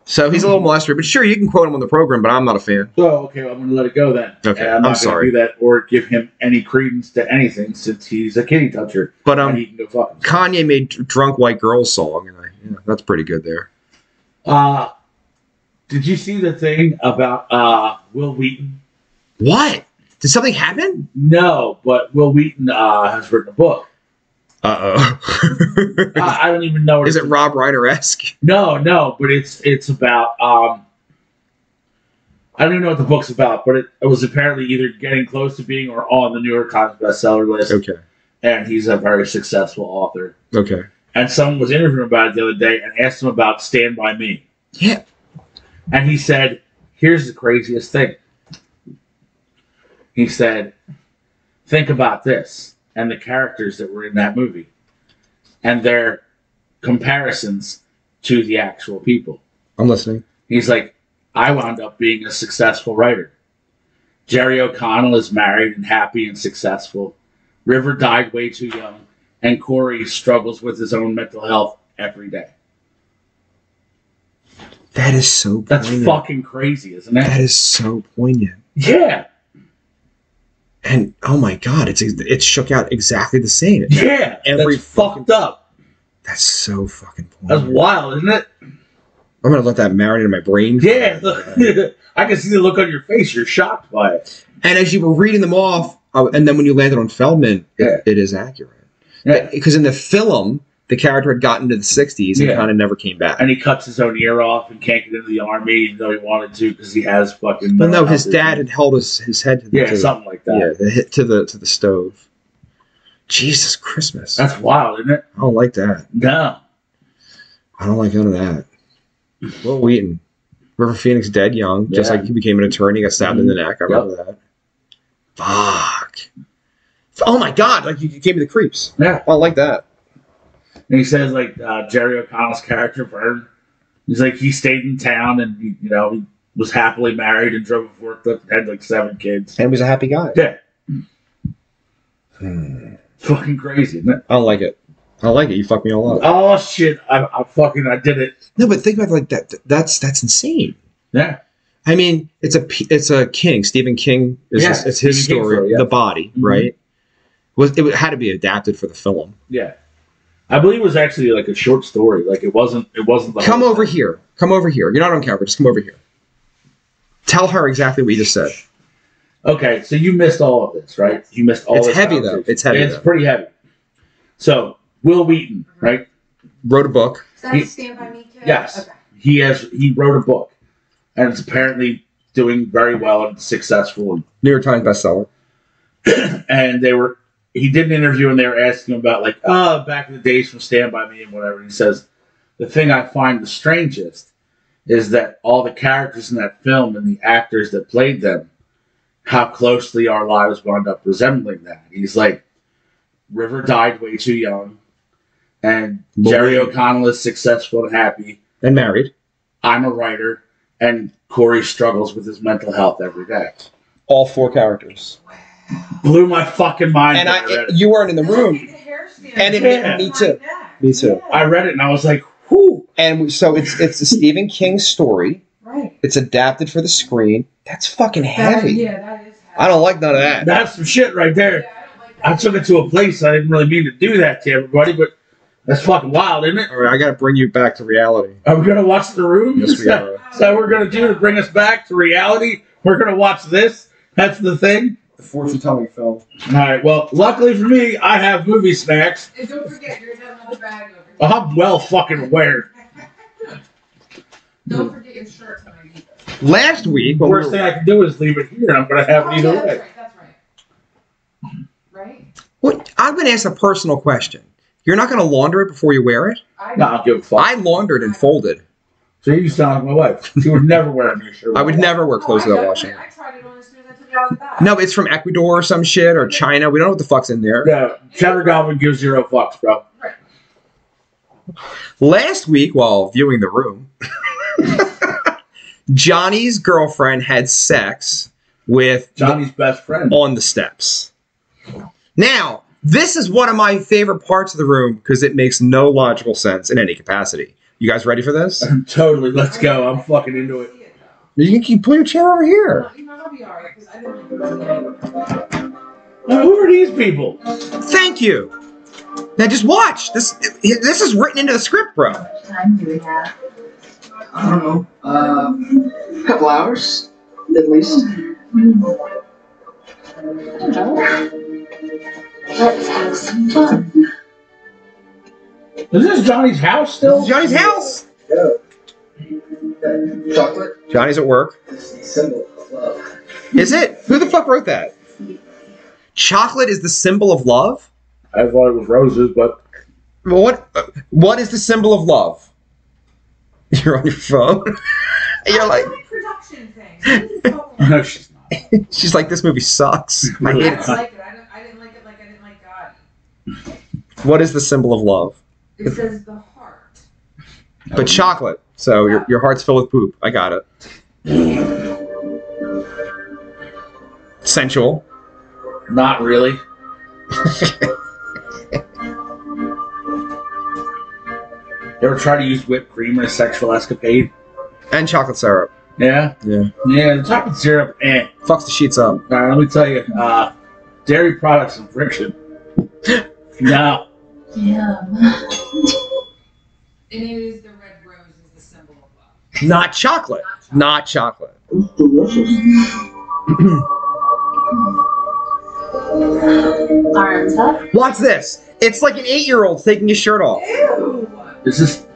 So he's a little molester, but sure, you can quote him on the program, but I'm not a fan.
So Oh, okay, well, I'm going to let it go then.
Okay,
And
I'm
not gonna
sorry.
do that or give him any credence to anything since he's a kitty toucher.
But
and
um,
he can go fuck himself.
Kanye made Dr- Drunk White Girl song, and I, yeah, that's pretty good there.
Uh, did you see the thing about uh, Will Wheaton?
What? Did something happen?
No, but Will Wheaton uh, has written a book.
Uh oh.
I, I don't even know. what
*laughs* Is
it's
it Rob Reiner esque?
No, no, but it's it's about um I don't even know what the book's about, but it, it was apparently either getting close to being or on the New York Times bestseller list,
*laughs* Okay.
and he's a very successful author.
Okay.
And someone was interviewing him about it the other day and asked him about Stand By Me.
Yeah.
And he said, Here's the craziest thing. He said, Think about this and the characters that were in that movie and their comparisons to the actual people.
I'm listening.
He's like, I wound up being a successful writer. Jerry O'Connell is married and happy and successful. River died way too young, and Corey struggles with his own mental health every day.
That is so
That's
poignant.
fucking crazy, isn't it?
That is so poignant.
Yeah,
And oh my god, it's it shook out exactly the same.
yeah.
Every
Every that's fucked up.
That's so fucking
That's
poignant.
wild, isn't it?
I'm gonna let that marinate in my brain.
Yeah. *laughs* look. I can see the look on your face. You're shocked by it.
And as you were reading them off, uh, and then when you landed on Feldman, it-
Yeah.
it is accurate.
Yeah.
Because in the film, the character had gotten to the 60s and
Yeah.
kind of never came back.
And he cuts his own ear off and can't get into the army, even though he wanted to, because he has fucking.
but no,
mental
his
health
dad
issues.
had held his, his head to the,
Yeah,
to, the-
something like that.
yeah, the hit to the to the stove. Jesus Christmas.
That's wild, isn't it?
I don't like that.
No.
I don't like none of that. Will Wheaton. River Phoenix dead young, just
Yeah.
like he became an attorney, got stabbed in the neck. I remember that. Fuck. Oh my god, like you, you gave me the creeps.
Yeah.
I don't like that.
And he says like uh, Jerry O'Connell's character Vern. He's like he stayed in town and he, you know he was happily married and drove a forklift and had like seven kids.
And he was a happy guy.
Yeah,
Hmm.
fucking crazy. Isn't it?
I don't like it. I don't like it. You fucked me all up.
Oh shit! I, I fucking I did it.
No, but think about it like that. That's that's insane.
Yeah,
I mean, it's a p- it's a King. Stephen King is
Yeah,
his, it's his
Stephen King
story.
story, yeah.
The body,
Mhm.
right? Was it had to be adapted for the film?
yeah. I believe it was actually like a short story. Like it wasn't. It wasn't. The
come
whole
over
thing.
here. Come over here. You're not on camera. Just come over here. Tell her exactly what you just said.
Okay, so you missed all of this, right? You missed all.
It's
this
heavy, though.
conversation.
It's heavy,
It's
though.
pretty heavy. So Will Wheaton, right?
Wrote a book.
Is that a
He-
Stand By Me kid?
Yes.
Okay.
he has he wrote a book and it's apparently doing very well and successful
New York Times bestseller.
and they were he did an interview and they were asking him about like oh back in the days from stand by me and whatever and he says the thing i find the strangest is that all the characters in that film and the actors that played them how closely our lives wound up resembling that he's like river died way too young and jerry
Boy.
o'connell is successful and happy
And married.
I'm a writer, and Corey struggles with his mental health every day.
All four characters.
Blew my fucking mind.
And
when
I,
I, read it.
you weren't in the room. And
And
it-
Yeah.
me too. Me too.
I read it and I was like, whoo.
And we- so it's it's a Stephen King story.
Right.
It's adapted for the screen. That's fucking
That,
heavy.
yeah, that is heavy.
I don't like none of that.
That's some shit right there.
Yeah, I don't like that.
I took it to a place I didn't really mean to do that to everybody, but that's fucking wild, isn't it?
All right, I got to bring you back to reality.
*laughs*
Are we gonna watch the room?
Yes, we are.
*laughs* Is that what we're gonna do to bring us back to reality? We're gonna watch this. That's the thing.
The fortune telling film.
All right. Well, luckily for me, I have movie snacks.
And don't forget, you're gonna have another bag over here.
I'm well fucking aware.
*laughs* Don't forget your shirt tonight. either.
Last week, when we
Worst
were,
thing I can do is leave it here, and I'm gonna have
Oh,
it
yeah,
either
that's
way.
right, That's right. Right?
what, I'm going to ask a personal question. You're not going to launder it before you wear it?
I
No, I don't give a fuck.
I laundered and folded.
So you sound like my wife. She would never wear a new shirt.
I would never wear
Oh,
clothes
I
without
got
washing.
it. I tried it on as soon as I took it out of the bag.
No, it's from Ecuador or some shit or China. We don't know what the fuck's in there.
Yeah, Trevor Goblin gives zero fucks, bro.
Right.
Last week, while viewing the room, *laughs* Johnny's girlfriend had sex with
Johnny's best friend. *laughs*
on the steps. Now, this is one of my favorite parts of the room because it makes no logical sense in any capacity. You guys ready for this?
I'm totally. Let's go. I'm fucking into it.
You can keep, pull your chair over here.
You know, I'll be alright, because I didn't really
Now, who are these people?
Thank you. Now just watch. This this is written into the script, bro.
time do we have?
I don't know. Uh, a couple hours, at least.
Let's have some fun.
Is this Johnny's house
This is
still?
Johnny's house.
Chocolate
Johnny's at work.
is the symbol of love.
Is it? Who the fuck wrote that? Chocolate is the symbol of love.
I thought it was roses, but *laughs*
Well, What what is the symbol of love? *laughs* You're on your phone. *laughs* You're like
Production thing. What are you
*laughs*
talking about?
no, she's not.
she's like this movie sucks. I
I
hate
didn't
it.
like it. I didn't, I didn't like it like I didn't like God.
What is the symbol of love?
It says the heart.
But chocolate. So your your heart's filled with poop. I got it. Sensual.
Not really. *laughs* You ever try to use whipped cream in a sexual escapade?
And chocolate syrup.
Yeah.
Yeah.
Yeah. The chocolate syrup. Eh.
Fucks the sheets up.
All right. Let me tell you. Uh, dairy products and friction. *laughs* no.
*laughs* Yeah.
And it is the red rose is the symbol of love.
Not chocolate.
Not chocolate.
Not chocolate.
It's delicious.
Arms up.
Watch this. It's like an eight-year-old taking his shirt off.
Ew!
Is this?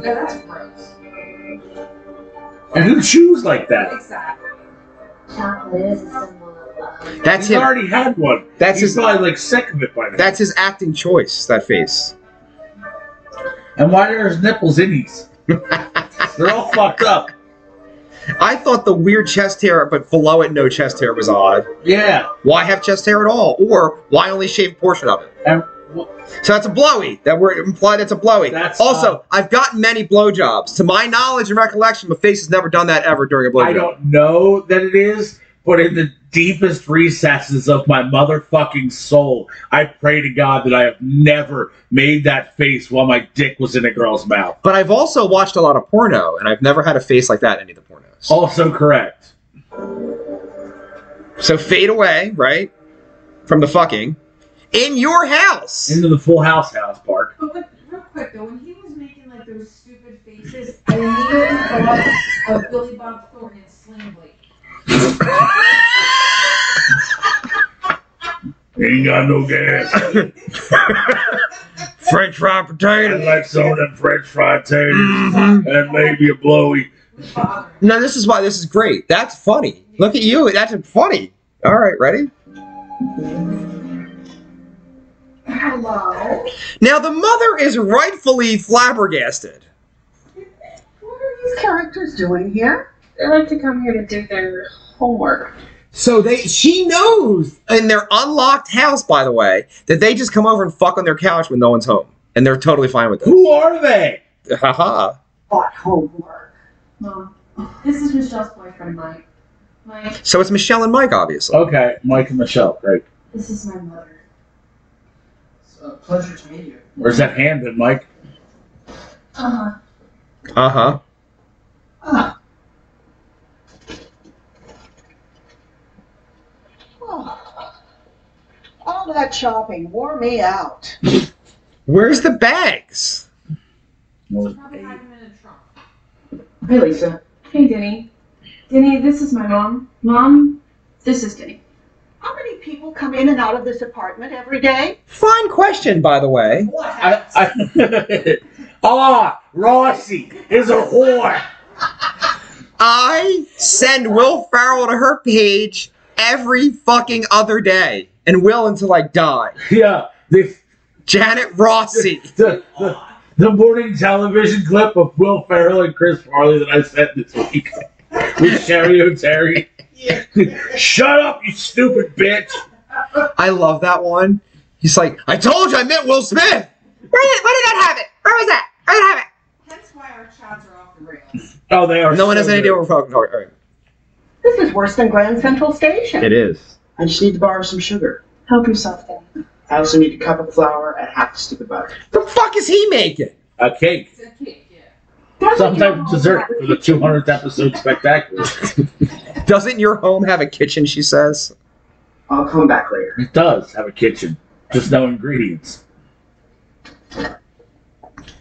Yeah, that's gross.
And who chews like that?
Exactly.
Chocolate is a symbol of love.
That's
He's
him.
already had one.
That's
He's
his.
probably like sick of it by now.
That's his acting choice. That face.
and why are his nipples in
*laughs*
these? They're all fucked up.
I thought the weird chest hair, but below it, no chest hair was odd.
Yeah.
Why have chest hair at all, or why only shave a portion of it?
And
So that's a blowy. That word implied it's a blowy.
That's, uh,
also, I've gotten many blowjobs. To my knowledge and recollection, my face has never done that ever during a blowjob.
I don't know that it is, but in the deepest recesses of my motherfucking soul, I pray to God that I have never made that face while my dick was in a girl's mouth.
But I've also watched a lot of porno, and I've never had a face like that in any of the pornos.
Also correct.
So fade away, right? From the fucking. In your house.
Into the full house house park.
But what, real quick though, when he was making like those stupid faces, I immediately thought of Billy Bob Thornton and Sling Blade.
Ain't got no gas.
*laughs* French fried potatoes.
*laughs* like some of them French fried taters
Mhm.
and maybe a blowy.
It bothered me.
No, this is why this is great. That's funny. Look at you. That's funny. All right, ready?
Hello.
Now, the mother is rightfully flabbergasted.
What are these characters doing here?
They like to come here to do their homework.
So they, she knows in their unlocked house, by the way, that they just come over and fuck on their couch when no one's home, and they're totally fine with
Who are they?
it. Haha.
Bought homework.
Mom, this is Michelle's boyfriend, Mike. Mike,
So it's Michelle and Mike,
Oh.
obviously.
Okay, Mike and Michelle, great.
this is my mother.
It's a pleasure to meet you.
Where's that hand in, Mike?
Uh-huh.
Uh huh.
Ah. Oh. All that shopping wore me out.
Where's the bags?
Probably hide him in a trunk.
Hey, Lisa. Hey, Denny. Denny, this is my mom. Mom, this is Denny.
How many people come in and out of this apartment every day?
Fine question, by the way.
What
I, I, *laughs* ah, Rossi is a whore.
I send Will Farrell to her page every fucking other day, and will until I die.
Yeah, the,
Janet Rossi.
the, the, the morning television clip of Will Ferrell and Chris Farley that I sent this week *laughs* with Sherry O'Terry. *laughs* Shut up, you stupid bitch.
*laughs* I love that one. He's like, I told you I met Will Smith. Where did, where did that happen? Where was that? Where did that
Hence why our chats are off the rails.
Oh, they are.
happen? No one
so
has any idea
good.
what we're talking about. All right.
This is worse than Grand Central Station.
is.
I just need to borrow some sugar.
Help yourself, Denny.
I also need a cup of flour and half a stick of butter.
The fuck is he making?
A cake.
It's a cake, yeah.
Some type of dessert for the 200th episode spectacular.
Doesn't your home have a kitchen? She says.
I'll come back later.
It does have a kitchen, just no ingredients.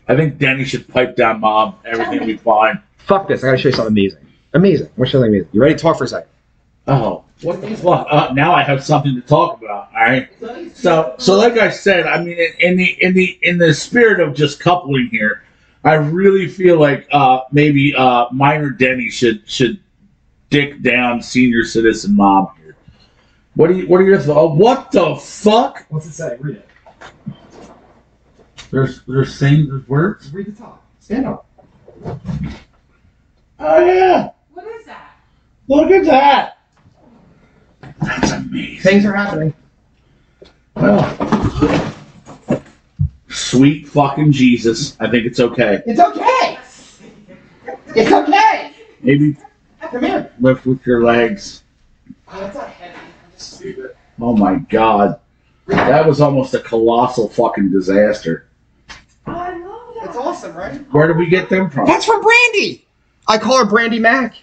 I think Danny should pipe down, Mom. Everything will be fine.
Fuck this! I gotta show you something amazing. Amazing. What's something amazing? You ready? Talk for a second.
Oh, what the fuck? Uh, now I have something to talk about. All right. So, so like I said, I mean, in, in the in the in the spirit of just coupling here, I really feel like uh, maybe uh, minor Denny should should dick down senior citizen mom here. What do you? What are your thoughts? What the fuck?
What's it say? Read it.
There's there's saying there's words.
Read the top. Stand up.
Oh yeah!
What is that?
Look at that. That's amazing.
Things are happening.
Well, sweet fucking Jesus. I think it's okay.
It's okay. It's okay.
Maybe
Come here.
lift with your legs.
Oh, that's not heavy. I'm just stupid.
Oh my god. That was almost a colossal fucking disaster.
I love that.
That's awesome, right?
Where did we get them from?
That's from Brandy. I call her Brandy Mac.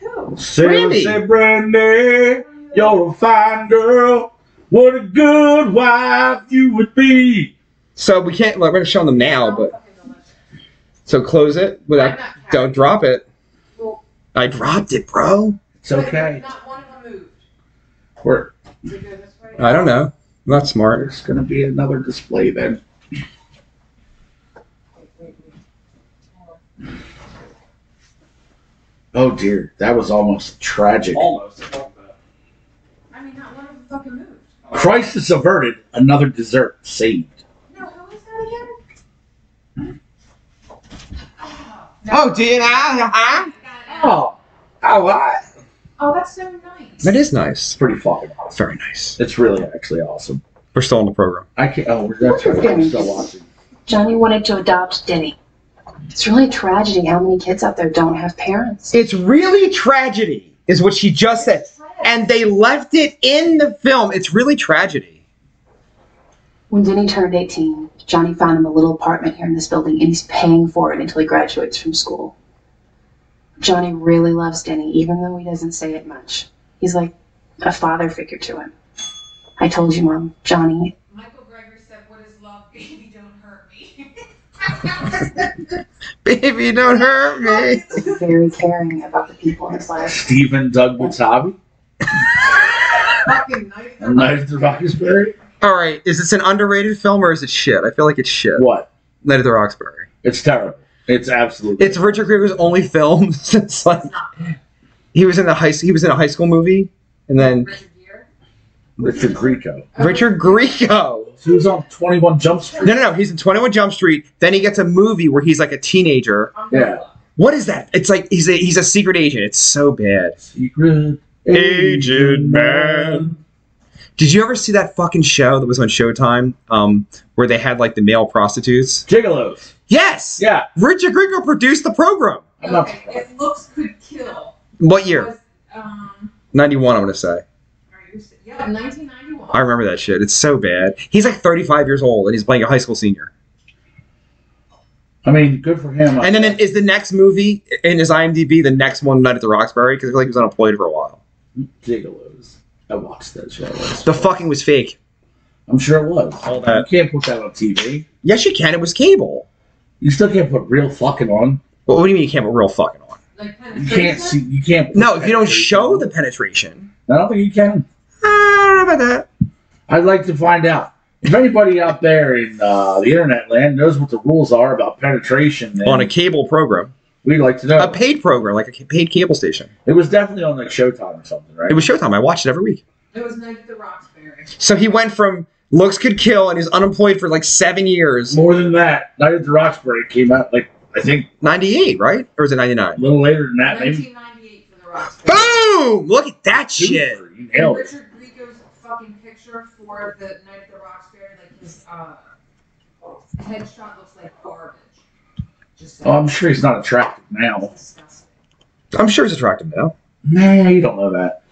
Who?
Sarah
Brandy.
said, Brandy, you're a fine girl. What a good wife you would be.
So we can't. Like, we're gonna show them now, but so close it without. Don't drop it. I dropped it, bro.
It's okay.
Not one of them moved.
We're,
We're doing this way.
I don't know. I'm not smart.
there's going to be another display then. Oh dear, that was almost tragic.
Almost. I love that.
I mean, not one of them fucking moved.
Crisis averted, another dessert saved.
No, who is that again? Oh,
Oh, did I?
I got it.
Oh, oh, I.
oh, that's so nice.
That is nice.
It's pretty fucking awesome.
Very nice.
It's really actually awesome.
We're still on the program.
I can't. Oh, that's right. I'm still watching.
Johnny wanted to adopt Denny. It's really a tragedy how many kids out there don't have parents.
It's really tragedy, is what she just said. And they left it in the film. It's really tragedy. *laughs*
When Denny turned 18, Johnny found him a little apartment here in this building and he's paying for it until he graduates from school. Johnny really loves Denny, even though he doesn't say it much. He's like a father figure to him. I told you, Mom, Johnny,
Michael Greger said, "What is love, baby? Don't hurt *laughs* me."
Baby, don't hurt me.
is very caring about the people in his life.
Stephen Douglas Hobby.
fucking nice.
Night of the Roxbury.
All right, is this an underrated film or is it shit? I feel like it's shit.
What?
Night of the Roxbury.
It's terrible. It's absolutely.
It's Richard Grieger's only film *laughs* since like
It's not
he was in the high he was in a high school movie, and then
Richard Gere.
Richard Grieco.
Richard Grieco.
He was on Twenty One Jump Street.
No, no, no. He's in Twenty One Jump Street. Then he gets a movie where he's like a teenager.
Yeah.
What is that? It's like he's a he's a secret agent. It's so bad.
Secret
Agent Man. Did you ever see that fucking show that was on Showtime um, where they had like the male prostitutes?
Gigolos.
Yes!
Yeah.
Richard Grieco produced the program.
I'm not
Okay, if looks could kill.
What year?
Was, um,
91, I'm going to say.
are you s- yeah, 1991.
I remember that shit. It's so bad. He's like 35 years old and he's playing a high school senior.
I mean, good for him.
And then is the next movie in his IMDb the next one, Night at the Roxbury? Because I feel like he was unemployed for a while.
Gigolos. I watched that show. once.
The fucking was fake.
I'm sure it was.
All that.
You can't put that on TV.
Yes, you can. It was cable.
You still can't put real fucking on.
Well, what do you mean you can't put real fucking on?
Like, kind
You can't see. You can't. put
No, if you don't
penetration
show
on.
the penetration.
I don't think you can.
I don't know about that.
I'd like to find out. If anybody out there in uh, the internet land knows what the rules are about penetration, then
on a cable program,
we'd like to know.
a paid program, like a ca- paid cable station.
it was definitely on like Showtime or something, right?
It was Showtime. I watched it every week.
It was Night at the Roxbury.
So he went from looks could kill and he's unemployed for like seven years.
more than that. Night at the Roxbury came out like I think
98, right? Or was it
a
99?
little later than that. Maybe
1998 for the Roxbury.
Boom! Look at that
two
shit.
or You
And
nailed it.
Richard Grieco's fucking picture for the Night at the Roxbury, like his uh, headshot looks like garbage. Just
Oh, I'm sure he's not attractive now.
disgusting.
I'm sure he's attractive now.
Nah, you don't know that.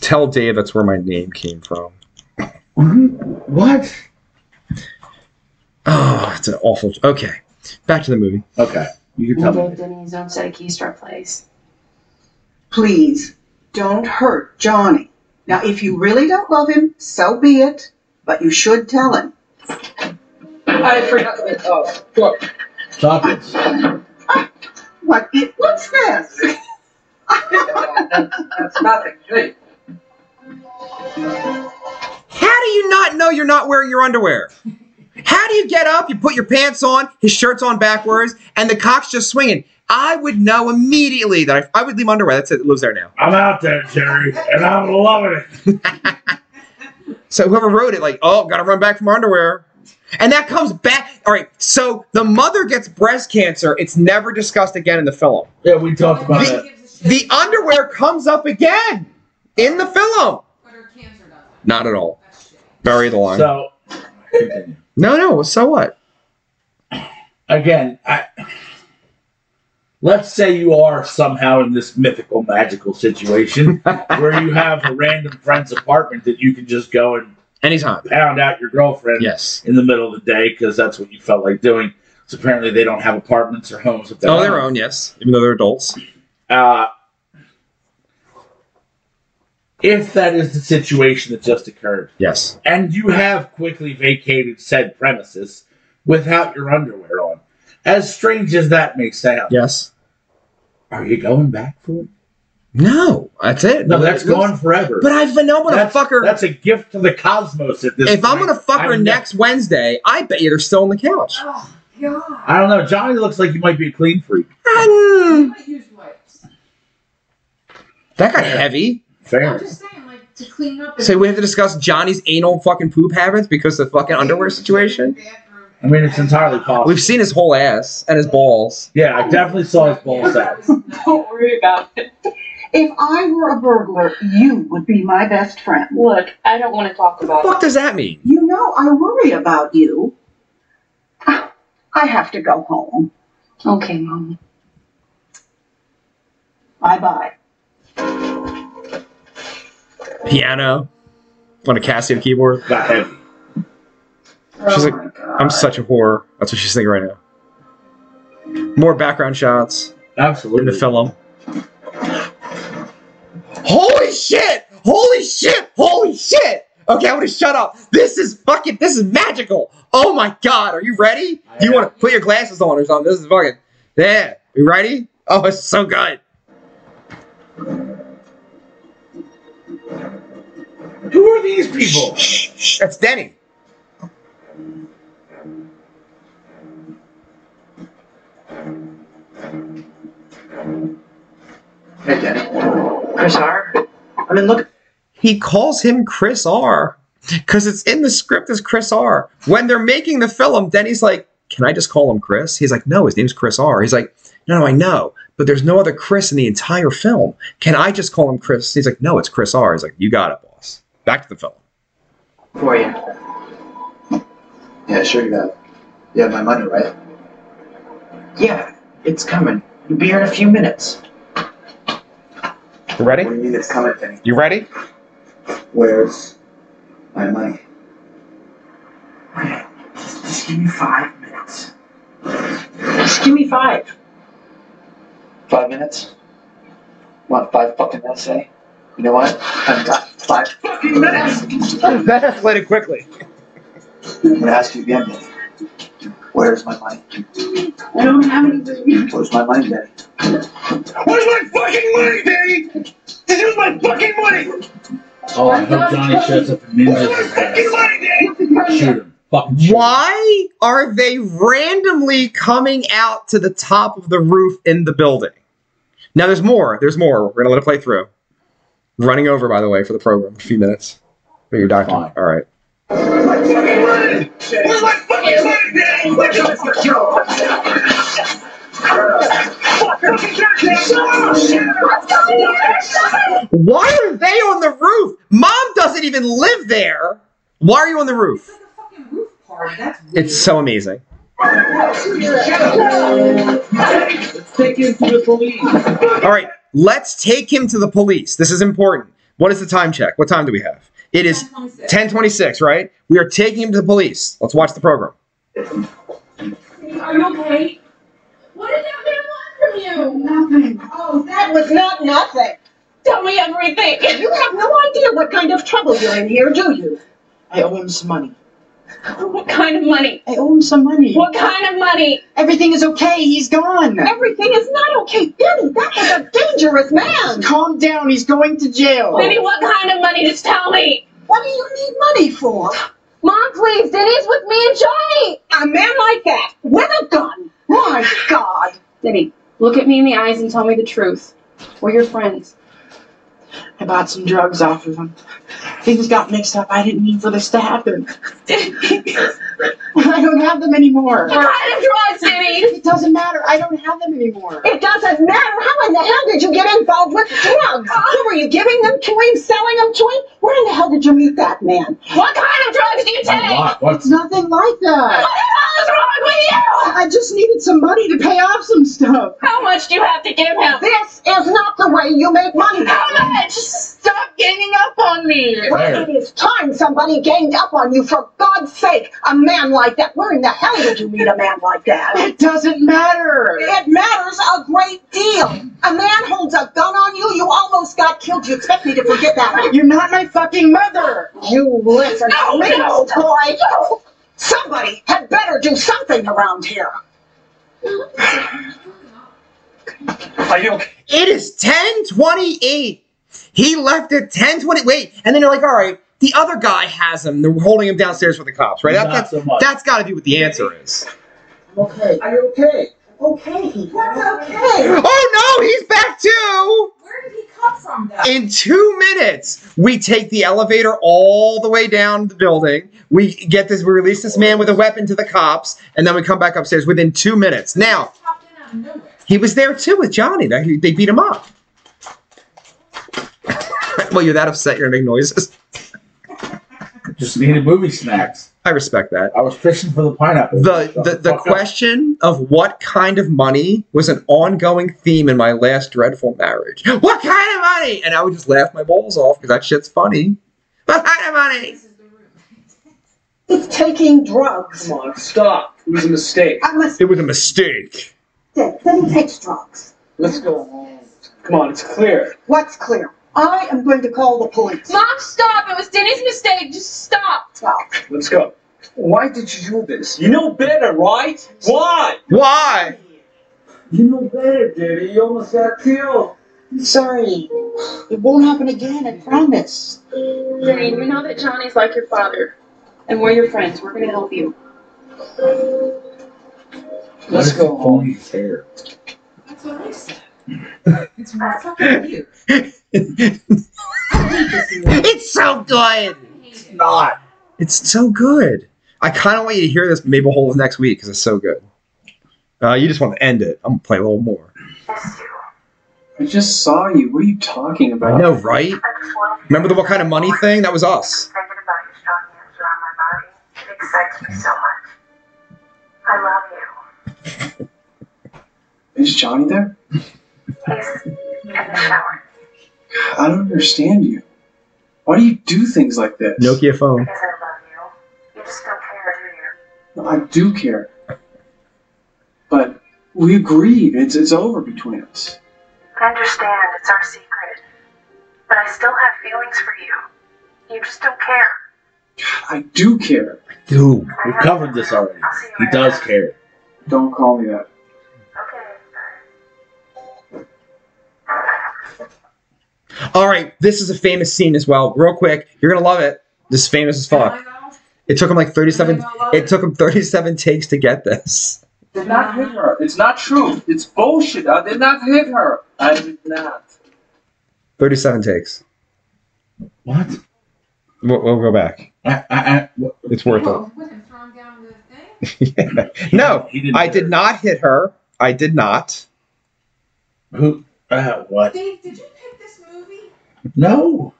Tell Dave that's where my name came from.
What?
Mm-hmm. Oh, it's an awful. Okay. Back to the movie.
Okay. You can
and
tell me.
gave Denny his own set of keys to our place.
Please don't hurt Johnny. Now, if you really don't love him, so be it, but you should tell him.
I forgot to make oh look.
Chocolates.
What? it- What's this?
That's nothing. Hey,
How do you not know you're not wearing your underwear? How do you get up, you put your pants on, his shirt's on backwards, and the cock's just swinging? I would know immediately that I, I would leave my underwear. That's it. It lives there now.
I'm out there, Jerry, and I'm loving it.
So whoever wrote it, like, oh, gotta run back from our underwear. And that comes back. All right. So the mother gets breast cancer. It's never discussed again in the film.
Yeah, we talked about
The-
that.
The underwear comes up again in the film.
But her cancer doesn't.
Not at all.
That's shit.
Bury the line.
So, continue.
no, no. So what?
again, I, let's say you are somehow in this mythical,
*laughs*
magical situation where you have a random friend's apartment that you can just go and
Anytime.
pound out your girlfriend
Yes.
in the middle of the day because that's what you felt like doing. So apparently they don't have apartments or homes of their
Oh,
own.
their own. Yes. Even though they're adults.
Uh, if that is the situation that just occurred,
Yes.
and you have quickly vacated said premises without your underwear on, as strange as that may sound,
Yes.
are you going back for it?
No. That's it.
No, that's gone forever.
But I've been. I'm gonna
that's,
fuck her.
That's a gift to the cosmos at this
If I'm
point.
gonna fuck her
I'm not-
next Wednesday, I bet you they're still on the couch.
Oh, God.
I don't know. Johnny looks like he might be a clean freak.
You
Mm,
might use wipes.
that got heavy.
I'm
Fair.
just saying, like, to clean up.
So we have to discuss Johnny's anal fucking poop habits because of the fucking underwear situation.
I mean, it's entirely possible.
We've seen his whole ass and his balls.
Yeah, I definitely saw his balls out.
out.
*laughs* Don't worry about it.
If I were a burglar, you would be my best friend.
Look, I don't want to talk about
What does that mean?
You know I worry about you. Ah, I have to go home.
Okay, Mom.
Bye bye.
Piano on a Casio keyboard.
Got heavy.
She's
oh
like,
my god.
I'm such a whore. That's what she's thinking right now. More background shots in the
Absolutely.
film. Holy shit! Holy shit! Holy shit! Okay, I'm gonna shut up. This is fucking. This is magical. Oh my god, are you ready? You want to put your glasses on or something? This is fucking. Yeah, you ready? Oh, it's so good.
Who are these people?
Shh, shh, that's Denny.
Hey, Denny. Chris R. I mean, look.
he calls him Chris R because it's in the script as Chris R. When they're making the film, Denny's like, Can I just call him Chris? He's like, No, his name's Chris R. He's like, No, no, I know, but there's no other Chris in the entire film. Can I just call him Chris? He's like, No, it's Chris R. He's like, You got it, boss. Back to the film.
For you. Yeah, sure you have. You have my money, right? Yeah, it's coming. You'll be here in a few minutes.
You ready?
do you mean it's coming, Denny?
You ready?
Where's my money? Just, just give me five minutes.
Just give me five.
Five minutes? Want five fucking minutes, eh? You know what? I've got five fucking minutes!
that escalated quickly.
I'm gonna ask you again, Denny. Where's my money?
I don't have anything.
Where's my money, Denny?
Where's my fucking money, Danny? This is my fucking money. Oh, I hope Johnny shows up and ninjas his ass. Shoot him. Fucking shoot him.
Why are they randomly coming out to the top of the roof in the building? Now there's more. There's more. We're gonna let it play through. Running over, by the way, for the program. A few minutes. But your doctor.
Fine.
All right. Why are they on the roof? Mom doesn't even live there. Why are you on the
It's
roof?
like a fucking roof party. That's weird.
It's so amazing.
Let's take him to the police.
All right. Let's take him to the police. This is important. What is the time check? What time do we have? It is 1026, right? We are taking him to the police. Let's watch the program.
Are you okay?
What did that man want from you?
Nothing. Oh, that was not nothing.
Tell me everything.
You have no idea what kind of trouble you're in here, do you? I owe him some money.
*laughs* What kind of money?
I owe him some money.
What kind of money?
Everything is okay. He's gone.
Everything is not okay.
Benny, that was a dangerous man. Calm down. He's going to jail.
Vinny, what kind of money? Just tell me.
What do you need money for?
Mom, please. Denny's with me and Johnny.
A man like that with a gun. My God.
Denny, look at me in the eyes and tell me the truth. We're your friends.
I bought some drugs off of him. Things got mixed up. I didn't mean for this to happen. *laughs* I don't have them anymore.
What kind of drugs, Denny?
It doesn't matter. I don't have them anymore.
It doesn't matter. How in the hell did you get involved with
*laughs*
drugs? Who were you giving them to him, selling them to him? Where in the hell did you meet that man?
What kind of drugs do you
A
take?
lot. What?
It's nothing like
What the
that.
hell is wrong with you?
I just needed some money to pay off some stuff.
How much do you have to give him?
This is not the way you make money.
How much? Stop ganging up on me.
Well, it is time somebody ganged up on you. For God's sake, a man like that. Where in the hell did you meet a man like that?
It doesn't matter.
It matters a great deal. A man holds a gun on you. You almost got killed. You expect me to forget that?
You're not my fucking mother.
You listen to
No,
me,
no.
old boy. You- Somebody had better do something around here.
Are you okay?
It is 1028. He left at 1020. Wait, and then you're like, all right, the other guy has him. They're holding him downstairs with the cops, right? That-
Not
that's
so much.
that's got to be what the answer is.
Okay. Are you okay? Okay. What's okay?
Oh no, he's back too.
Where did he come from, though?
In two minutes, we take the elevator all the way down the building. We get this, we release this man with a weapon to the cops, and then we come back upstairs within two minutes. Now,
Just popped in out of nowhere.
he was there too with Johnny. They they beat him up. *coughs* well, you're that upset, you're gonna make noises.
Just needed movie snacks.
I respect that.
I was fishing for the pineapple.
the
Shut
the, the
fuck up.
question of what kind of money was an ongoing theme in my last dreadful marriage. What kind of money? And I would just laugh my balls off because that shit's funny. What kind of money?
This is the room.
It's taking drugs.
Come on, stop. It was a mistake.
I must
It was a mistake.
say that he takes drugs.
Let's go home. Come on, it's clear.
What's clear? I am going to call the police.
Mom, stop. It was Denny's mistake. Just stop.
Let's go. Why did you do this? You know better, right? Why?
*laughs* Why?
You know better, Daddy. You almost got killed.
I'm sorry. It won't happen again, I promise.
Denny, we know that Johnny's like your father. And we're your friends. We're going to help you.
What
Let's
if he
go home.
only his hair?
That's what I said. *laughs* It's more *laughs* fucking weird. I hate this movie.
It's so good.
I hate it.
Not.
It's so good. I kind of want you to hear this maybe whole of next week because it's so good. Uh, you just want to end it. I'm gonna play a little more.
I just saw you. What are you talking
I
about?
know, right? Remember the what kind of money thing? That was us.
Thinking about your strong hands around my body, it excites me so much. I love you.
Is Johnny there?
In the shower,
I don't understand you. Why do you do things like this?
Nokia phone.
because I love you. You just don't care, do you?
I do care. But we agreed. It's, it's over between us.
I understand it's our secret, but I still have feelings for you. You just don't care.
I do care.
Dude.
I
We
have-
covered this already.
I'll see you
He
later.
does care.
Don't call me that.
Okay.
All right, this is a famous scene as well. Real quick, you're gonna love it. This is famous as
Am I
fuck.
though?
It took him like
Am
37.
I though?
It took him 37 takes to get this.
Did not hit her. It's not true. It's bullshit. I did not hit her. I did not.
37 takes.
What?
We'll, we'll go back. *laughs*
I, I, I, what?
It's worth
Whoa, wouldn't throw him down with a thing?
*laughs* it. no,
He didn't
I
hit her.
did not hit her. I did not.
Who? Uh, what?
Dave, did you pick this movie?
No.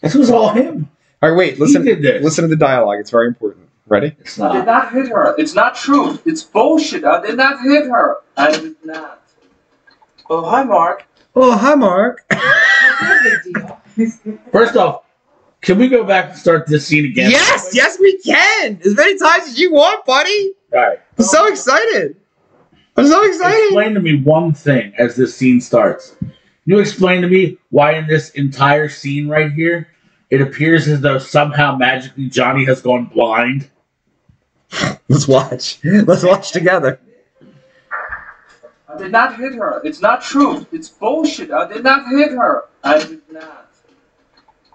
This was all him.
All right, wait.
He
Listen.
did this.
Listen to the dialogue. It's very important. Ready?
It's
I
not.
did not hit her. It's not true. It's bullshit. I did not hit her. I did not. Oh, hi, Mark.
Oh, hi, Mark.
What's the *laughs* deal?
First off, can we go back and start this scene again?
Yes, yes, we can. As many times as you want, buddy.
All right.
I'm so excited. I'm so excited.
Explain to me one thing as this scene starts. Can you explain to me why in this entire scene right here, it appears as though somehow magically Johnny has gone blind.
Let's watch. Let's watch together.
I did Uh, not hit her. It's not true. It's bullshit. I did not hit her. I did not.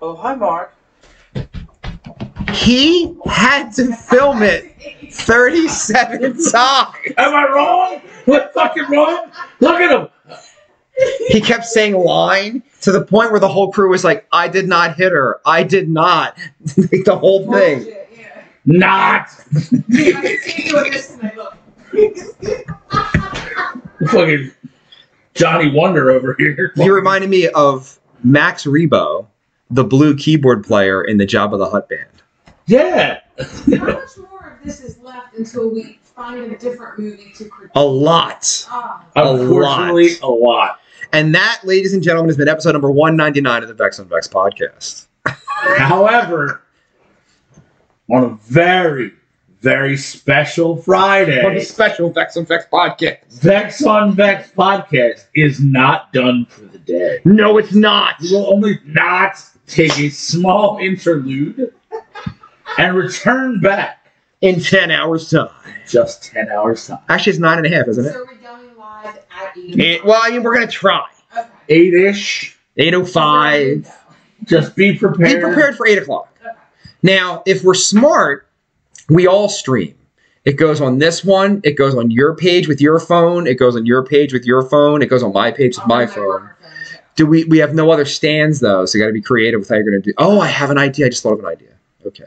Oh, hi, Mark.
He had to film it 37 times.
Am I wrong? What fucking wrong? Look at him.
He kept saying line to the point where the whole crew was like, I did not hit her. I did not. *laughs* Like the whole thing.
Not. *laughs*
I see you in this and I look.
Fucking Johnny Wonder over here.
You reminded me of Max Rebo, the blue keyboard player in the Job of the Hutt band.
Yeah.
How much more of this is left until we find a different movie to critique?
A lot.
Ah,
A
Unfortunately, a lot.
And that, ladies and gentlemen, has been episode number 199 of the Vex on Vex podcast.
However, on a very, very special
On the
Friday,
special Vex on Vex podcast.
Vex on Vex podcast is not done for the day.
No, it's not.
We will only not take a small interlude and return back
In 10 hours' time.
just 10 hours time.
Actually, it's nine and a half, isn't it?
so we're going live at E. 8
It- well, I mean, we're going to try.
Okay.
Eight ish.
805.
Just be prepared.
Be prepared for 8 o'clock. Now, if we're smart, we all stream. It goes on this one. It goes on your page with your phone. It goes on your page with your phone. It goes on my page
Oh,
with my phone. Do we? We have no other stands though, so you got to be creative with how you're going to do. Oh, I have an idea. I just thought of an idea. Okay.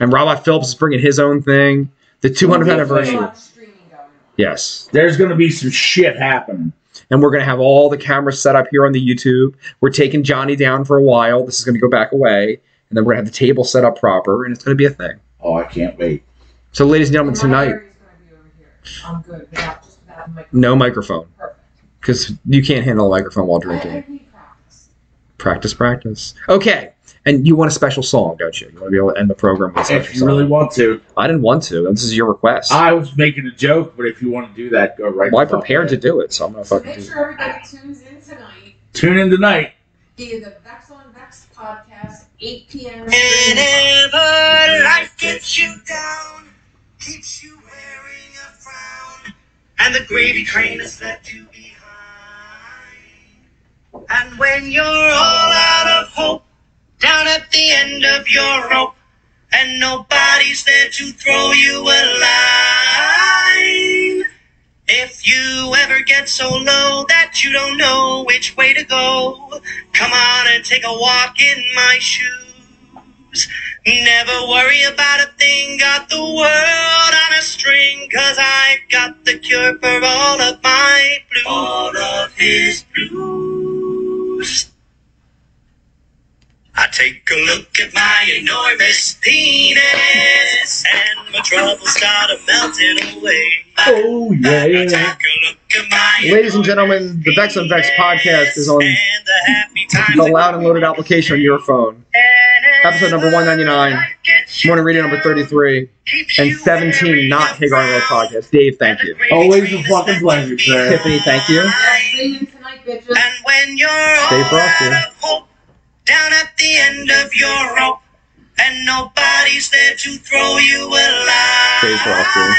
And Robot Phillips is bringing his own thing. The 200th
Yeah.
There's a
anniversary.
lot of streaming going on.
Yes.
There's going to be some shit happening.
And we're going to have all the cameras set up here on the YouTube. We're taking Johnny down for a while. This is going to go back away, and then we're going to have the table set up proper, and it's going to be a thing.
Oh, I can't wait.
So, ladies and gentlemen,
My
tonight,
area's gonna be over here. I'm good without just without a microphone.
no microphone
Perfect.
because you can't handle a microphone while
I, I
drinking.
need practice.
Practice, practice. Okay. And you want a special song, don't you? You want to be able to end the program with a special
If you
song.
really want to,
I didn't want to. and This is your request.
I was making a joke, but if you want to do that, go right.
Well, I
the fuck
prepared to
ahead.
do it, so I'm gonna
So
fucking
make
do it.
sure everybody tunes in tonight
Tune in tonight.
via the Vex on Vex podcast, 8 p.m.
Whenever life gets you down, keeps you wearing a frown, and the gravy train has left you behind. And when you're all out of hope, down at the end of your rope, and nobody's there to throw you a line. If you ever get so low that you don't know which way to go, come on and take a walk in my shoes. Never worry about a thing, got the world on a string, cause I've got the cure for all of my blues. All of his blues. I take a look at my enormous penis, and my troubles start melting away.
Oh
I
yeah.
take a look at my
Ladies and gentlemen, the Vex on Vex podcast is on
and the happy times
the
that
loud and loaded application on your phone. Episode number 199, morning radio number 33, and 17, not Hagar and Love podcast. Dave, thank you.
Always a fucking pleasure, sir.
Tiffany, thank you.
Streaming tonight, bitches.
And when you're
Stay
all
frosty.
out of hope, down at the end of your rope, and nobody's there to throw you a line.
Dave Frosty.